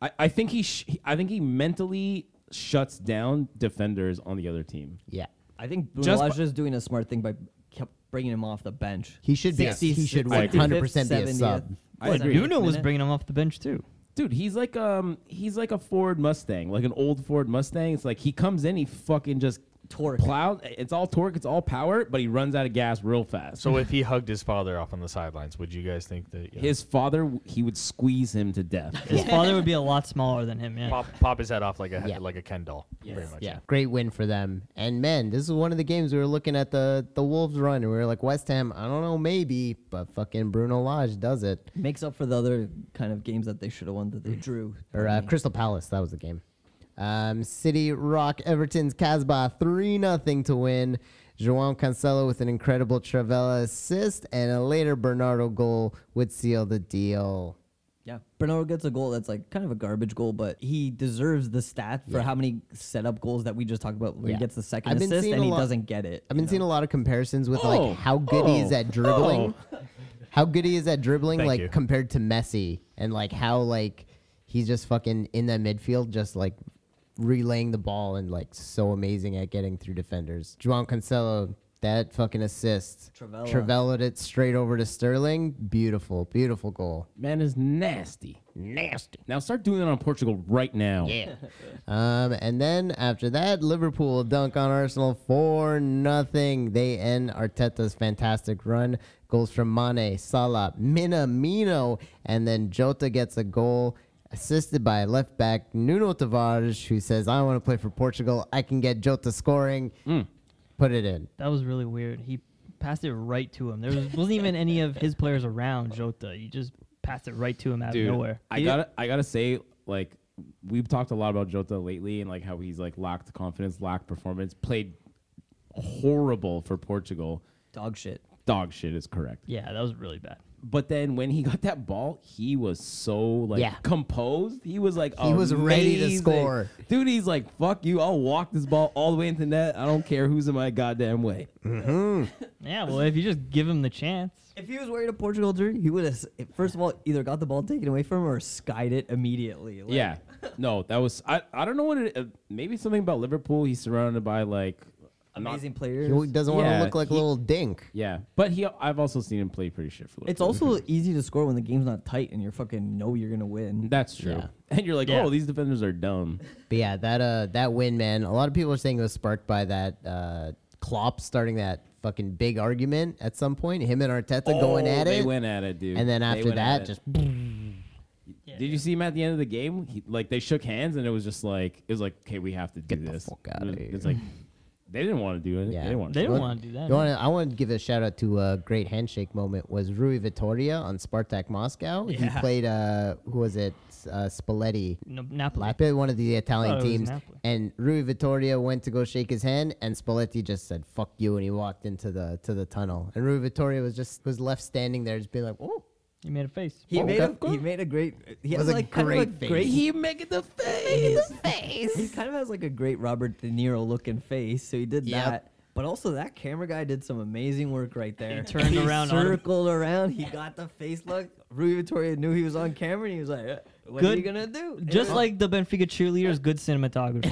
[SPEAKER 9] I, I think he sh- I think he mentally shuts down defenders on the other team.
[SPEAKER 6] yeah.
[SPEAKER 8] I think
[SPEAKER 9] Just
[SPEAKER 8] Bunelage is doing a smart thing by kept bringing him off the bench.
[SPEAKER 6] He should be a- he should
[SPEAKER 8] 65th,
[SPEAKER 6] 100% be a sub.
[SPEAKER 8] 70th.
[SPEAKER 9] I agree.
[SPEAKER 7] Nuno was
[SPEAKER 8] Minute.
[SPEAKER 7] bringing him off the bench too.
[SPEAKER 9] Dude, he's like um he's like a Ford Mustang, like an old Ford Mustang. It's like he comes in, he fucking just
[SPEAKER 8] Torque.
[SPEAKER 9] plow. It's all torque, it's all power, but he runs out of gas real fast.
[SPEAKER 4] So if he hugged his father off on the sidelines, would you guys think that you know,
[SPEAKER 9] his father, he would squeeze him to death.
[SPEAKER 7] His father would be a lot smaller than him. Yeah.
[SPEAKER 4] pop pop his head off like a
[SPEAKER 6] Yeah.
[SPEAKER 4] like a Ken doll? Pretty much.
[SPEAKER 6] Yeah, great win for them. And man, this is one of the games we were looking at the the Wolves run, and we were like, West Ham, I don't know, maybe, but fucking Bruno Lage does it.
[SPEAKER 8] makes up for the other kind of games that they should have won that they drew. Um,
[SPEAKER 6] Or uh,
[SPEAKER 8] Mm-hmm.
[SPEAKER 6] Crystal Palace, that was the game. Um, City rock Everton's Casbah three nothing to win. João Cancelo with an incredible Travella assist, and a later Bernardo goal would seal the deal.
[SPEAKER 8] Yeah, Bernardo gets a goal that's like kind of a garbage goal, but he deserves the stat for how many setup goals that we just talked about. Where
[SPEAKER 6] Yeah.
[SPEAKER 8] he gets the 2nd
[SPEAKER 6] I've been
[SPEAKER 8] assist
[SPEAKER 6] seeing
[SPEAKER 8] and
[SPEAKER 6] a
[SPEAKER 8] he
[SPEAKER 6] lot-
[SPEAKER 8] doesn't get it.
[SPEAKER 6] I've been
[SPEAKER 8] you
[SPEAKER 6] seeing
[SPEAKER 8] know?
[SPEAKER 6] a lot of comparisons with
[SPEAKER 9] Oh,
[SPEAKER 6] like how good he is
[SPEAKER 9] oh,
[SPEAKER 6] at dribbling, how good he is at dribbling,
[SPEAKER 4] Thank
[SPEAKER 6] like
[SPEAKER 4] you.
[SPEAKER 6] compared to Messi, and like how like he's just fucking in that midfield, just like relaying the ball and like so amazing at getting through defenders. Juan Cancelo, that fucking assist,
[SPEAKER 8] Travella.
[SPEAKER 6] Travellaed it straight over to Sterling. Beautiful, beautiful goal.
[SPEAKER 9] Man is nasty.
[SPEAKER 6] Nasty.
[SPEAKER 9] Now start doing it on Portugal right now.
[SPEAKER 6] Yeah. um, and then after that, Liverpool dunk on Arsenal for nothing. They end Arteta's fantastic run. Goals from Mane, Salah, Minamino, and then Jota gets a goal. Assisted by left back Nuno Tavares, who says, I want to play for Portugal. I can get Jota scoring.
[SPEAKER 9] Mm.
[SPEAKER 6] Put it in.
[SPEAKER 7] That was really weird. He passed it right to him. There was, wasn't even any of his players around Jota. He just passed it right to him out
[SPEAKER 9] Dude,
[SPEAKER 7] of nowhere.
[SPEAKER 9] I gotta I gotta say, like we've talked a lot about Jota lately and like how he's like lacked confidence, lacked performance, played horrible for Portugal.
[SPEAKER 8] dog shit.
[SPEAKER 9] Dog shit is correct.
[SPEAKER 7] Yeah, that was really bad.
[SPEAKER 9] But then when he got that ball, he was so like
[SPEAKER 6] Yeah.
[SPEAKER 9] composed. He was like
[SPEAKER 6] He was ready to
[SPEAKER 9] amazing.
[SPEAKER 6] score.
[SPEAKER 9] Dude, he's like, fuck you, I'll walk this ball all the way into net. I don't care who's in my goddamn way.
[SPEAKER 7] Yeah, well, if you just give him the chance.
[SPEAKER 8] If he was wearing a Portugal jersey, he would have eh, first of all either got the ball taken away from him or skied it immediately. Like,
[SPEAKER 9] Yeah. No, that was I, I don't know what it uh, maybe something about Liverpool. He's surrounded by like not-
[SPEAKER 8] amazing players.
[SPEAKER 6] He doesn't want
[SPEAKER 9] Yeah,
[SPEAKER 6] to look like a
[SPEAKER 9] he-
[SPEAKER 6] little dink.
[SPEAKER 9] Yeah, but he I've also seen him play pretty shit for
[SPEAKER 8] It's
[SPEAKER 9] Liverpool.
[SPEAKER 8] also easy to score when the game's not tight and you're fucking know you're gonna win.
[SPEAKER 9] That's true.
[SPEAKER 6] Yeah.
[SPEAKER 9] And you're like,
[SPEAKER 7] Yeah.
[SPEAKER 9] oh, these defenders are dumb.
[SPEAKER 6] But yeah, that uh, that win, man. A lot of people are saying it was sparked by that uh, Klopp starting that fucking big argument at some point. Him and Arteta going
[SPEAKER 9] Oh,
[SPEAKER 6] at
[SPEAKER 9] they
[SPEAKER 6] it,
[SPEAKER 9] went at it, dude.
[SPEAKER 6] and then
[SPEAKER 9] They
[SPEAKER 6] after
[SPEAKER 9] went at
[SPEAKER 6] that,
[SPEAKER 9] it.
[SPEAKER 6] just
[SPEAKER 9] did you see him at the end of the game? He, like they shook hands, and it was just like it was like, okay, we have to do
[SPEAKER 6] Get the
[SPEAKER 9] this.
[SPEAKER 6] fuck outta
[SPEAKER 9] It was-
[SPEAKER 6] here.
[SPEAKER 9] It's like They didn't want to do it.
[SPEAKER 6] Yeah.
[SPEAKER 9] They didn't want
[SPEAKER 7] They
[SPEAKER 9] to.
[SPEAKER 7] don't
[SPEAKER 6] Well,
[SPEAKER 7] want to do that.
[SPEAKER 6] You wanna, I want to give a shout out to a great handshake moment was Rui Vittoria on Spartak Moscow. He
[SPEAKER 7] Yeah.
[SPEAKER 6] played uh, who was it? Uh, Spalletti.
[SPEAKER 7] No, Napoli.
[SPEAKER 6] Lapid, one of the Italian
[SPEAKER 7] Oh, it was
[SPEAKER 6] teams,
[SPEAKER 7] Napoli.
[SPEAKER 6] and Rui Vittoria went to go shake his hand, and Spalletti just said "fuck you" and he walked into the to the tunnel, and Rui Vittoria was just was left standing there, just being like, "Oh,
[SPEAKER 7] You made a face.
[SPEAKER 8] He
[SPEAKER 6] Oh,
[SPEAKER 8] made
[SPEAKER 6] okay.
[SPEAKER 8] a he made a great he
[SPEAKER 6] Was
[SPEAKER 8] has
[SPEAKER 6] a
[SPEAKER 8] like kind
[SPEAKER 6] great
[SPEAKER 8] of a
[SPEAKER 6] face.
[SPEAKER 8] great he making the face face he kind of has like a great Robert De Niro looking face so he did
[SPEAKER 6] Yep.
[SPEAKER 8] that but also that camera guy did some amazing work right there
[SPEAKER 7] turned around on him.
[SPEAKER 8] circled around he got the face look Rui Vittoria knew he was on camera and he was like "Uh, what are
[SPEAKER 7] Good-
[SPEAKER 8] you gonna do
[SPEAKER 7] Just like the Benfica cheerleaders, good cinematography.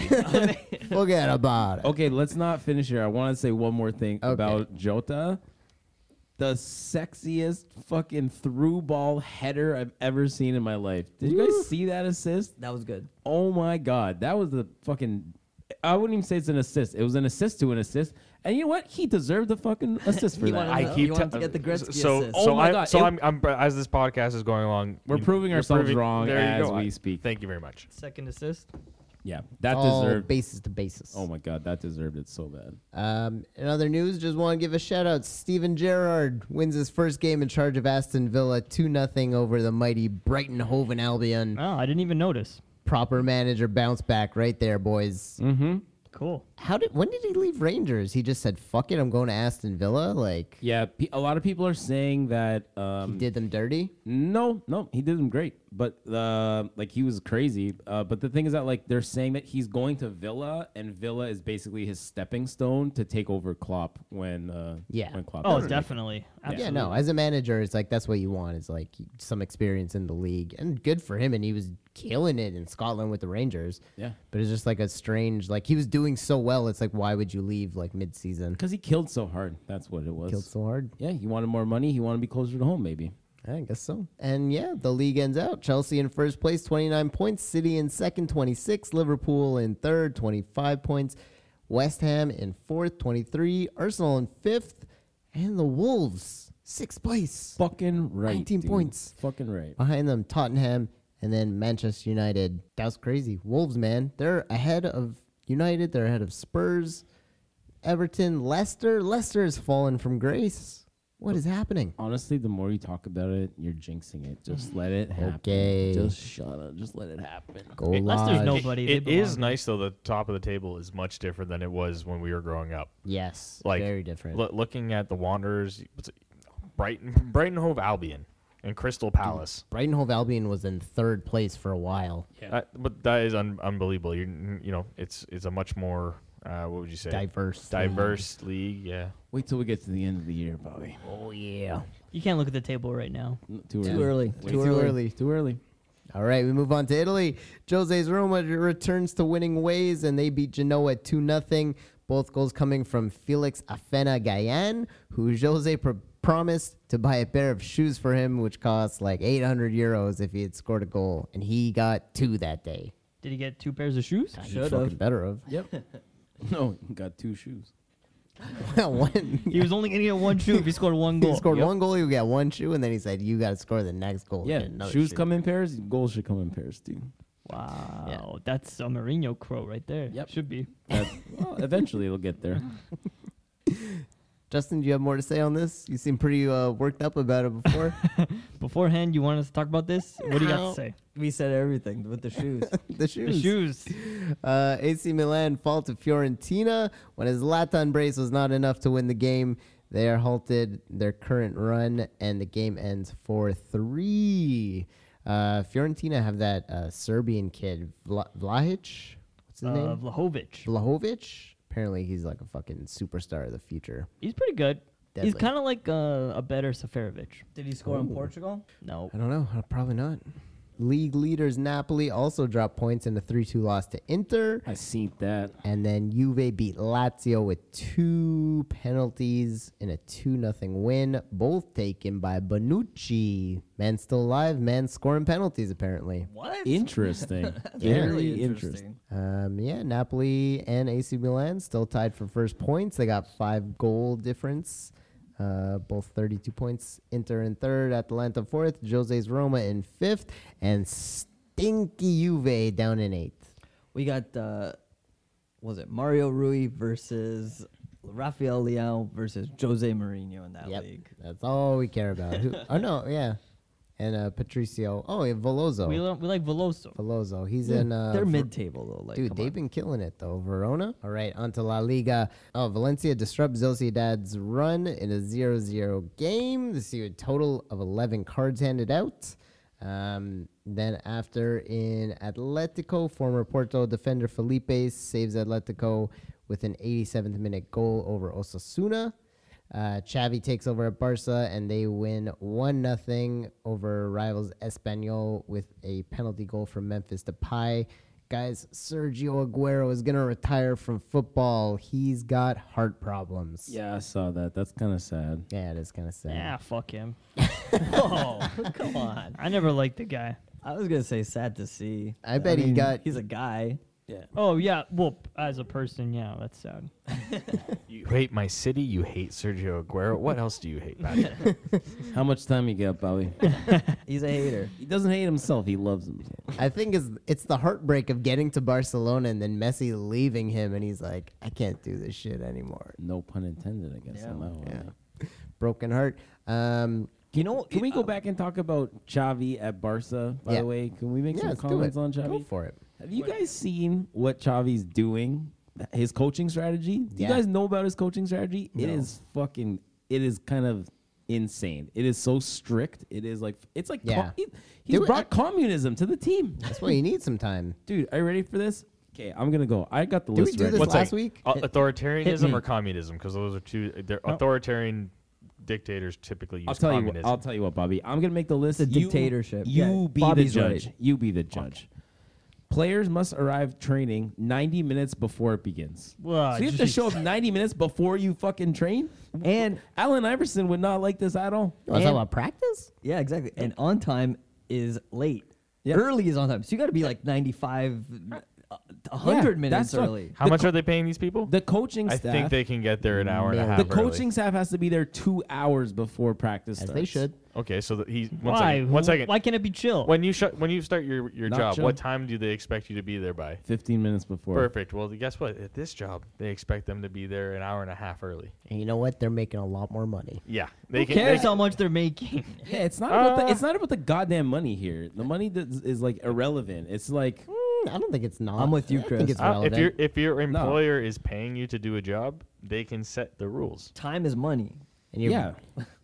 [SPEAKER 6] forget about it."
[SPEAKER 9] Okay, let's not finish here. I want to say one more thing
[SPEAKER 6] Okay.
[SPEAKER 9] about Jota. The sexiest fucking through ball header I've ever seen in my life. Did you guys see that assist?
[SPEAKER 8] that was good
[SPEAKER 9] Oh my god, that was the fucking. I wouldn't even say it's an assist. It was an assist to an assist, and you know what? He deserved the fucking assist for
[SPEAKER 8] He
[SPEAKER 9] that.
[SPEAKER 8] wanted
[SPEAKER 9] I-
[SPEAKER 4] I
[SPEAKER 8] know.
[SPEAKER 4] keep
[SPEAKER 8] You
[SPEAKER 4] telling
[SPEAKER 8] wanted to get the Gretzky
[SPEAKER 4] so
[SPEAKER 8] assist.
[SPEAKER 4] so
[SPEAKER 9] Oh my
[SPEAKER 4] I
[SPEAKER 9] God,
[SPEAKER 4] so
[SPEAKER 9] it-
[SPEAKER 4] I'm, I'm as this podcast is going along,
[SPEAKER 9] We're
[SPEAKER 4] you-
[SPEAKER 9] proving
[SPEAKER 4] you're
[SPEAKER 9] ourselves wrong
[SPEAKER 4] there you
[SPEAKER 9] as
[SPEAKER 4] go.
[SPEAKER 9] we
[SPEAKER 4] I-
[SPEAKER 9] speak.
[SPEAKER 4] Thank you very much.
[SPEAKER 7] Second assist.
[SPEAKER 9] yeah, that
[SPEAKER 8] Oh,
[SPEAKER 6] All
[SPEAKER 9] deserved.
[SPEAKER 6] basis to basis.
[SPEAKER 9] oh my god, that deserved it so bad.
[SPEAKER 6] Um, in other news, just want to give a shout out. Steven Gerrard wins his first game in charge of Aston Villa 2 0 over the mighty Brighton Hove and Albion.
[SPEAKER 7] Oh, I didn't even notice.
[SPEAKER 6] Proper manager bounce back right there, boys.
[SPEAKER 9] Mm.
[SPEAKER 7] Cool.
[SPEAKER 6] How did when did he leave Rangers? He just said, fuck it, I'm going to Aston Villa. Like,
[SPEAKER 9] Yeah, pe- a lot of people are saying that. Um,
[SPEAKER 6] did them dirty.
[SPEAKER 9] No, no, he did them great, but uh, like he was crazy. Uh, but the thing is that like they're saying that he's going to Villa, and Villa is basically his stepping stone to take over Klopp when uh,
[SPEAKER 6] Yeah.
[SPEAKER 9] when Klopp.
[SPEAKER 7] Oh,
[SPEAKER 9] doesn't make it.
[SPEAKER 7] definitely.
[SPEAKER 6] Yeah, no, as a manager, it's like that's what you want is like some experience in the league. And good for him. And he was killing it in Scotland with the Rangers.
[SPEAKER 9] Yeah.
[SPEAKER 6] But it's just like a strange, like, he was doing so well. It's like, why would you leave like mid season?
[SPEAKER 9] Because he killed so hard. That's what it was.
[SPEAKER 6] Killed so hard.
[SPEAKER 9] yeah, he wanted more money. He wanted to be closer to home, maybe.
[SPEAKER 6] I guess so. And yeah, the league ends out. Chelsea in first place, 29 points. City in second, 26. Liverpool in third, 25 points. West Ham in fourth, 23. Arsenal in fifth. And the Wolves, sixth place.
[SPEAKER 9] Fucking right.
[SPEAKER 6] 19
[SPEAKER 9] dude.
[SPEAKER 6] points.
[SPEAKER 9] Fucking right.
[SPEAKER 6] Behind them, Tottenham and then Manchester United. That was crazy. Wolves, man. They're ahead of United. They're ahead of Spurs, Everton, Leicester. Leicester has fallen from grace. What is happening?
[SPEAKER 9] Honestly, the more you talk about it, you're jinxing it. Just let it happen.
[SPEAKER 6] Okay.
[SPEAKER 9] Just shut up. Just let it happen.
[SPEAKER 6] Go
[SPEAKER 7] Leicester's
[SPEAKER 6] Lodge.
[SPEAKER 7] no buddy.
[SPEAKER 4] It
[SPEAKER 7] they
[SPEAKER 4] is
[SPEAKER 7] belong.
[SPEAKER 4] nice though. The top of the table is much different than it was when we were growing up.
[SPEAKER 6] Yes,
[SPEAKER 4] Like
[SPEAKER 6] very different.
[SPEAKER 4] loo- looking at the Wanderers, what's it, Brighton, Brighton Hove Albion, and Crystal Palace.
[SPEAKER 6] Brighton Hove Albion was in third place for a while.
[SPEAKER 4] That- but that is un- unbelievable. You you know, it's it's a much more uh, what would you say
[SPEAKER 6] Diverse
[SPEAKER 4] diverse league. Yeah.
[SPEAKER 9] Wait till we get to the end of the year, Bobby.
[SPEAKER 6] Oh yeah.
[SPEAKER 7] You can't look at the table right now.
[SPEAKER 9] Too
[SPEAKER 8] too early
[SPEAKER 9] Way
[SPEAKER 8] too early
[SPEAKER 9] Too early.
[SPEAKER 6] All right, we move on to Italy. Jose's Roma returns to winning ways, and they beat Genoa two 0 Both goals coming from Felix Afena Gayan, who Jose pr- promised to buy a pair of shoes for him, which cost like 800 euros if he had scored a goal, and he got two that day.
[SPEAKER 7] Did he get two pairs of shoes?
[SPEAKER 6] He
[SPEAKER 8] Should
[SPEAKER 6] fucking
[SPEAKER 8] have.
[SPEAKER 6] better of.
[SPEAKER 9] Yep. no, got two shoes.
[SPEAKER 6] one,
[SPEAKER 7] He was only going to get one shoe if he scored one goal.
[SPEAKER 6] he scored
[SPEAKER 9] Yep.
[SPEAKER 6] one goal, he got one shoe, and then he said, "You got to score the next goal."
[SPEAKER 9] Yeah,
[SPEAKER 6] and another
[SPEAKER 9] shoes
[SPEAKER 6] shoe.
[SPEAKER 9] come in pairs. Goals should come in pairs too.
[SPEAKER 7] Wow. That's a Mourinho crow right there.
[SPEAKER 9] Yep.
[SPEAKER 7] Should be.
[SPEAKER 9] That- well, eventually it'll get there.
[SPEAKER 6] Justin, do you have more to say on this? You seem pretty uh, worked up about it before.
[SPEAKER 7] Beforehand, you want us to talk about this? What do you got to say?
[SPEAKER 8] we said everything with the shoes
[SPEAKER 6] the shoes.
[SPEAKER 7] The shoes.
[SPEAKER 6] Uh, AC Milan fall to Fiorentina when his Latin brace was not enough to win the game. They are halted their current run, and the game ends 4 3. Uh, Fiorentina have that uh, Serbian kid, Vla- Vlahic. What's his
[SPEAKER 7] Uh,
[SPEAKER 6] name?
[SPEAKER 7] Vlahovic.
[SPEAKER 6] Vlahovic. Apparently, he's like a fucking superstar of the future.
[SPEAKER 7] He's pretty good.
[SPEAKER 6] Deadly.
[SPEAKER 7] He's kind of like uh, a better Seferovic.
[SPEAKER 8] did he score in Portugal
[SPEAKER 7] No.
[SPEAKER 6] I don't know. Uh, Probably not. League leaders Napoli also dropped points in a 3 2 loss to Inter.
[SPEAKER 9] I seen that.
[SPEAKER 6] And then Juve beat Lazio with two penalties in a 2 nothing win, both taken by Bonucci. Man still alive, man scoring penalties apparently.
[SPEAKER 8] what
[SPEAKER 9] Interesting.
[SPEAKER 8] Really
[SPEAKER 9] Very interesting.
[SPEAKER 6] Um, yeah, Napoli and AC Milan still tied for first points. They got five goal difference, uh, both 32 points. Inter in third, Atalanta fourth, Jose's Roma in fifth, and stinky Juve down in eighth.
[SPEAKER 8] We got uh, was it Mario Rui versus Rafael Leao versus Jose Mourinho in that
[SPEAKER 6] Yep.
[SPEAKER 8] league?
[SPEAKER 6] That's all we care about. Who, oh no, yeah, and uh, Patricio. Oh, and Velozo.
[SPEAKER 7] We, lo- we like Veloso.
[SPEAKER 6] Velozo. He's in. Uh,
[SPEAKER 8] They're
[SPEAKER 6] Ver-
[SPEAKER 8] mid-table though. Like,
[SPEAKER 6] Dude,
[SPEAKER 8] come
[SPEAKER 6] they've
[SPEAKER 8] on.
[SPEAKER 6] been killing it though. Verona. All right, onto La Liga. Oh, Valencia disrupts Zosiedad's run in a 0-0 game. This see a total of 11 cards handed out. Um, then after in Atletico, former Porto defender Felipe saves Atletico with an 87th minute goal over Osasuna. Uh, Xavi takes over at Barca and they win 1 nothing over rivals Espanyol with a penalty goal from Memphis Depay. Guys, Sergio Aguero is going to retire from football. He's got heart problems.
[SPEAKER 9] Yeah, I saw that. That's kind of sad.
[SPEAKER 6] Yeah, it is kind of sad.
[SPEAKER 7] Yeah, fuck him. oh, come on. I never liked the guy.
[SPEAKER 8] I was gonna say sad to see.
[SPEAKER 6] I bet he got-
[SPEAKER 8] He's a guy.
[SPEAKER 7] Oh yeah, well, p- as a person, yeah, that's sad.
[SPEAKER 4] You hate my city. You hate Sergio Aguero. What else do you hate, Patrick?
[SPEAKER 9] How much time you got, Bobby?
[SPEAKER 8] He's a hater.
[SPEAKER 9] he doesn't hate himself. He loves himself.
[SPEAKER 6] I think it's, it's the heartbreak of getting to Barcelona and then Messi leaving him and he's like, I can't do this shit anymore.
[SPEAKER 9] No pun intended, I guess. on that one,
[SPEAKER 6] Yeah.
[SPEAKER 9] right?
[SPEAKER 6] Broken heart. Um,
[SPEAKER 8] You know,
[SPEAKER 9] Can we go back and talk about Xavi at Barca? By
[SPEAKER 6] Yeah.
[SPEAKER 9] the way, can we make
[SPEAKER 6] yeah,
[SPEAKER 9] some
[SPEAKER 6] let's do
[SPEAKER 9] comments
[SPEAKER 6] it.
[SPEAKER 9] on
[SPEAKER 6] Go
[SPEAKER 9] Xavi?
[SPEAKER 6] for it.
[SPEAKER 9] Have you guys seen what Xavi's doing? His coaching strategy? Do
[SPEAKER 6] Yeah.
[SPEAKER 9] you guys know about his coaching strategy? It
[SPEAKER 6] No.
[SPEAKER 9] is fucking it is kind of insane. It is so strict. It is like it's like
[SPEAKER 6] Yeah.
[SPEAKER 9] com- he- he's
[SPEAKER 6] Do it-
[SPEAKER 9] brought communism to the team.
[SPEAKER 6] That's why you need some time.
[SPEAKER 9] Dude, are you ready for this? Okay, I'm gonna go. I got the
[SPEAKER 6] Did we
[SPEAKER 9] list
[SPEAKER 6] do
[SPEAKER 9] ready.
[SPEAKER 6] this
[SPEAKER 4] What's
[SPEAKER 6] last week?
[SPEAKER 4] Uh, authoritarianism
[SPEAKER 7] me.
[SPEAKER 4] or communism? Because those are two. They're authoritarian dictators typically use
[SPEAKER 9] I'll tell
[SPEAKER 4] communism.
[SPEAKER 9] you. What, I'll tell you what, Bobby. I'm gonna make the list.
[SPEAKER 8] It's a
[SPEAKER 9] You-
[SPEAKER 8] dictatorship.
[SPEAKER 9] You
[SPEAKER 8] Yeah,
[SPEAKER 9] be
[SPEAKER 8] Bobby's
[SPEAKER 9] the judge.
[SPEAKER 8] right.
[SPEAKER 9] You be the judge. Players must arrive training 90 minutes before it begins.
[SPEAKER 7] Wow,
[SPEAKER 9] so you have to
[SPEAKER 7] jeez.
[SPEAKER 9] show up 90 minutes before you fucking train.
[SPEAKER 8] And
[SPEAKER 9] Allen Iverson would not like this at all.
[SPEAKER 6] You want to talk
[SPEAKER 9] And-
[SPEAKER 6] about practice?
[SPEAKER 8] yeah, exactly. And on time is late.
[SPEAKER 9] Yeah.
[SPEAKER 8] Early is on time. So you got to be like 95, uh,
[SPEAKER 9] Yeah,
[SPEAKER 8] 100 minutes
[SPEAKER 9] that's what-
[SPEAKER 8] early.
[SPEAKER 4] How much are they paying these people?
[SPEAKER 9] the coaching
[SPEAKER 4] I
[SPEAKER 9] staff.
[SPEAKER 4] think they can get there an hour and a half.
[SPEAKER 9] the
[SPEAKER 4] early.
[SPEAKER 9] coaching staff has to be there two hours before practice.
[SPEAKER 6] As
[SPEAKER 9] starts.
[SPEAKER 6] they should.
[SPEAKER 4] Okay, so the, he's one
[SPEAKER 7] Why?
[SPEAKER 4] second, One
[SPEAKER 7] Wh-
[SPEAKER 4] second.
[SPEAKER 7] Why can't it be chill?
[SPEAKER 4] when you shut, when you start your your
[SPEAKER 9] Not
[SPEAKER 4] job,
[SPEAKER 9] chill.
[SPEAKER 4] what time do they expect you to be there by?
[SPEAKER 9] 15 minutes before.
[SPEAKER 4] Perfect. Well, guess what? At this job, they expect them to be there an hour and a half early.
[SPEAKER 6] And you know what? They're making a lot more money.
[SPEAKER 4] Yeah, they
[SPEAKER 7] Who
[SPEAKER 4] can.
[SPEAKER 7] cares
[SPEAKER 4] they can-
[SPEAKER 7] how much they're making?
[SPEAKER 9] Yeah, it's not about the, it's not about the goddamn money here. The money that is- is like irrelevant. It's like
[SPEAKER 6] Mm, I don't think it's not.
[SPEAKER 8] I'm with you,
[SPEAKER 6] I
[SPEAKER 8] Chris.
[SPEAKER 6] think it's
[SPEAKER 4] Uh,
[SPEAKER 6] relevant.
[SPEAKER 4] if your if your employer is paying you to do a job, they can set the rules.
[SPEAKER 8] Time is money.
[SPEAKER 6] and you're
[SPEAKER 9] yeah.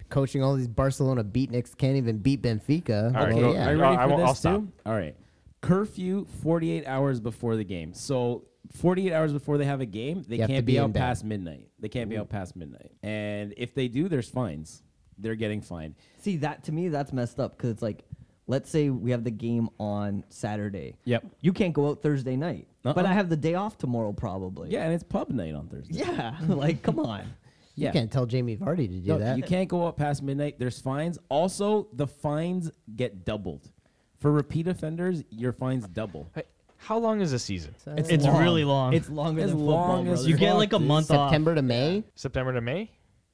[SPEAKER 6] coaching all these Barcelona beatniks can't even beat Benfica.
[SPEAKER 4] All right,
[SPEAKER 6] Well,
[SPEAKER 4] go-
[SPEAKER 6] yeah.
[SPEAKER 9] Are you
[SPEAKER 4] No,
[SPEAKER 9] ready
[SPEAKER 4] I
[SPEAKER 9] for
[SPEAKER 4] won't-
[SPEAKER 9] this
[SPEAKER 4] I'll
[SPEAKER 9] too?
[SPEAKER 4] stop.
[SPEAKER 9] All right. Curfew 48 hours before the game. So 48 hours before they have a game, they
[SPEAKER 6] You have to
[SPEAKER 9] can't
[SPEAKER 6] be
[SPEAKER 9] be
[SPEAKER 6] in
[SPEAKER 9] out
[SPEAKER 6] bed.
[SPEAKER 9] past midnight. They can't be out past midnight. And if they do, there's fines. They're getting fined.
[SPEAKER 8] See, that to me, that's messed up because it's like, let's say we have the game on Saturday.
[SPEAKER 9] Yep.
[SPEAKER 8] You can't go out Thursday night. But
[SPEAKER 9] Uh-uh.
[SPEAKER 8] I have the day off tomorrow, probably.
[SPEAKER 9] Yeah, and it's pub night on Thursday.
[SPEAKER 8] Yeah. like, come on.
[SPEAKER 9] yeah.
[SPEAKER 6] You can't tell Jamie Vardy to do
[SPEAKER 9] No,
[SPEAKER 6] that.
[SPEAKER 9] you can't go out past midnight. There's fines. Also, the fines get doubled. For repeat offenders, your fines double.
[SPEAKER 4] Hey, How long is a season?
[SPEAKER 7] It's, really long.
[SPEAKER 8] It's longer
[SPEAKER 9] As
[SPEAKER 8] than football,
[SPEAKER 9] long as
[SPEAKER 8] brother.
[SPEAKER 7] you get like a month off.
[SPEAKER 6] September to May.
[SPEAKER 4] September to May.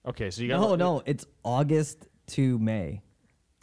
[SPEAKER 4] Okay, so you got
[SPEAKER 8] No, no, it's August to May.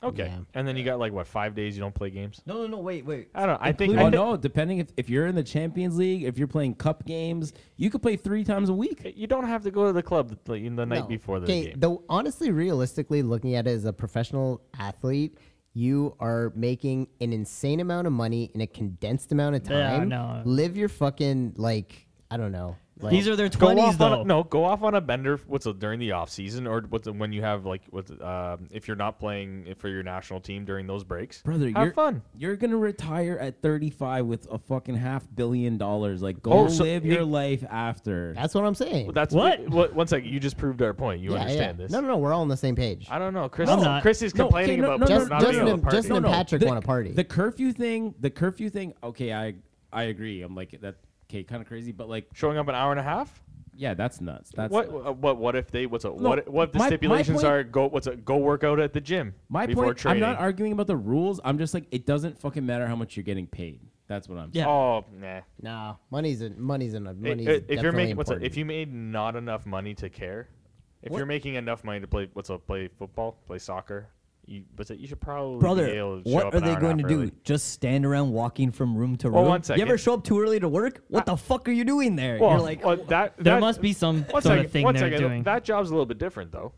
[SPEAKER 4] Okay,
[SPEAKER 6] Yeah.
[SPEAKER 4] and then you got like what five days you don't play games?
[SPEAKER 8] No, no, no, wait, wait.
[SPEAKER 4] I don't. know. I think.
[SPEAKER 9] Oh
[SPEAKER 4] I
[SPEAKER 9] no! Depending if, if you're in the Champions League, if you're playing cup games, you could play three times a week.
[SPEAKER 4] think you don't have to go to the club the, the night
[SPEAKER 6] No.
[SPEAKER 4] before the
[SPEAKER 6] Okay,
[SPEAKER 4] game.
[SPEAKER 6] Though honestly, realistically, looking at it as a professional athlete, you are making an insane amount of money in a condensed amount of
[SPEAKER 7] Yeah,
[SPEAKER 6] time.
[SPEAKER 7] no.
[SPEAKER 6] Live your fucking like I don't know. Like,
[SPEAKER 7] These are their
[SPEAKER 4] Go off
[SPEAKER 7] twenties
[SPEAKER 4] on
[SPEAKER 7] though.
[SPEAKER 4] a, no, go off on a bender. What's a, during the off season or what's a, when you have like what's um, if you're not playing for your national team during those breaks?
[SPEAKER 9] Brother,
[SPEAKER 4] have
[SPEAKER 9] you're,
[SPEAKER 4] fun.
[SPEAKER 9] You're gonna retire at 35 with a fucking half billion dollars. Like, go
[SPEAKER 4] Oh, so
[SPEAKER 9] live your
[SPEAKER 4] it-
[SPEAKER 9] life after.
[SPEAKER 6] that's what I'm saying.
[SPEAKER 4] Well, that's
[SPEAKER 7] What?
[SPEAKER 4] wait, wha- one second, you just proved our point. You
[SPEAKER 6] Yeah,
[SPEAKER 4] understand
[SPEAKER 6] yeah.
[SPEAKER 4] this?
[SPEAKER 6] No, no, no. We're all on the same page.
[SPEAKER 4] I don't know. Chris,
[SPEAKER 7] I'm not.
[SPEAKER 4] Chris is
[SPEAKER 9] No, okay,
[SPEAKER 4] complaining
[SPEAKER 9] no,
[SPEAKER 4] about
[SPEAKER 9] no, no,
[SPEAKER 4] not
[SPEAKER 6] no,
[SPEAKER 4] being
[SPEAKER 6] no,
[SPEAKER 4] able to party.
[SPEAKER 6] Justin and Patrick
[SPEAKER 9] the,
[SPEAKER 6] want to party.
[SPEAKER 9] The curfew thing. The curfew thing. Okay, I I agree. I'm like that. Okay, kind of crazy, but like,
[SPEAKER 4] Showing up an hour and a half.
[SPEAKER 9] yeah, that's nuts. That's
[SPEAKER 4] what?
[SPEAKER 9] nuts.
[SPEAKER 4] uh, What? What if they? What's a? what? What if the
[SPEAKER 9] my- my
[SPEAKER 4] stipulations
[SPEAKER 9] point-
[SPEAKER 4] are? Go. What's a? Go work out at the gym
[SPEAKER 9] my
[SPEAKER 4] before
[SPEAKER 9] point.
[SPEAKER 4] training.
[SPEAKER 9] I'm not arguing about the rules. I'm just like, it doesn't fucking matter how much you're getting paid. That's what I'm.
[SPEAKER 7] Yeah.
[SPEAKER 4] Oh nah.
[SPEAKER 6] no, money's in money's in money's
[SPEAKER 4] If- if, if you're
[SPEAKER 6] definitely
[SPEAKER 4] making what's a,
[SPEAKER 6] important.
[SPEAKER 4] if you made not enough money to care, if
[SPEAKER 9] What?
[SPEAKER 4] you're making enough money to play what's a play football, play soccer, You, but you should probably
[SPEAKER 8] Brother,
[SPEAKER 4] Be able to show up
[SPEAKER 8] what are
[SPEAKER 4] an hour
[SPEAKER 8] they
[SPEAKER 4] and a
[SPEAKER 8] going to
[SPEAKER 4] half
[SPEAKER 8] do?
[SPEAKER 4] early.
[SPEAKER 8] Just stand around walking from room to room?
[SPEAKER 4] Well, one
[SPEAKER 8] You ever
[SPEAKER 4] second. Ah.
[SPEAKER 8] show up too early to work? What the fuck are you doing there?
[SPEAKER 4] Well,
[SPEAKER 8] You're like,
[SPEAKER 4] well, that,
[SPEAKER 7] There
[SPEAKER 4] that-
[SPEAKER 7] must be some
[SPEAKER 4] one
[SPEAKER 7] sort
[SPEAKER 4] second,
[SPEAKER 7] of thing
[SPEAKER 4] one
[SPEAKER 7] they're
[SPEAKER 4] second.
[SPEAKER 7] doing.
[SPEAKER 4] That job's a little bit different though.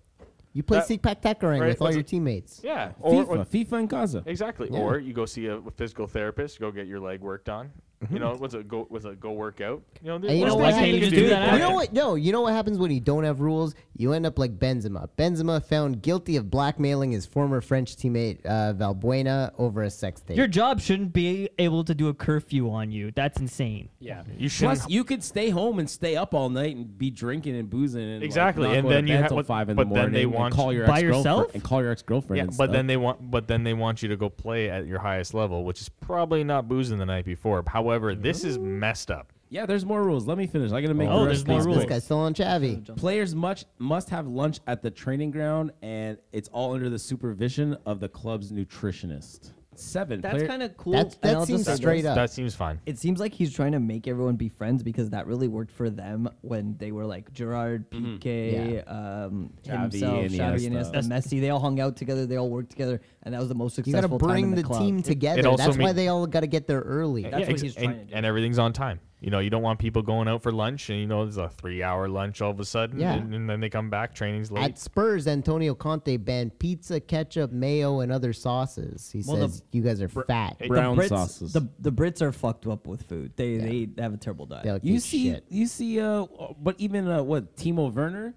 [SPEAKER 6] You play
[SPEAKER 4] That-
[SPEAKER 6] seek pack tackering
[SPEAKER 4] right,
[SPEAKER 6] with all
[SPEAKER 4] what's
[SPEAKER 6] your
[SPEAKER 4] it-
[SPEAKER 6] teammates.
[SPEAKER 4] Yeah, or,
[SPEAKER 9] FIFA,
[SPEAKER 4] or
[SPEAKER 9] FIFA in Gaza.
[SPEAKER 4] Exactly.
[SPEAKER 6] Yeah.
[SPEAKER 4] Or you go see a physical therapist, go get your leg worked on. You know, what's a go what's a go workout? You know, there's
[SPEAKER 6] And you
[SPEAKER 4] lots
[SPEAKER 6] know
[SPEAKER 4] of
[SPEAKER 6] what
[SPEAKER 4] things
[SPEAKER 7] can't you
[SPEAKER 4] can
[SPEAKER 6] happens?
[SPEAKER 7] just do that
[SPEAKER 6] You
[SPEAKER 7] after?
[SPEAKER 6] know what? No, you know what happens when you don't have rules? You end up like Benzema. Benzema found guilty of blackmailing his former French teammate uh, Valbuena over a sex tape.
[SPEAKER 7] Your job shouldn't be able to do a curfew on you. That's insane.
[SPEAKER 9] Yeah.
[SPEAKER 4] You
[SPEAKER 9] Plus,
[SPEAKER 4] shouldn't-
[SPEAKER 9] you could stay home and stay up all night and be drinking and boozing. And like,
[SPEAKER 4] Exactly,
[SPEAKER 9] not
[SPEAKER 4] and
[SPEAKER 9] go to
[SPEAKER 4] then you
[SPEAKER 9] bed
[SPEAKER 4] ha-
[SPEAKER 9] till
[SPEAKER 4] what-
[SPEAKER 9] five in
[SPEAKER 4] but
[SPEAKER 9] the
[SPEAKER 4] then
[SPEAKER 9] morning
[SPEAKER 4] they want
[SPEAKER 9] and call
[SPEAKER 4] you-
[SPEAKER 9] your
[SPEAKER 7] By
[SPEAKER 9] ex-girlfriend
[SPEAKER 7] yourself?
[SPEAKER 9] and call your ex-girlfriend.
[SPEAKER 4] Yeah,
[SPEAKER 9] and
[SPEAKER 4] but
[SPEAKER 9] stuff.
[SPEAKER 4] then they want but then they want you to go play at your highest level, which is probably not boozing the night before. However, this is messed up.
[SPEAKER 9] yeah, there's more rules. Let me finish. I gotta make.
[SPEAKER 7] Oh,
[SPEAKER 9] the
[SPEAKER 7] there's
[SPEAKER 9] rest
[SPEAKER 7] more
[SPEAKER 9] of
[SPEAKER 6] this
[SPEAKER 9] these
[SPEAKER 7] rules.
[SPEAKER 9] quick.
[SPEAKER 6] guy's still on Chavi.
[SPEAKER 9] Players much must have lunch at the training ground, and it's all under the supervision of the club's nutritionist. Seven.
[SPEAKER 8] that's
[SPEAKER 9] player-
[SPEAKER 8] kind of cool.
[SPEAKER 6] That's-
[SPEAKER 8] and
[SPEAKER 6] that
[SPEAKER 8] I'll just
[SPEAKER 6] seems
[SPEAKER 8] say this.
[SPEAKER 6] straight up.
[SPEAKER 4] That seems fine.
[SPEAKER 8] It seems like he's trying to make everyone be friends because that really worked for them when they were like Gerard,
[SPEAKER 4] Mm-hmm.
[SPEAKER 8] Piqué, um,
[SPEAKER 9] Xavi,
[SPEAKER 8] himself, Xavi,
[SPEAKER 9] Iniesta.
[SPEAKER 8] Iniesta, Messi. They all hung out together. They all worked together, and that was the most
[SPEAKER 6] You got to
[SPEAKER 8] successful time in
[SPEAKER 6] bring
[SPEAKER 8] the,
[SPEAKER 6] the,
[SPEAKER 8] club.
[SPEAKER 6] team together.
[SPEAKER 4] also
[SPEAKER 6] That's why
[SPEAKER 4] mean-
[SPEAKER 6] they all got to get there early.
[SPEAKER 8] That's what he's trying
[SPEAKER 4] and,
[SPEAKER 8] to do.
[SPEAKER 4] and everything's on time. You know, you don't want people going out for lunch and you know there's a three hour lunch all of a sudden
[SPEAKER 6] Yeah.
[SPEAKER 4] and, and then they come back, training's late.
[SPEAKER 6] At Spurs, Antonio Conte banned pizza, ketchup, mayo, and other sauces. He
[SPEAKER 8] Well, the-
[SPEAKER 6] says you guys are fat.
[SPEAKER 9] brown
[SPEAKER 8] Brits,
[SPEAKER 9] sauces.
[SPEAKER 8] The the Brits are fucked up with food. They they have a terrible diet.
[SPEAKER 6] They'll
[SPEAKER 9] You
[SPEAKER 6] eat
[SPEAKER 9] see,
[SPEAKER 6] shit.
[SPEAKER 9] you see, uh, but even uh, what Timo Werner,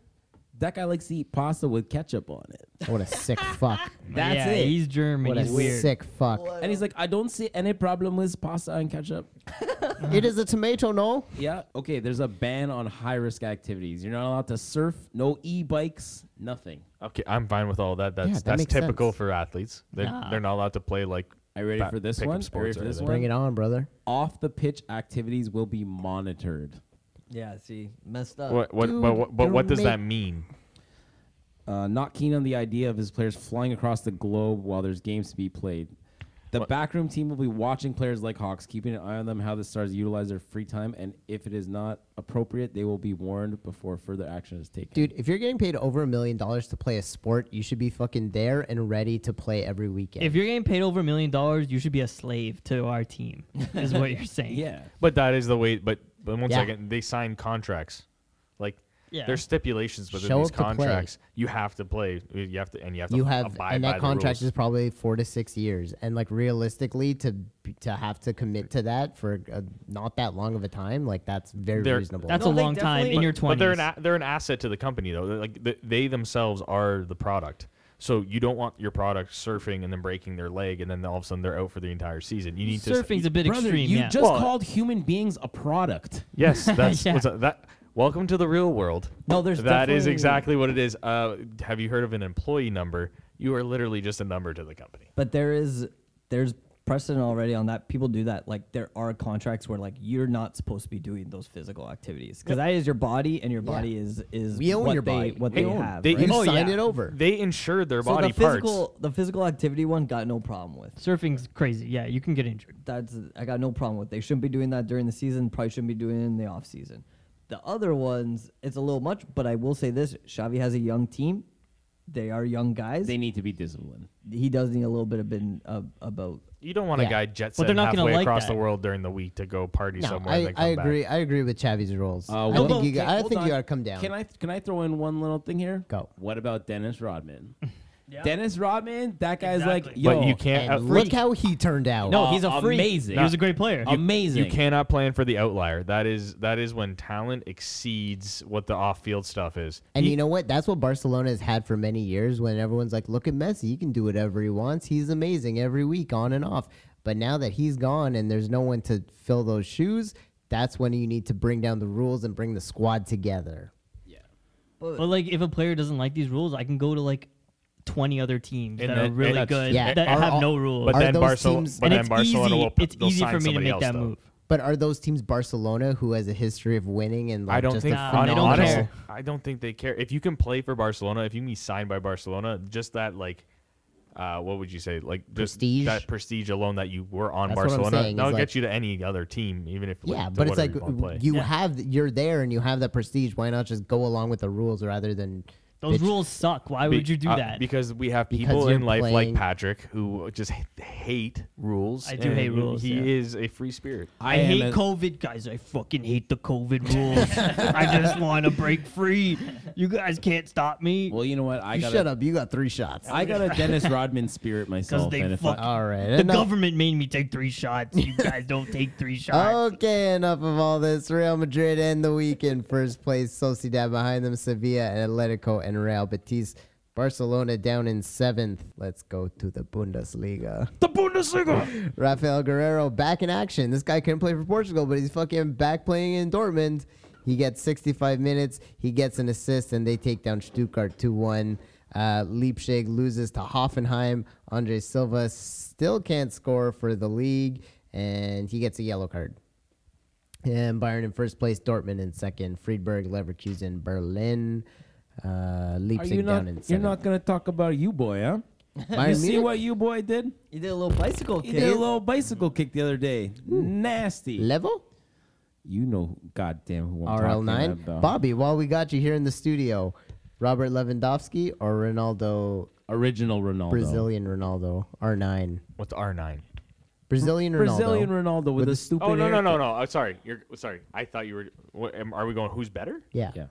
[SPEAKER 9] that guy likes to eat pasta with ketchup on it,
[SPEAKER 6] What a sick fuck.
[SPEAKER 8] That's
[SPEAKER 7] yeah,
[SPEAKER 8] it.
[SPEAKER 7] he's German.
[SPEAKER 6] What a
[SPEAKER 7] He's weird.
[SPEAKER 6] sick fuck.
[SPEAKER 9] and he's like, I don't see any problem with pasta and ketchup.
[SPEAKER 6] It is a tomato, no?
[SPEAKER 9] yeah, okay. There's a ban on high risk activities. You're not allowed to surf, no e bikes, nothing.
[SPEAKER 4] Okay, I'm fine with all that. That's
[SPEAKER 6] that
[SPEAKER 4] that's
[SPEAKER 6] makes
[SPEAKER 4] typical
[SPEAKER 6] sense.
[SPEAKER 4] for athletes. They're, they're not allowed to play like.
[SPEAKER 9] Are you ready
[SPEAKER 4] ba-
[SPEAKER 9] for this
[SPEAKER 4] pickup
[SPEAKER 9] one? Are you
[SPEAKER 4] sports
[SPEAKER 9] ready for
[SPEAKER 4] or
[SPEAKER 9] this
[SPEAKER 4] anything.
[SPEAKER 9] one?
[SPEAKER 6] Bring it on, brother.
[SPEAKER 9] Off the pitch activities will be monitored.
[SPEAKER 8] yeah, see, messed up.
[SPEAKER 4] What, what,
[SPEAKER 6] Dude,
[SPEAKER 4] but what, but
[SPEAKER 6] you're
[SPEAKER 4] what does
[SPEAKER 6] ma-
[SPEAKER 4] that mean?
[SPEAKER 9] Uh, not keen on the idea of his players flying across the globe while there's games to be played. The backroom team will be watching players like Hawks, keeping an eye on them how the Stars utilize their free time, and if it is not appropriate, they will be warned before further action is taken.
[SPEAKER 6] Dude, if you're getting paid over a million dollars to play a sport, you should be fucking there and ready to play every weekend.
[SPEAKER 7] If you're getting paid over a million dollars, you should be a slave to our team. Is what you're saying.
[SPEAKER 9] yeah,
[SPEAKER 4] But that is the way. But, but one
[SPEAKER 6] Yeah.
[SPEAKER 4] second, they sign contracts. Like
[SPEAKER 7] Yeah.
[SPEAKER 4] there's stipulations within
[SPEAKER 6] Show
[SPEAKER 4] these
[SPEAKER 6] up to play.
[SPEAKER 4] contracts. You have to play. You have to, and you have to.
[SPEAKER 6] you have,
[SPEAKER 4] abide
[SPEAKER 6] and
[SPEAKER 4] by
[SPEAKER 6] that
[SPEAKER 4] the
[SPEAKER 6] contract
[SPEAKER 4] rules.
[SPEAKER 6] is probably four to six years. And like realistically, to b- to have to commit to that for uh not that long of a time, like that's very
[SPEAKER 4] They're-
[SPEAKER 6] reasonable.
[SPEAKER 7] That's
[SPEAKER 9] No,
[SPEAKER 7] a
[SPEAKER 9] they
[SPEAKER 7] long time
[SPEAKER 9] definitely-
[SPEAKER 7] in your
[SPEAKER 4] But- But they're an
[SPEAKER 7] 20s.
[SPEAKER 4] a- they're an asset to the company though. They're like th- they themselves are the product. So you don't want your product surfing and then breaking their leg and then all of a sudden they're out for the entire season. You need to
[SPEAKER 7] Surfing's a bit
[SPEAKER 9] brother,
[SPEAKER 7] extreme.
[SPEAKER 9] you
[SPEAKER 7] yeah.
[SPEAKER 9] just
[SPEAKER 4] Well-
[SPEAKER 9] called human beings a product.
[SPEAKER 4] Yes, that's
[SPEAKER 7] Yeah.
[SPEAKER 4] what's that, that. Welcome to the real world.
[SPEAKER 8] No, there's
[SPEAKER 4] that is
[SPEAKER 8] definitely-
[SPEAKER 4] exactly what it is. Uh, have you heard of an employee number? You are literally just a number to the company.
[SPEAKER 8] But there is there's precedent already on that. People do that. Like there are contracts where like you're not supposed to be doing those physical activities because that is your body and your body is is
[SPEAKER 6] We own
[SPEAKER 8] what
[SPEAKER 6] your
[SPEAKER 8] they,
[SPEAKER 6] body.
[SPEAKER 8] what
[SPEAKER 4] We
[SPEAKER 8] they
[SPEAKER 4] own.
[SPEAKER 8] have.
[SPEAKER 4] They-
[SPEAKER 8] right?
[SPEAKER 6] you
[SPEAKER 4] Oh,
[SPEAKER 6] signed
[SPEAKER 4] yeah.
[SPEAKER 6] it over.
[SPEAKER 4] They insured their
[SPEAKER 8] so
[SPEAKER 4] body
[SPEAKER 8] the physical
[SPEAKER 4] parts.
[SPEAKER 8] the physical activity one got no problem with.
[SPEAKER 7] Surfing's crazy. Yeah, you can get injured.
[SPEAKER 8] That's I got no problem with. They shouldn't be doing that during the season. Probably shouldn't be doing it in the off season. The other ones, it's a little much. But I will say this: Xavi has a young team. They are young guys.
[SPEAKER 9] They need to be disciplined.
[SPEAKER 8] he does need a little bit of been uh, about
[SPEAKER 4] You don't want
[SPEAKER 6] Yeah.
[SPEAKER 4] a guy jet
[SPEAKER 7] But
[SPEAKER 4] set
[SPEAKER 7] they're not gonna
[SPEAKER 4] halfway
[SPEAKER 7] like
[SPEAKER 4] across
[SPEAKER 7] that.
[SPEAKER 4] the world during the week to go party
[SPEAKER 6] no,
[SPEAKER 4] somewhere. and
[SPEAKER 6] I,
[SPEAKER 4] then
[SPEAKER 6] I
[SPEAKER 4] come back.
[SPEAKER 6] agree. I agree with Chavi's rules. I
[SPEAKER 9] Uh, well-
[SPEAKER 6] think you.
[SPEAKER 9] Okay,
[SPEAKER 6] Got, I
[SPEAKER 9] hold
[SPEAKER 6] think
[SPEAKER 9] on.
[SPEAKER 6] you got to come down.
[SPEAKER 9] Can I can I throw in one little thing here?
[SPEAKER 6] Go.
[SPEAKER 9] What about Dennis Rodman? Dennis Rodman, that guy's like,
[SPEAKER 7] Exactly.
[SPEAKER 9] yo,
[SPEAKER 4] But you can't.
[SPEAKER 6] and
[SPEAKER 4] out-
[SPEAKER 6] look how he turned out.
[SPEAKER 8] No,
[SPEAKER 9] uh,
[SPEAKER 8] he's a freak.
[SPEAKER 9] amazing.
[SPEAKER 7] He was a great player.
[SPEAKER 9] amazing.
[SPEAKER 4] You cannot plan for the outlier. That is that is when talent exceeds what the off-field stuff is.
[SPEAKER 6] And
[SPEAKER 4] He-
[SPEAKER 6] you know what? That's what Barcelona has had for many years when everyone's like, look at Messi. He can do whatever he wants. He's amazing every week, on and off. But now that he's gone and there's no one to fill those shoes, that's when you need to bring down the rules and bring the squad together.
[SPEAKER 7] But like, if a player doesn't like these rules, I can go to like twenty other teams
[SPEAKER 4] And
[SPEAKER 7] that
[SPEAKER 4] then-
[SPEAKER 7] are really
[SPEAKER 4] and-
[SPEAKER 7] good
[SPEAKER 6] Yeah.
[SPEAKER 7] that
[SPEAKER 6] Are
[SPEAKER 7] have
[SPEAKER 6] all-
[SPEAKER 7] no rules.
[SPEAKER 4] But
[SPEAKER 6] Are
[SPEAKER 4] then
[SPEAKER 6] those
[SPEAKER 4] Barcelona,
[SPEAKER 6] teams-
[SPEAKER 4] but
[SPEAKER 7] and
[SPEAKER 4] then
[SPEAKER 7] it's
[SPEAKER 4] Barcelona
[SPEAKER 7] easy.
[SPEAKER 4] will. p-
[SPEAKER 7] it's
[SPEAKER 4] they'll
[SPEAKER 7] easy
[SPEAKER 4] sign
[SPEAKER 7] for me to
[SPEAKER 4] somebody
[SPEAKER 7] make
[SPEAKER 4] else,
[SPEAKER 7] that
[SPEAKER 4] though.
[SPEAKER 7] move.
[SPEAKER 6] But are those teams Barcelona who has a history of winning and like
[SPEAKER 4] I don't
[SPEAKER 6] just
[SPEAKER 4] think.
[SPEAKER 6] a
[SPEAKER 7] Nah,
[SPEAKER 4] hon-
[SPEAKER 7] they don't
[SPEAKER 6] phenomenal-
[SPEAKER 4] honestly,
[SPEAKER 7] care.
[SPEAKER 4] I don't think they care. If you can play for Barcelona, if you can be signed by Barcelona, just that like. Uh, what would you say? Like just
[SPEAKER 6] Prestige?
[SPEAKER 4] that prestige alone that you were on
[SPEAKER 6] That's what I'm
[SPEAKER 4] Barcelona,
[SPEAKER 6] saying,
[SPEAKER 4] that'll
[SPEAKER 6] is
[SPEAKER 4] get
[SPEAKER 6] like-
[SPEAKER 4] you to any other team, even if like,
[SPEAKER 6] Yeah,
[SPEAKER 4] to
[SPEAKER 6] but it's like
[SPEAKER 4] whatever you wanna play.
[SPEAKER 6] you have you're there and you have that prestige. Why not just go along with the rules rather than
[SPEAKER 7] Those
[SPEAKER 6] bitch.
[SPEAKER 7] rules suck. Why
[SPEAKER 4] Be-
[SPEAKER 7] would you do
[SPEAKER 4] uh,
[SPEAKER 7] that?
[SPEAKER 4] Because we have
[SPEAKER 6] Because
[SPEAKER 4] people
[SPEAKER 6] you're
[SPEAKER 4] in life
[SPEAKER 6] playing-
[SPEAKER 4] like Patrick who just h- hate rules.
[SPEAKER 7] I do hate
[SPEAKER 4] and
[SPEAKER 7] rules,
[SPEAKER 4] He
[SPEAKER 7] yeah.
[SPEAKER 4] is a free spirit.
[SPEAKER 7] I,
[SPEAKER 9] am
[SPEAKER 7] hate
[SPEAKER 9] a-
[SPEAKER 7] COVID, guys. I fucking hate the COVID rules. I just want to break free. You guys can't stop me
[SPEAKER 9] Well, you know what? I
[SPEAKER 6] you
[SPEAKER 9] got
[SPEAKER 6] shut
[SPEAKER 9] a,
[SPEAKER 6] up. You got three shots.
[SPEAKER 9] I got a Dennis Rodman spirit myself.
[SPEAKER 7] because
[SPEAKER 9] and
[SPEAKER 7] they
[SPEAKER 9] if
[SPEAKER 7] fuck.
[SPEAKER 9] I,
[SPEAKER 6] all right.
[SPEAKER 7] the
[SPEAKER 6] enough-
[SPEAKER 7] government made me take three shots. You guys don't take three shots.
[SPEAKER 6] Okay, enough of all this. Real Madrid end the week in first place. Sociedad behind them, Sevilla and Atletico and Real Betis. Barcelona down in seventh. Let's go to the Bundesliga.
[SPEAKER 4] The Bundesliga.
[SPEAKER 6] Rafael Guerrero back in action. This guy couldn't play for Portugal, but he's fucking back playing in Dortmund. He gets 65 minutes. He gets an assist, and they take down Stuttgart 2 1. Uh, Leipzig loses to Hoffenheim. Andre Silva still can't score for the league, and he gets a yellow card. And Bayern in first place, Dortmund in second, Friedberg, Leverkusen, Berlin, uh,
[SPEAKER 9] are
[SPEAKER 6] Leipzig
[SPEAKER 9] you
[SPEAKER 6] down
[SPEAKER 9] not?
[SPEAKER 6] in
[SPEAKER 9] You're
[SPEAKER 6] seventh.
[SPEAKER 9] not gonna talk about you, boy, huh?
[SPEAKER 6] Bayern
[SPEAKER 9] you see
[SPEAKER 6] Munich?
[SPEAKER 9] what you boy did?
[SPEAKER 8] He did a little bicycle
[SPEAKER 9] He
[SPEAKER 8] kick.
[SPEAKER 9] did a little bicycle kick the other day. Nasty.
[SPEAKER 6] level?
[SPEAKER 9] you know, goddamn who I'm talking
[SPEAKER 6] RL9.
[SPEAKER 9] about.
[SPEAKER 6] Bobby, while we got you here in the studio, Robert Lewandowski or Ronaldo,
[SPEAKER 9] original Ronaldo.
[SPEAKER 6] Brazilian Ronaldo, R9.
[SPEAKER 4] What's R nine?
[SPEAKER 6] Brazilian Ronaldo.
[SPEAKER 9] Brazilian Ronaldo with,
[SPEAKER 6] With
[SPEAKER 9] a
[SPEAKER 6] the-
[SPEAKER 9] stupid.
[SPEAKER 4] Oh no no no
[SPEAKER 9] haircut.
[SPEAKER 4] no! I'm sorry. You're sorry. I thought you were. What, am, are we going? Who's better?
[SPEAKER 6] Yeah.
[SPEAKER 9] Yeah.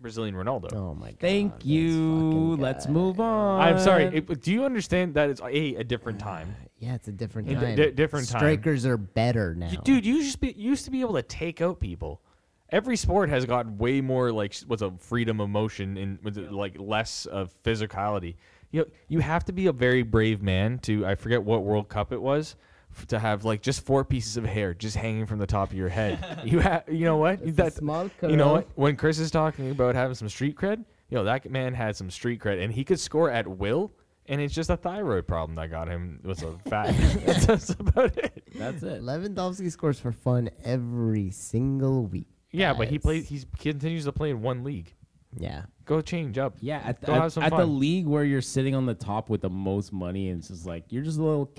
[SPEAKER 4] Brazilian Ronaldo.
[SPEAKER 6] Oh my god.
[SPEAKER 9] Thank
[SPEAKER 6] this
[SPEAKER 9] you.
[SPEAKER 6] fucking
[SPEAKER 9] Let's
[SPEAKER 6] guy.
[SPEAKER 9] move on.
[SPEAKER 4] I'm sorry. It, do you understand that it's a a different time?
[SPEAKER 6] Yeah, it's a different
[SPEAKER 4] D-
[SPEAKER 6] time.
[SPEAKER 4] d- different time.
[SPEAKER 6] Strikers are better now.
[SPEAKER 4] You- dude, you used to be you used to be able to take out people. Every sport has got way more like s- what's a freedom of motion and was it, like less of physicality. You you have to be a very brave man to I forget what World Cup it was f- to have like just four pieces of hair just hanging from the top of your head. you ha- you know what?
[SPEAKER 6] It's a
[SPEAKER 4] That-
[SPEAKER 6] small
[SPEAKER 4] you know what?
[SPEAKER 6] curl.
[SPEAKER 4] When Chris is talking about having some street cred, yo, that man had some street cred and he could score at will. And it's just a thyroid problem that got him with a fat. That's just about it.
[SPEAKER 9] That's it.
[SPEAKER 6] Lewandowski scores for fun every single week.
[SPEAKER 4] Yeah, but he
[SPEAKER 6] guys.
[SPEAKER 4] plays. He continues to play in one league.
[SPEAKER 6] Yeah.
[SPEAKER 4] Go change up.
[SPEAKER 9] Yeah, at,
[SPEAKER 4] go
[SPEAKER 9] at-
[SPEAKER 4] have some
[SPEAKER 9] at the
[SPEAKER 4] fun.
[SPEAKER 9] league where you're sitting on the top with the most money, and it's just like you're just a little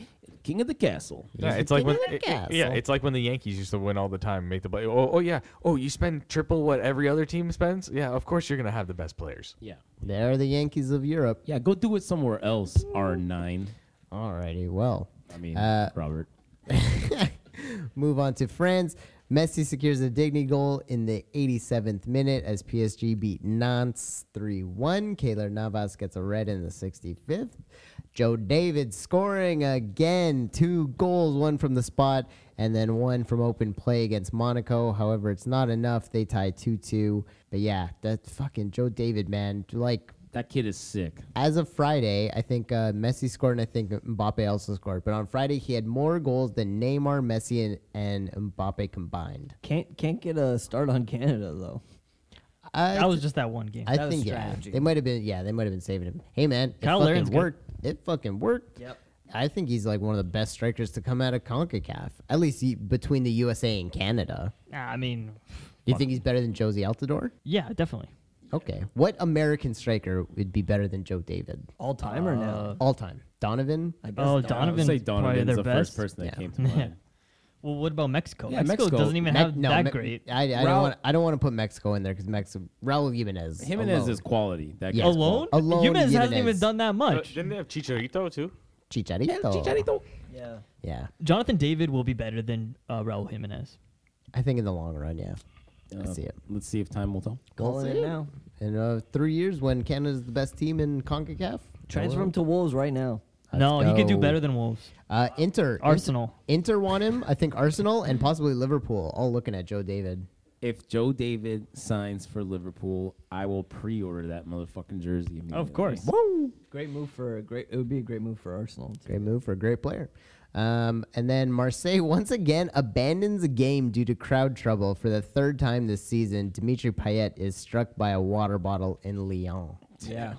[SPEAKER 9] king of the castle.
[SPEAKER 4] yeah,
[SPEAKER 6] He's
[SPEAKER 4] it's
[SPEAKER 6] the
[SPEAKER 4] like when
[SPEAKER 6] king of the
[SPEAKER 4] it- it- yeah,
[SPEAKER 6] castle.
[SPEAKER 4] it's like when the Yankees used to win all the time, make the play. Oh, oh yeah. Oh, you spend triple what every other team spends. Yeah, of course you're gonna have the best players.
[SPEAKER 9] Yeah,
[SPEAKER 6] They're the Yankees of Europe.
[SPEAKER 9] yeah. Go do it somewhere else. R nine.
[SPEAKER 6] Alrighty, well.
[SPEAKER 9] I mean,
[SPEAKER 6] Uh,
[SPEAKER 9] Robert.
[SPEAKER 6] Move on to France. Messi secures a dignity goal in the 87th minute as PSG beat Nantes 3 1. Kaylor Navas gets a red in the 65th. Joe David scoring again. Two goals, one from the spot and then one from open play against Monaco. However, it's not enough. They tie 2 2. But yeah, that fucking Joe David, man. Like,
[SPEAKER 9] That kid is sick.
[SPEAKER 6] as of Friday, I think uh, Messi scored, and I think Mbappe also scored. But on Friday, he had more goals than Neymar, Messi, and, and Mbappe combined.
[SPEAKER 8] Can't can't get a start on Canada though.
[SPEAKER 6] I,
[SPEAKER 7] That was just that one game.
[SPEAKER 6] I
[SPEAKER 8] that was
[SPEAKER 6] think yeah,
[SPEAKER 8] strategy.
[SPEAKER 6] they might have been yeah, they might have been saving him. Hey man, it
[SPEAKER 7] Kyle
[SPEAKER 6] fucking
[SPEAKER 7] Laren's good.
[SPEAKER 6] worked. It fucking worked.
[SPEAKER 8] Yep.
[SPEAKER 6] I think he's like one of the best strikers to come out of Concacaf. At least he, between the USA and Canada.
[SPEAKER 7] Nah, I mean,
[SPEAKER 6] Do you think he's better than Josie Altidore?
[SPEAKER 7] yeah, definitely.
[SPEAKER 6] Okay. What American striker would be better than Joe David?
[SPEAKER 8] All time or now?
[SPEAKER 6] All time. Donovan?
[SPEAKER 8] I guess
[SPEAKER 7] Oh,
[SPEAKER 8] not.
[SPEAKER 9] I would
[SPEAKER 7] Donovan's
[SPEAKER 9] say
[SPEAKER 7] probably
[SPEAKER 9] Donovan's
[SPEAKER 7] their
[SPEAKER 9] the
[SPEAKER 7] best.
[SPEAKER 9] first person that
[SPEAKER 6] Yeah.
[SPEAKER 9] came to mind.
[SPEAKER 7] Well, what about Mexico?
[SPEAKER 9] Yeah,
[SPEAKER 7] Mexico,
[SPEAKER 9] Mexico-
[SPEAKER 7] doesn't even
[SPEAKER 6] Me-
[SPEAKER 7] have
[SPEAKER 6] no,
[SPEAKER 7] that
[SPEAKER 6] Me-
[SPEAKER 7] great.
[SPEAKER 6] I, I don't
[SPEAKER 9] Raul-
[SPEAKER 6] want. I don't want to put Mexico in there because Mexico. Raul Jimenez.
[SPEAKER 9] Jimenez
[SPEAKER 6] alone.
[SPEAKER 9] is quality. That
[SPEAKER 6] Yeah.
[SPEAKER 9] guy's
[SPEAKER 7] alone?
[SPEAKER 6] Alone,
[SPEAKER 7] Jimenez hasn't
[SPEAKER 6] Jimenez.
[SPEAKER 7] even done that
[SPEAKER 4] Uh,
[SPEAKER 7] much.
[SPEAKER 4] didn't they have Chicharito too?
[SPEAKER 6] Chicharito. Oh.
[SPEAKER 8] Yeah.
[SPEAKER 6] Yeah,
[SPEAKER 7] Jonathan David will be better than uh, Raul Jimenez.
[SPEAKER 6] I think in the long run, yeah,
[SPEAKER 9] quality.
[SPEAKER 6] I see it.
[SPEAKER 9] Uh, Let's see if time will tell.
[SPEAKER 6] We'll
[SPEAKER 8] Calling it
[SPEAKER 6] see.
[SPEAKER 8] now.
[SPEAKER 6] In uh, three years, when Canada's the best team in Concacaf,
[SPEAKER 8] Transfer him to Wolves right now.
[SPEAKER 7] no, he could do
[SPEAKER 6] go.
[SPEAKER 7] better than Wolves.
[SPEAKER 6] uh, Inter,
[SPEAKER 7] Arsenal.
[SPEAKER 6] Inter want him. I think Arsenal and possibly Liverpool, all looking at Joe David.
[SPEAKER 9] If Joe David signs for Liverpool, I will pre-order that motherfucking jersey. immediately.
[SPEAKER 6] Woo!
[SPEAKER 8] Great move for great. It would be a great move for Arsenal. too.
[SPEAKER 6] Great move for a great player. Um, and then Marseille once again abandons a game due to crowd trouble for the third time this season. Dimitri Payet is struck by a water bottle in Lyon.
[SPEAKER 8] Yeah.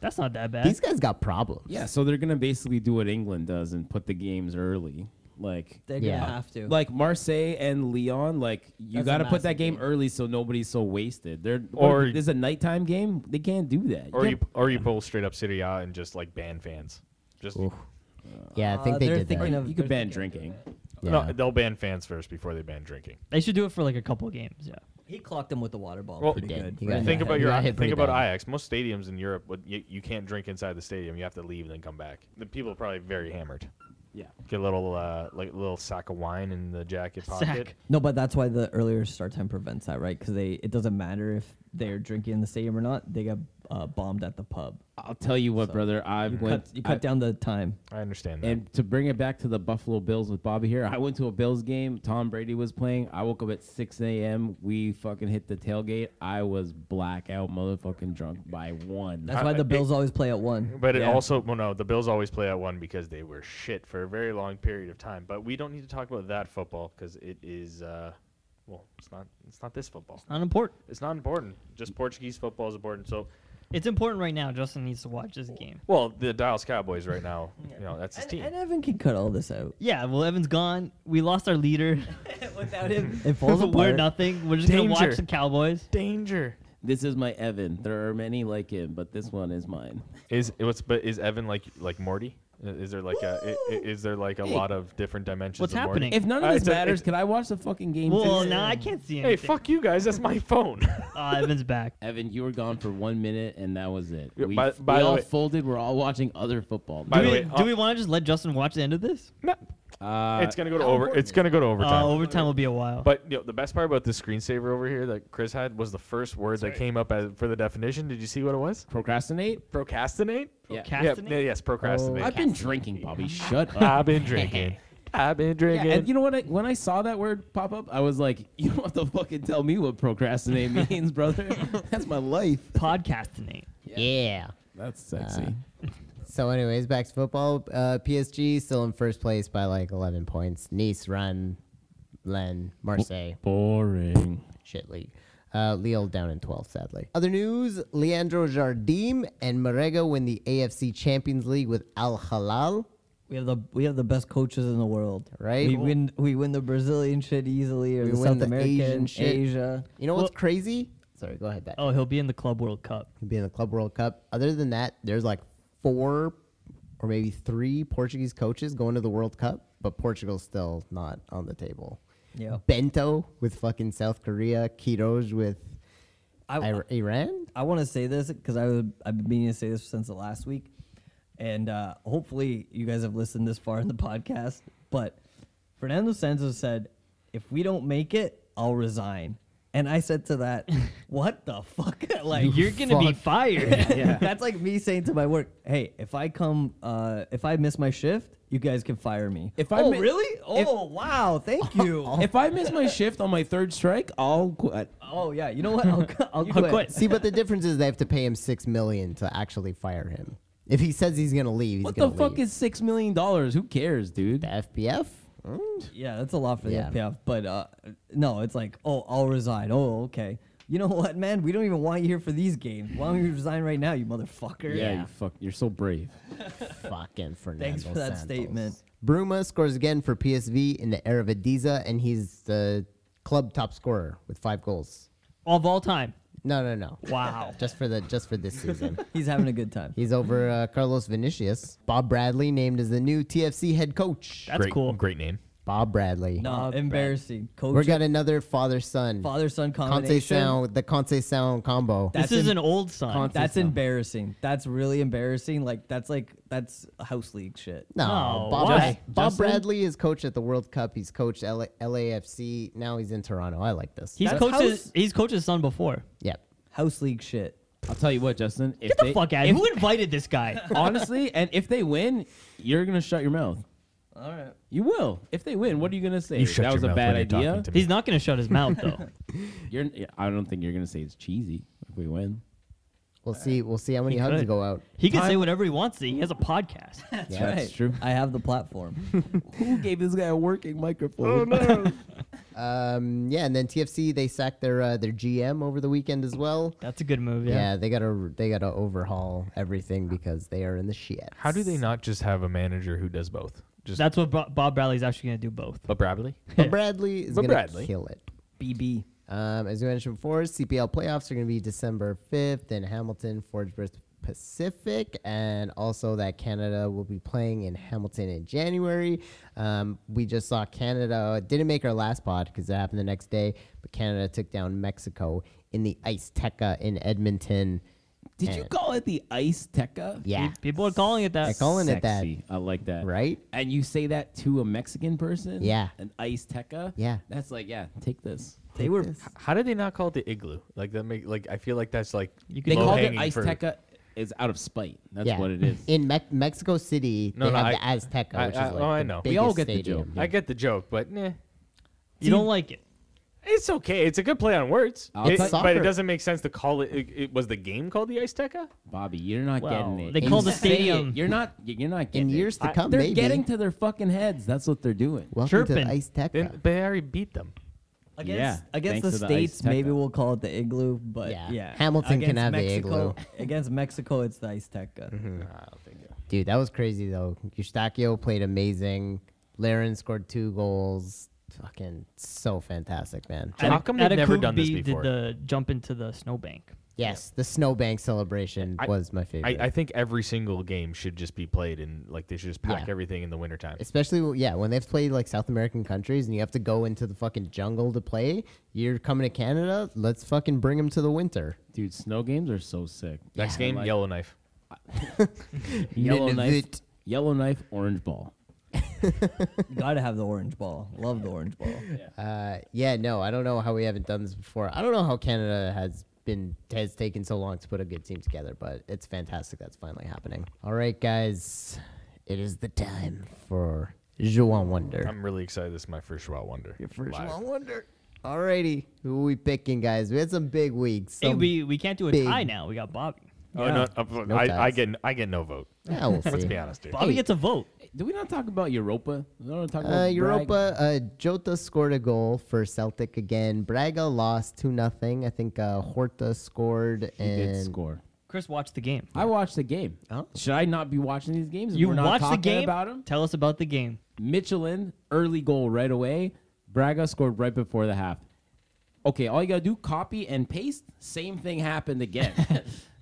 [SPEAKER 7] That's not that bad.
[SPEAKER 6] These guys got problems.
[SPEAKER 9] Yeah, so they're gonna basically do what England does and put the games early, like
[SPEAKER 8] They're
[SPEAKER 6] Yeah.
[SPEAKER 8] gonna have to.
[SPEAKER 9] like Marseille and Lyon. Like you
[SPEAKER 8] That's a
[SPEAKER 9] got to put
[SPEAKER 8] massive
[SPEAKER 9] that game,
[SPEAKER 8] game.
[SPEAKER 9] early so nobody's so wasted. They're
[SPEAKER 4] Or-
[SPEAKER 9] or there's a nighttime game. They can't do that.
[SPEAKER 4] Or you
[SPEAKER 9] can't-
[SPEAKER 4] or you pull straight up City A and just like ban fans. Just
[SPEAKER 6] Yeah, I think
[SPEAKER 8] Uh,
[SPEAKER 6] they
[SPEAKER 8] they're
[SPEAKER 6] did that.
[SPEAKER 8] thinking
[SPEAKER 9] you,
[SPEAKER 8] of-
[SPEAKER 9] could ban drinking.
[SPEAKER 6] yeah.
[SPEAKER 4] no, they'll ban fans first before they ban drinking.
[SPEAKER 7] they should do it for like a couple games. Yeah.
[SPEAKER 8] He clocked him with the water ball
[SPEAKER 4] Well,
[SPEAKER 8] pretty
[SPEAKER 4] he
[SPEAKER 8] good.
[SPEAKER 4] did.
[SPEAKER 8] right?
[SPEAKER 6] He got
[SPEAKER 4] think
[SPEAKER 6] hit.
[SPEAKER 4] about
[SPEAKER 6] He
[SPEAKER 4] your
[SPEAKER 6] got hit
[SPEAKER 4] think
[SPEAKER 6] pretty
[SPEAKER 4] about
[SPEAKER 6] bad.
[SPEAKER 4] Ajax. Most stadiums in Europe, would- you, you can't drink inside the stadium. You have to leave and then come back. The people are probably very hammered.
[SPEAKER 9] Yeah.
[SPEAKER 4] Get a little uh, like a little sack of wine in the jacket pocket.
[SPEAKER 7] Sack.
[SPEAKER 8] No, but that's why the earlier start time prevents that, right? Because they it doesn't matter if they're drinking in the stadium or not. They got uh, bombed at the pub.
[SPEAKER 9] I'll tell you what,
[SPEAKER 8] So,
[SPEAKER 9] brother. I've went.
[SPEAKER 8] Cut, you cut
[SPEAKER 9] I-
[SPEAKER 8] down the time.
[SPEAKER 4] I understand that.
[SPEAKER 9] And to bring it back to the Buffalo Bills with Bobby here, I went to a Bills game. Tom Brady was playing. I woke up at 6 a.m. We fucking hit the tailgate. I was blackout, motherfucking drunk by one.
[SPEAKER 8] That's
[SPEAKER 4] I-
[SPEAKER 8] why
[SPEAKER 4] I-
[SPEAKER 8] the Bills always play at one.
[SPEAKER 4] but it
[SPEAKER 9] yeah.
[SPEAKER 4] also well no, the Bills always play at one because they were shit for a very long period of time. But we don't need to talk about that football because it is uh, well, it's not it's not this football.
[SPEAKER 7] Not important.
[SPEAKER 4] It's not important. Just Portuguese football is important. So
[SPEAKER 7] It's important right now. Justin needs to watch this game.
[SPEAKER 4] well, the Dallas Cowboys right now, you know, that's his
[SPEAKER 8] And,
[SPEAKER 4] team.
[SPEAKER 8] and Evan can cut all this out.
[SPEAKER 7] Yeah, well, Evan's gone. We lost our leader.
[SPEAKER 8] Without him, it falls
[SPEAKER 7] We're
[SPEAKER 8] apart.
[SPEAKER 7] nothing. We're just going to watch
[SPEAKER 4] Danger.
[SPEAKER 7] the Cowboys.
[SPEAKER 4] Danger.
[SPEAKER 9] This is my Evan. There are many like him, but this one is mine.
[SPEAKER 4] Is what's but is Evan like like Morty? I- Is there like a i- i- is there like a lot of different dimensions?
[SPEAKER 7] What's
[SPEAKER 4] of Morty?
[SPEAKER 7] happening?
[SPEAKER 9] If none
[SPEAKER 4] Uh,
[SPEAKER 9] of this
[SPEAKER 4] it's a-
[SPEAKER 9] matters,
[SPEAKER 4] it's-
[SPEAKER 9] can I watch the fucking game?
[SPEAKER 7] Well,
[SPEAKER 9] too?
[SPEAKER 7] now I can't see
[SPEAKER 4] Hey,
[SPEAKER 7] anything.
[SPEAKER 4] fuck you guys! That's my phone.
[SPEAKER 7] Ah, Evan's back.
[SPEAKER 9] Evan, you were gone for one minute, and that was it.
[SPEAKER 4] Yeah,
[SPEAKER 9] We,
[SPEAKER 4] by- by
[SPEAKER 9] we
[SPEAKER 4] the
[SPEAKER 9] all
[SPEAKER 4] way-
[SPEAKER 9] folded. We're all watching other football.
[SPEAKER 4] By
[SPEAKER 7] do
[SPEAKER 4] the
[SPEAKER 7] we,
[SPEAKER 4] way, uh,
[SPEAKER 7] want to just let Justin watch the end of this?
[SPEAKER 9] uh,
[SPEAKER 4] it's gonna go to over. It's gonna go to overtime.
[SPEAKER 7] Uh, overtime will be a while.
[SPEAKER 4] but you know, the best part about the screensaver over here that Chris had was the first word that came up as, for the definition. Did you see what it was?
[SPEAKER 9] procrastinate.
[SPEAKER 4] Procrastinate.
[SPEAKER 9] Yeah.
[SPEAKER 4] Yeah,
[SPEAKER 7] Procrastinate?
[SPEAKER 4] yes, procrastinate.
[SPEAKER 9] I've been drinking, Bobby. Shut up.
[SPEAKER 4] I've been drinking. I've been
[SPEAKER 9] Yeah,
[SPEAKER 4] drinking.
[SPEAKER 9] and you know what? I, when I saw that word pop up, I was like, "You don't have to fucking tell me what procrastinate means, brother. That's my life.
[SPEAKER 7] Podcastinate.
[SPEAKER 6] Yeah.
[SPEAKER 9] That's sexy."
[SPEAKER 6] So, anyways, back to football. Uh, PSG still in first place by like 11 points. Nice run. Len, Marseille,
[SPEAKER 9] Boring.
[SPEAKER 6] shit league. Uh, Lille down in 12th, sadly. Other news Leandro Jardim and Marega win the AFC Champions League with Al Halal.
[SPEAKER 8] We have the we have the best coaches in the world,
[SPEAKER 6] Right?
[SPEAKER 8] We
[SPEAKER 6] Cool.
[SPEAKER 8] win we win the Brazilian shit easily, or
[SPEAKER 6] We
[SPEAKER 8] the
[SPEAKER 6] win
[SPEAKER 8] South
[SPEAKER 6] the
[SPEAKER 8] American,
[SPEAKER 6] Asian shit.
[SPEAKER 8] Asia.
[SPEAKER 6] You know what's crazy? Sorry, go ahead. Back.
[SPEAKER 7] Oh, he'll be in the Club World Cup.
[SPEAKER 6] Be in the Club World Cup. Other than that, there's like four or maybe three Portuguese coaches going to the World Cup, but Portugal's still not on the table.
[SPEAKER 8] Yeah.
[SPEAKER 6] Bento with fucking South Korea, Quiroz with
[SPEAKER 8] I,
[SPEAKER 6] Ir- Iran.
[SPEAKER 8] I want to say this because I would, I've been meaning to say this since the last week, and uh, hopefully you guys have listened this far in the podcast. But Fernando Santos said, "If we don't make it, I'll resign." And I said to that, "What the fuck? like
[SPEAKER 7] Like, you're going to be
[SPEAKER 6] fuck.
[SPEAKER 7] fired.
[SPEAKER 8] that's like me saying to my work, hey, if I come, uh, if I miss my shift, you guys can fire me."
[SPEAKER 9] If I
[SPEAKER 8] oh
[SPEAKER 9] mi-
[SPEAKER 8] really? Oh wow, thank you.
[SPEAKER 9] If I miss my shift on my third strike, I'll quit.
[SPEAKER 8] oh yeah, you know what? I'll, qu- I'll
[SPEAKER 7] You
[SPEAKER 8] quit.
[SPEAKER 7] quit.
[SPEAKER 6] See, but the difference is they have to pay him six million to actually fire him. If he says he's gonna leave, he's
[SPEAKER 9] What the
[SPEAKER 6] gonna
[SPEAKER 9] fuck
[SPEAKER 6] leave.
[SPEAKER 9] is six million dollars? Who cares, dude?
[SPEAKER 6] the FPF?
[SPEAKER 8] Yeah, that's a lot for the
[SPEAKER 6] Yeah.
[SPEAKER 8] FPF. But uh, no, it's like, oh, I'll resign. Oh, okay. You know what, man? We don't even want you here for these games. Why don't you resign right now, you motherfucker?
[SPEAKER 9] yeah, you fuck. You're so brave.
[SPEAKER 6] Fucking Fernando.
[SPEAKER 8] Thanks for that
[SPEAKER 6] Santos.
[SPEAKER 8] statement.
[SPEAKER 6] Bruma scores again for PSV in the Eredivisie, and he's the club top scorer with five goals.
[SPEAKER 7] of all time.
[SPEAKER 6] No, no, no.
[SPEAKER 7] Wow.
[SPEAKER 6] Just for the just for this season.
[SPEAKER 8] He's having a good time.
[SPEAKER 6] He's over uh, Carlos Vinicius. Bob Bradley named as the new TFC head coach.
[SPEAKER 7] That's
[SPEAKER 4] great,
[SPEAKER 7] cool.
[SPEAKER 4] Great name.
[SPEAKER 6] Bob Bradley.
[SPEAKER 8] no, embarrassing. Coach,
[SPEAKER 6] We got another father son.
[SPEAKER 8] father son
[SPEAKER 6] Conte
[SPEAKER 8] combination.
[SPEAKER 6] sound the Conte sound combo.
[SPEAKER 8] That's
[SPEAKER 7] This is
[SPEAKER 8] in-
[SPEAKER 7] an old son.
[SPEAKER 8] That's embarrassing. That's really embarrassing. Like that's like that's house league shit.
[SPEAKER 6] no,
[SPEAKER 7] No,
[SPEAKER 6] Bob,
[SPEAKER 7] why?
[SPEAKER 6] Brad- Bob
[SPEAKER 7] Oh, Justin?
[SPEAKER 6] Bradley is coach at the World Cup. He's coached LA- LAFC. Now he's in Toronto. I like this.
[SPEAKER 7] He's
[SPEAKER 8] That's
[SPEAKER 7] coached, his,
[SPEAKER 8] house-
[SPEAKER 7] he's coached his son before.
[SPEAKER 6] yep.
[SPEAKER 8] House league shit.
[SPEAKER 9] I'll tell you what, Justin. If
[SPEAKER 7] Get the
[SPEAKER 9] they,
[SPEAKER 7] fuck out.
[SPEAKER 9] if-
[SPEAKER 7] Who invited this guy?
[SPEAKER 9] honestly, and if they win, you're gonna shut your mouth.
[SPEAKER 8] All right.
[SPEAKER 9] You will. If they win, what are you gonna say?
[SPEAKER 4] You shut
[SPEAKER 9] that was
[SPEAKER 4] your
[SPEAKER 9] a
[SPEAKER 4] mouth when
[SPEAKER 9] bad
[SPEAKER 4] you're
[SPEAKER 9] idea.
[SPEAKER 4] talking to me.
[SPEAKER 7] He's not going to shut his mouth, though.
[SPEAKER 9] You're. I don't think you're gonna say it's cheesy if we win.
[SPEAKER 6] We'll see. We'll see how many hugs
[SPEAKER 7] could.
[SPEAKER 6] go out.
[SPEAKER 7] He can say whatever he wants to. He has a podcast.
[SPEAKER 6] Yeah.
[SPEAKER 9] That's true.
[SPEAKER 8] I have the platform.
[SPEAKER 9] Who gave this guy a working microphone?
[SPEAKER 6] Um, yeah, and then TFC they sacked their uh, their GM over the weekend as well.
[SPEAKER 7] That's a good move.
[SPEAKER 6] Yeah.
[SPEAKER 7] Yeah.
[SPEAKER 6] they gotta they gotta overhaul everything because they are in the shit.
[SPEAKER 4] How do they not just have a manager who does both? Just
[SPEAKER 7] That's what Bo- Bob Bradley's actually going to do both.
[SPEAKER 4] but Bradley.
[SPEAKER 6] But Bradley is
[SPEAKER 4] But
[SPEAKER 6] gonna
[SPEAKER 4] Bradley.
[SPEAKER 6] kill it.
[SPEAKER 8] BB.
[SPEAKER 6] Um, as we mentioned before, CPL playoffs are gonna be December fifth in Hamilton, Forge versus P- Pacific, and also that Canada will be playing in Hamilton in January. Um, we just saw Canada didn't make our last pod because it happened the next day, but Canada took down Mexico in the Ice Teca in Edmonton.
[SPEAKER 9] Did you
[SPEAKER 6] And-
[SPEAKER 9] call it the Ice Tekka?
[SPEAKER 6] Yeah,
[SPEAKER 7] People are calling it
[SPEAKER 6] They're
[SPEAKER 7] that.
[SPEAKER 6] calling it that,
[SPEAKER 9] Sexy. I like that.
[SPEAKER 6] right?
[SPEAKER 9] And you say that to a Mexican person?
[SPEAKER 6] Yeah.
[SPEAKER 9] An Ice Tekka?
[SPEAKER 6] Yeah.
[SPEAKER 9] That's like, yeah, take this.
[SPEAKER 7] They were
[SPEAKER 4] How did they not call it the igloo? Like that make like I feel like that's like
[SPEAKER 7] You
[SPEAKER 9] They
[SPEAKER 7] could-
[SPEAKER 4] low
[SPEAKER 9] called it
[SPEAKER 4] hanging
[SPEAKER 9] Ice
[SPEAKER 4] fruit.
[SPEAKER 9] Tekka is out of spite. That's
[SPEAKER 6] yeah.
[SPEAKER 9] what it is.
[SPEAKER 6] In Me- Mexico City,
[SPEAKER 4] No,
[SPEAKER 6] they
[SPEAKER 4] no,
[SPEAKER 6] have
[SPEAKER 4] I-
[SPEAKER 6] the Azteca,
[SPEAKER 4] I-
[SPEAKER 6] which
[SPEAKER 4] I-
[SPEAKER 6] is like
[SPEAKER 4] oh, I
[SPEAKER 6] the
[SPEAKER 4] know.
[SPEAKER 6] biggest
[SPEAKER 9] We all get the
[SPEAKER 6] stadium.
[SPEAKER 9] joke.
[SPEAKER 4] I get the joke, but nah.
[SPEAKER 7] you don't like it.
[SPEAKER 4] It's okay. It's a good play on words.
[SPEAKER 9] I'll
[SPEAKER 4] It-
[SPEAKER 9] tell-
[SPEAKER 4] but
[SPEAKER 6] Soccer.
[SPEAKER 4] it doesn't make sense to call it, it, it- Was the game called the Azteca?
[SPEAKER 9] Bobby, you're not
[SPEAKER 7] Well,
[SPEAKER 9] getting it.
[SPEAKER 7] they
[SPEAKER 9] You
[SPEAKER 7] called the
[SPEAKER 9] say it.
[SPEAKER 7] stadium-
[SPEAKER 9] You're not you're not getting
[SPEAKER 6] In
[SPEAKER 9] it.
[SPEAKER 6] years to
[SPEAKER 9] I-
[SPEAKER 6] come,
[SPEAKER 9] They're
[SPEAKER 6] maybe.
[SPEAKER 9] getting to their fucking heads. That's what they're doing.
[SPEAKER 6] Welcome to
[SPEAKER 7] Chirpin.
[SPEAKER 6] the Azteca.
[SPEAKER 4] Then they already beat them.
[SPEAKER 8] Against,
[SPEAKER 9] Yeah, thanks
[SPEAKER 8] against the
[SPEAKER 9] to the
[SPEAKER 8] states,
[SPEAKER 9] Ice Tekka.
[SPEAKER 8] maybe we'll call it the igloo, but
[SPEAKER 6] Yeah.
[SPEAKER 8] yeah.
[SPEAKER 6] Hamilton can
[SPEAKER 8] Against
[SPEAKER 6] have the Mm-hmm.
[SPEAKER 8] Mexico, against Mexico, it's the Ice Tekka.
[SPEAKER 6] Dude, that was crazy though. Eustachio played amazing. Laren scored two goals. Fucking so fantastic, man.
[SPEAKER 4] How come they've never done this before?
[SPEAKER 7] Did the jump into the snowbank?
[SPEAKER 6] Yes, the snowbank celebration
[SPEAKER 4] I-
[SPEAKER 6] was my
[SPEAKER 4] I,
[SPEAKER 6] favorite.
[SPEAKER 4] I think every single game should just be played and like they should just pack
[SPEAKER 6] Yeah.
[SPEAKER 4] everything in the wintertime.
[SPEAKER 6] Especially when- yeah, when they've played like South American countries and you have to go into the fucking jungle to play. You're coming to Canada. Let's fucking bring them to the winter.
[SPEAKER 9] Dude, snow games are so sick.
[SPEAKER 4] Next game,
[SPEAKER 9] Like-
[SPEAKER 4] Yellowknife.
[SPEAKER 9] Yellow knife,
[SPEAKER 6] Nunavut.
[SPEAKER 9] yellow knife, orange ball.
[SPEAKER 8] Gotta have the orange ball. Love the orange ball.
[SPEAKER 6] Uh, yeah, no, I don't know how we haven't done this before. I don't know how Canada has been has taken so long to put a good team together, but it's fantastic that's finally happening. All right, guys, it is the time for Juan Wonder.
[SPEAKER 4] I'm really excited. This is my first Wild Wonder. Your first
[SPEAKER 6] Wonder. Alrighty, who are we picking, guys? We had some big weeks.
[SPEAKER 7] Hey,
[SPEAKER 6] some-
[SPEAKER 7] we we can't do a
[SPEAKER 6] big-
[SPEAKER 7] tie now. We got Bobby.
[SPEAKER 4] Oh no! uh,
[SPEAKER 6] No
[SPEAKER 4] I, I
[SPEAKER 6] ties.
[SPEAKER 4] get I get no vote.
[SPEAKER 6] Yeah, we'll
[SPEAKER 4] Let's
[SPEAKER 6] see.
[SPEAKER 4] be honest, dude.
[SPEAKER 7] Bobby
[SPEAKER 6] Hey.
[SPEAKER 7] gets a vote.
[SPEAKER 9] Did we not talk about Europa? We don't talk
[SPEAKER 6] Uh,
[SPEAKER 9] about Bragg?
[SPEAKER 6] Europa, uh, Jota scored a goal for Celtic again. Braga lost 2 nothing. I think uh, Horta scored.
[SPEAKER 9] He
[SPEAKER 6] and
[SPEAKER 9] did score.
[SPEAKER 7] Chris watched the game.
[SPEAKER 9] I watched the game.
[SPEAKER 6] Oh.
[SPEAKER 9] Should I not be watching these games? if
[SPEAKER 7] You
[SPEAKER 9] we're not
[SPEAKER 7] watched the
[SPEAKER 9] talking
[SPEAKER 7] game.
[SPEAKER 9] about him.
[SPEAKER 7] Tell us about the game.
[SPEAKER 9] Michelin early goal right away. Braga scored right before the half. Okay, all you gotta do copy and paste. Same thing happened again.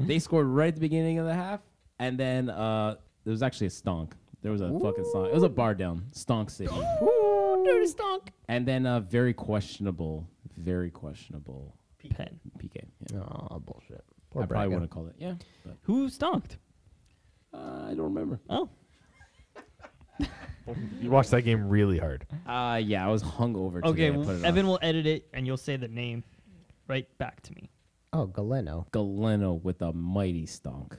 [SPEAKER 9] they scored right at the beginning of the half, and then uh, there was actually a stonk. There was a fucking stonk. It was a bar down. Stonk city.
[SPEAKER 6] Dirty stonk.
[SPEAKER 9] And then uh, very questionable, very questionable
[SPEAKER 7] Pen.
[SPEAKER 9] PK. Yeah.
[SPEAKER 6] Oh, bullshit.
[SPEAKER 9] I
[SPEAKER 6] Poor
[SPEAKER 9] probably
[SPEAKER 6] Braga.
[SPEAKER 9] wouldn't call it. Yeah, but
[SPEAKER 7] Who stonked?
[SPEAKER 9] uh, I don't remember.
[SPEAKER 7] Oh,
[SPEAKER 4] You watched that game really hard.
[SPEAKER 9] Uh, yeah, I was hungover. today.
[SPEAKER 7] okay.
[SPEAKER 9] I put it on.
[SPEAKER 7] Evan will edit it, and you'll say the name right back to me.
[SPEAKER 6] Oh, Galeno.
[SPEAKER 9] Galeno with a mighty stonk.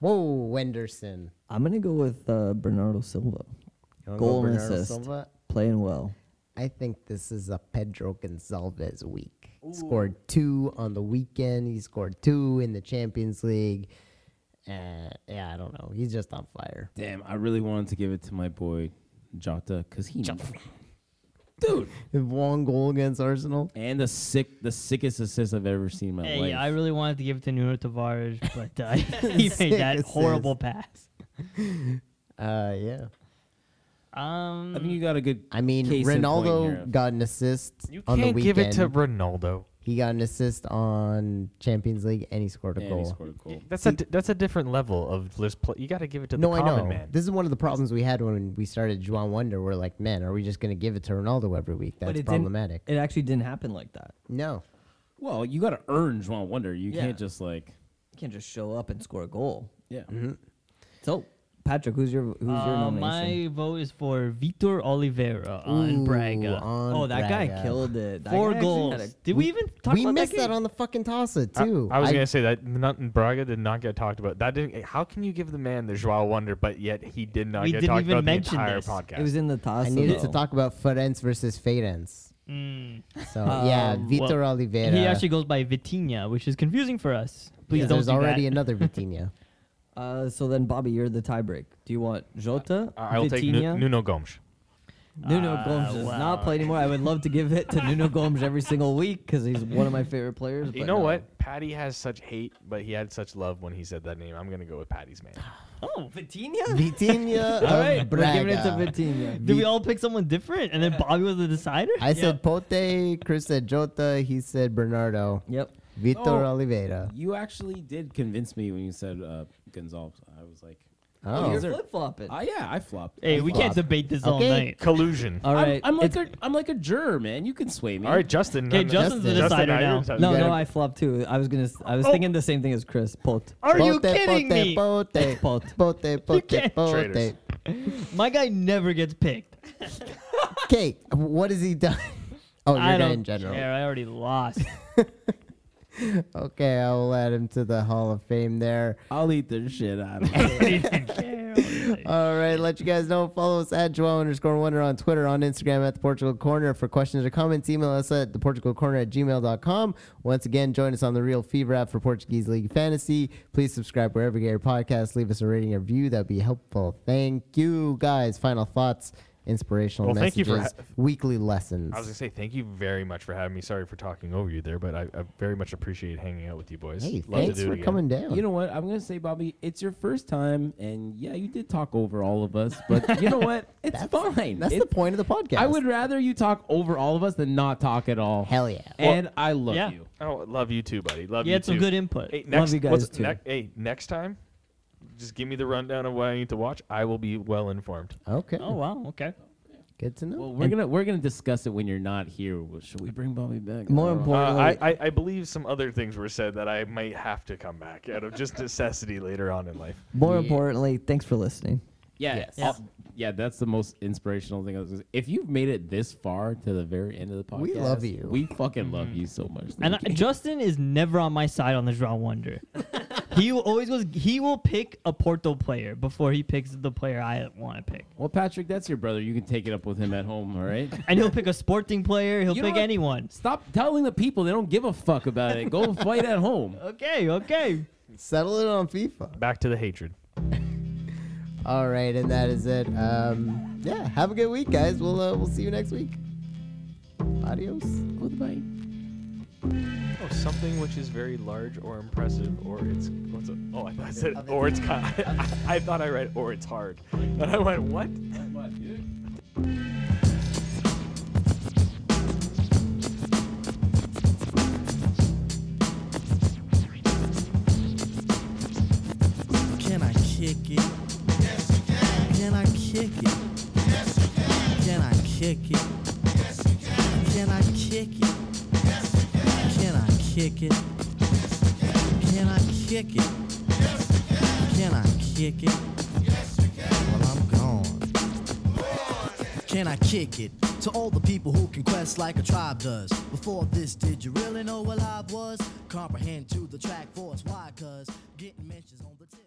[SPEAKER 6] Whoa, Wenderson.
[SPEAKER 8] I'm gonna go with uh, Bernardo Silva.
[SPEAKER 6] wanna go
[SPEAKER 8] Goal and
[SPEAKER 6] Bernardo
[SPEAKER 8] assist.
[SPEAKER 6] Silva?
[SPEAKER 8] Playing well.
[SPEAKER 6] I think this is a Pedro Gonzalez week. Scored two on the weekend. He scored two in the Champions League. Uh, yeah, I don't know. He's just on fire.
[SPEAKER 9] Damn, I really wanted to give it to my boy Jota because he, dude,
[SPEAKER 6] One goal against Arsenal.
[SPEAKER 9] and the sick, the sickest assist I've ever seen in my
[SPEAKER 7] Hey,
[SPEAKER 9] life.
[SPEAKER 7] I really wanted to give it to Nuno Tavares, but uh, he
[SPEAKER 6] Sick
[SPEAKER 7] made that
[SPEAKER 6] assist.
[SPEAKER 7] horrible pass.
[SPEAKER 6] Uh, yeah.
[SPEAKER 7] Um,
[SPEAKER 9] I think you got a good.
[SPEAKER 6] I mean,
[SPEAKER 9] case in point here.
[SPEAKER 6] Ronaldo got an assist
[SPEAKER 4] You
[SPEAKER 6] on the
[SPEAKER 4] can't
[SPEAKER 6] weekend.
[SPEAKER 4] give it to Ronaldo.
[SPEAKER 6] he got an assist on Champions League and he scored a
[SPEAKER 9] And
[SPEAKER 6] goal.
[SPEAKER 9] he scored a goal.
[SPEAKER 4] That's a di- that's a different level of just play. You got to give it to the
[SPEAKER 6] no, I
[SPEAKER 4] common
[SPEAKER 6] know.
[SPEAKER 4] man.
[SPEAKER 6] This is one of the problems we had when we started Juan Wonder. We're like, man, are we just going to give it to Ronaldo every week? That's
[SPEAKER 8] it
[SPEAKER 6] problematic.
[SPEAKER 8] Didn't, it actually didn't happen like that.
[SPEAKER 6] No.
[SPEAKER 9] Well, you got to earn Juan Wonder. You
[SPEAKER 8] Yeah.
[SPEAKER 9] can't just like,
[SPEAKER 8] You can't just show up and score a goal.
[SPEAKER 9] yeah.
[SPEAKER 6] Mm-hmm.
[SPEAKER 8] So, Patrick, who's your who's your
[SPEAKER 7] uh,
[SPEAKER 8] nomination?
[SPEAKER 7] my vote is for Vitor Oliveira on
[SPEAKER 6] Ooh,
[SPEAKER 7] Braga.
[SPEAKER 6] on
[SPEAKER 8] oh, that
[SPEAKER 6] Braga.
[SPEAKER 8] guy killed it. That
[SPEAKER 7] Four
[SPEAKER 8] guy actually
[SPEAKER 7] goals.
[SPEAKER 8] had a-
[SPEAKER 7] Did we, even talk
[SPEAKER 6] We
[SPEAKER 7] about
[SPEAKER 6] missed
[SPEAKER 7] that,
[SPEAKER 6] that,
[SPEAKER 7] game?
[SPEAKER 6] on the fucking toss it,
[SPEAKER 4] I-
[SPEAKER 6] too.
[SPEAKER 4] I, was gonna say that not, Braga did not get talked about. That didn't. eh, How can you give the man the Joao Wonder, but yet he did not
[SPEAKER 7] We
[SPEAKER 4] get
[SPEAKER 7] didn't
[SPEAKER 4] talked
[SPEAKER 7] even
[SPEAKER 4] about the
[SPEAKER 7] mention
[SPEAKER 4] entire
[SPEAKER 7] this.
[SPEAKER 4] podcast?
[SPEAKER 8] It was in the toss.
[SPEAKER 6] I needed to talk about Ferenc versus Ferenc.
[SPEAKER 7] Mm.
[SPEAKER 6] So, yeah,
[SPEAKER 7] Um,
[SPEAKER 6] Vitor
[SPEAKER 7] well,
[SPEAKER 6] Oliveira.
[SPEAKER 7] He actually goes by Vitinha, which is confusing for us. Please
[SPEAKER 6] Because
[SPEAKER 7] don't
[SPEAKER 6] There's
[SPEAKER 7] do
[SPEAKER 6] already
[SPEAKER 7] that.
[SPEAKER 6] another Vitinha.
[SPEAKER 8] Uh, so then, Bobby, you're the tiebreak. Do you want Jota?
[SPEAKER 4] I- I'll take Nu-
[SPEAKER 8] Vitinha?
[SPEAKER 4] Nuno Gomes.
[SPEAKER 8] Nuno Gomes does
[SPEAKER 7] wow.
[SPEAKER 8] not play anymore. I would love to give it to Nuno Gomes every single week because he's one of my favorite players.
[SPEAKER 4] You
[SPEAKER 8] but
[SPEAKER 4] know
[SPEAKER 8] no.
[SPEAKER 4] what? Patty has such hate, but he had such love when he said that name. I'm gonna go with Patty's man.
[SPEAKER 7] Oh, Vitinha?
[SPEAKER 6] Vitinha.
[SPEAKER 8] All right, we're
[SPEAKER 6] Braga.
[SPEAKER 8] giving it to Vitinha.
[SPEAKER 7] Did we all pick someone different, and then Bobby was the decider?
[SPEAKER 6] I said Pote, Chris said Jota, he said Bernardo.
[SPEAKER 8] Yep.
[SPEAKER 6] Vitor
[SPEAKER 9] Oh.
[SPEAKER 6] Oliveira.
[SPEAKER 9] You actually did convince me when you said uh, Gonzalez. I was like,
[SPEAKER 6] Oh.
[SPEAKER 8] You're
[SPEAKER 9] These are-
[SPEAKER 8] flip flopping.
[SPEAKER 9] ah, yeah, I flopped.
[SPEAKER 7] Hey, we can't
[SPEAKER 6] Flop.
[SPEAKER 7] debate this all
[SPEAKER 6] Okay.
[SPEAKER 7] night.
[SPEAKER 4] Collusion.
[SPEAKER 8] All
[SPEAKER 9] I'm-
[SPEAKER 8] right.
[SPEAKER 9] I'm, like
[SPEAKER 8] it's-
[SPEAKER 9] a, I'm like a juror, man. You can sway me.
[SPEAKER 4] All right, Justin.
[SPEAKER 7] Okay,
[SPEAKER 4] I'm-
[SPEAKER 7] Justin's the
[SPEAKER 6] Justin.
[SPEAKER 7] decider
[SPEAKER 4] Justin,
[SPEAKER 7] now.
[SPEAKER 4] I-
[SPEAKER 6] You
[SPEAKER 8] no, no,
[SPEAKER 6] gotta-
[SPEAKER 8] I flopped too. I was gonna. s- I was
[SPEAKER 7] Oh.
[SPEAKER 8] thinking the same thing as Chris. Pot.
[SPEAKER 7] Are you
[SPEAKER 6] Pote,
[SPEAKER 7] kidding
[SPEAKER 6] pote,
[SPEAKER 7] me?
[SPEAKER 6] Pote,
[SPEAKER 8] Pote.
[SPEAKER 6] pote, pote, pote,
[SPEAKER 7] can't-
[SPEAKER 6] pote.
[SPEAKER 4] Traitors.
[SPEAKER 7] My guy never gets picked.
[SPEAKER 6] Okay, what has he done? Oh,
[SPEAKER 7] I
[SPEAKER 6] you're
[SPEAKER 7] don't
[SPEAKER 6] in general.
[SPEAKER 7] care. I already lost.
[SPEAKER 6] Okay, I will add him to the Hall of Fame there.
[SPEAKER 9] I'll eat the shit out of it.
[SPEAKER 7] I didn't care.
[SPEAKER 6] All right, let you guys know. Follow us at Joao underscore Wonder on Twitter, on Instagram at The Portugal Corner. For questions or comments, email us at theportugalcorner at gmail.com. Once again, join us on the Real Fever app for Portuguese League Fantasy. Please subscribe wherever you get your podcast. Leave us a rating or review. That'd be helpful. Thank you, guys. Final thoughts, inspirational
[SPEAKER 4] Well, thank you
[SPEAKER 6] messages,
[SPEAKER 4] for
[SPEAKER 6] weekly lessons.
[SPEAKER 4] I was gonna say thank you very much for having me. Sorry for talking over you there, but I, I very much appreciate hanging out with you boys.
[SPEAKER 6] hey,
[SPEAKER 4] Love to
[SPEAKER 6] thanks
[SPEAKER 4] do it
[SPEAKER 6] for
[SPEAKER 4] again.
[SPEAKER 6] coming down.
[SPEAKER 9] You know what? I'm gonna say, Bobby, it's your first time, and yeah, you did talk over all of us, but you know what? It's fine.
[SPEAKER 6] That's
[SPEAKER 9] It-
[SPEAKER 6] the point of the podcast.
[SPEAKER 9] I would rather you talk over all of us than not talk at all.
[SPEAKER 6] Hell yeah.
[SPEAKER 9] And I love
[SPEAKER 7] yeah.
[SPEAKER 9] you.
[SPEAKER 4] Oh, love you too, buddy. Love
[SPEAKER 7] You
[SPEAKER 4] you
[SPEAKER 7] had some
[SPEAKER 4] too.
[SPEAKER 7] good input.
[SPEAKER 4] Hey,
[SPEAKER 8] Love
[SPEAKER 4] next,
[SPEAKER 8] you guys
[SPEAKER 4] what's-
[SPEAKER 8] too.
[SPEAKER 4] nec- hey, next time, just give me the rundown of what I need to watch. I will be well informed.
[SPEAKER 6] Okay.
[SPEAKER 7] Oh wow. Okay.
[SPEAKER 6] Good to know.
[SPEAKER 9] Well, we're gonna we're gonna discuss it when you're not here. Well, should we bring Bobby back?
[SPEAKER 8] More
[SPEAKER 9] I don't know.
[SPEAKER 8] important-
[SPEAKER 4] Uh, I, I, I believe some other things were said that I might have to come back out of just necessity later on in life.
[SPEAKER 8] More importantly, thanks for listening.
[SPEAKER 9] Yeah,
[SPEAKER 6] Yes.
[SPEAKER 9] yeah. yeah, that's the most inspirational thing. I was gonna say. If you've made it this far to the very end of the podcast,
[SPEAKER 6] We love you.
[SPEAKER 9] We fucking love you so much.
[SPEAKER 7] And I,
[SPEAKER 9] Thank you.
[SPEAKER 7] Justin is never on my side on the Draw Wonder. he will always goes. He will pick a Porto player before he picks the player I want to pick,
[SPEAKER 9] well, Patrick, that's your brother. You can take it up with him at home. All right.
[SPEAKER 7] and he'll pick a Sporting player. He'll
[SPEAKER 9] You know
[SPEAKER 7] pick
[SPEAKER 9] what?
[SPEAKER 7] anyone.
[SPEAKER 9] Stop telling the people they don't give a fuck about it. Go fight at home.
[SPEAKER 7] Okay. Okay.
[SPEAKER 6] Settle it on FIFA.
[SPEAKER 4] Back to the hatred.
[SPEAKER 6] All right, and that is it. Um, yeah, have a good week, guys. We'll uh, we'll see you next week. Adios.
[SPEAKER 9] Goodbye.
[SPEAKER 4] Oh, something which is very large or impressive, or it's what's it? Oh, I thought I said or it's kind. I, I thought I read or it's hard, and I went what?
[SPEAKER 10] Can I kick it? Can I kick it? Can I kick it? Can I kick it? Can I kick it? Can I kick it? Can I kick it? Well, I'm gone. Can I kick it to all the people who can quest like a tribe does? Before this, did you really know what I was? Comprehend to the track force, why? Cause getting mentions on the tip.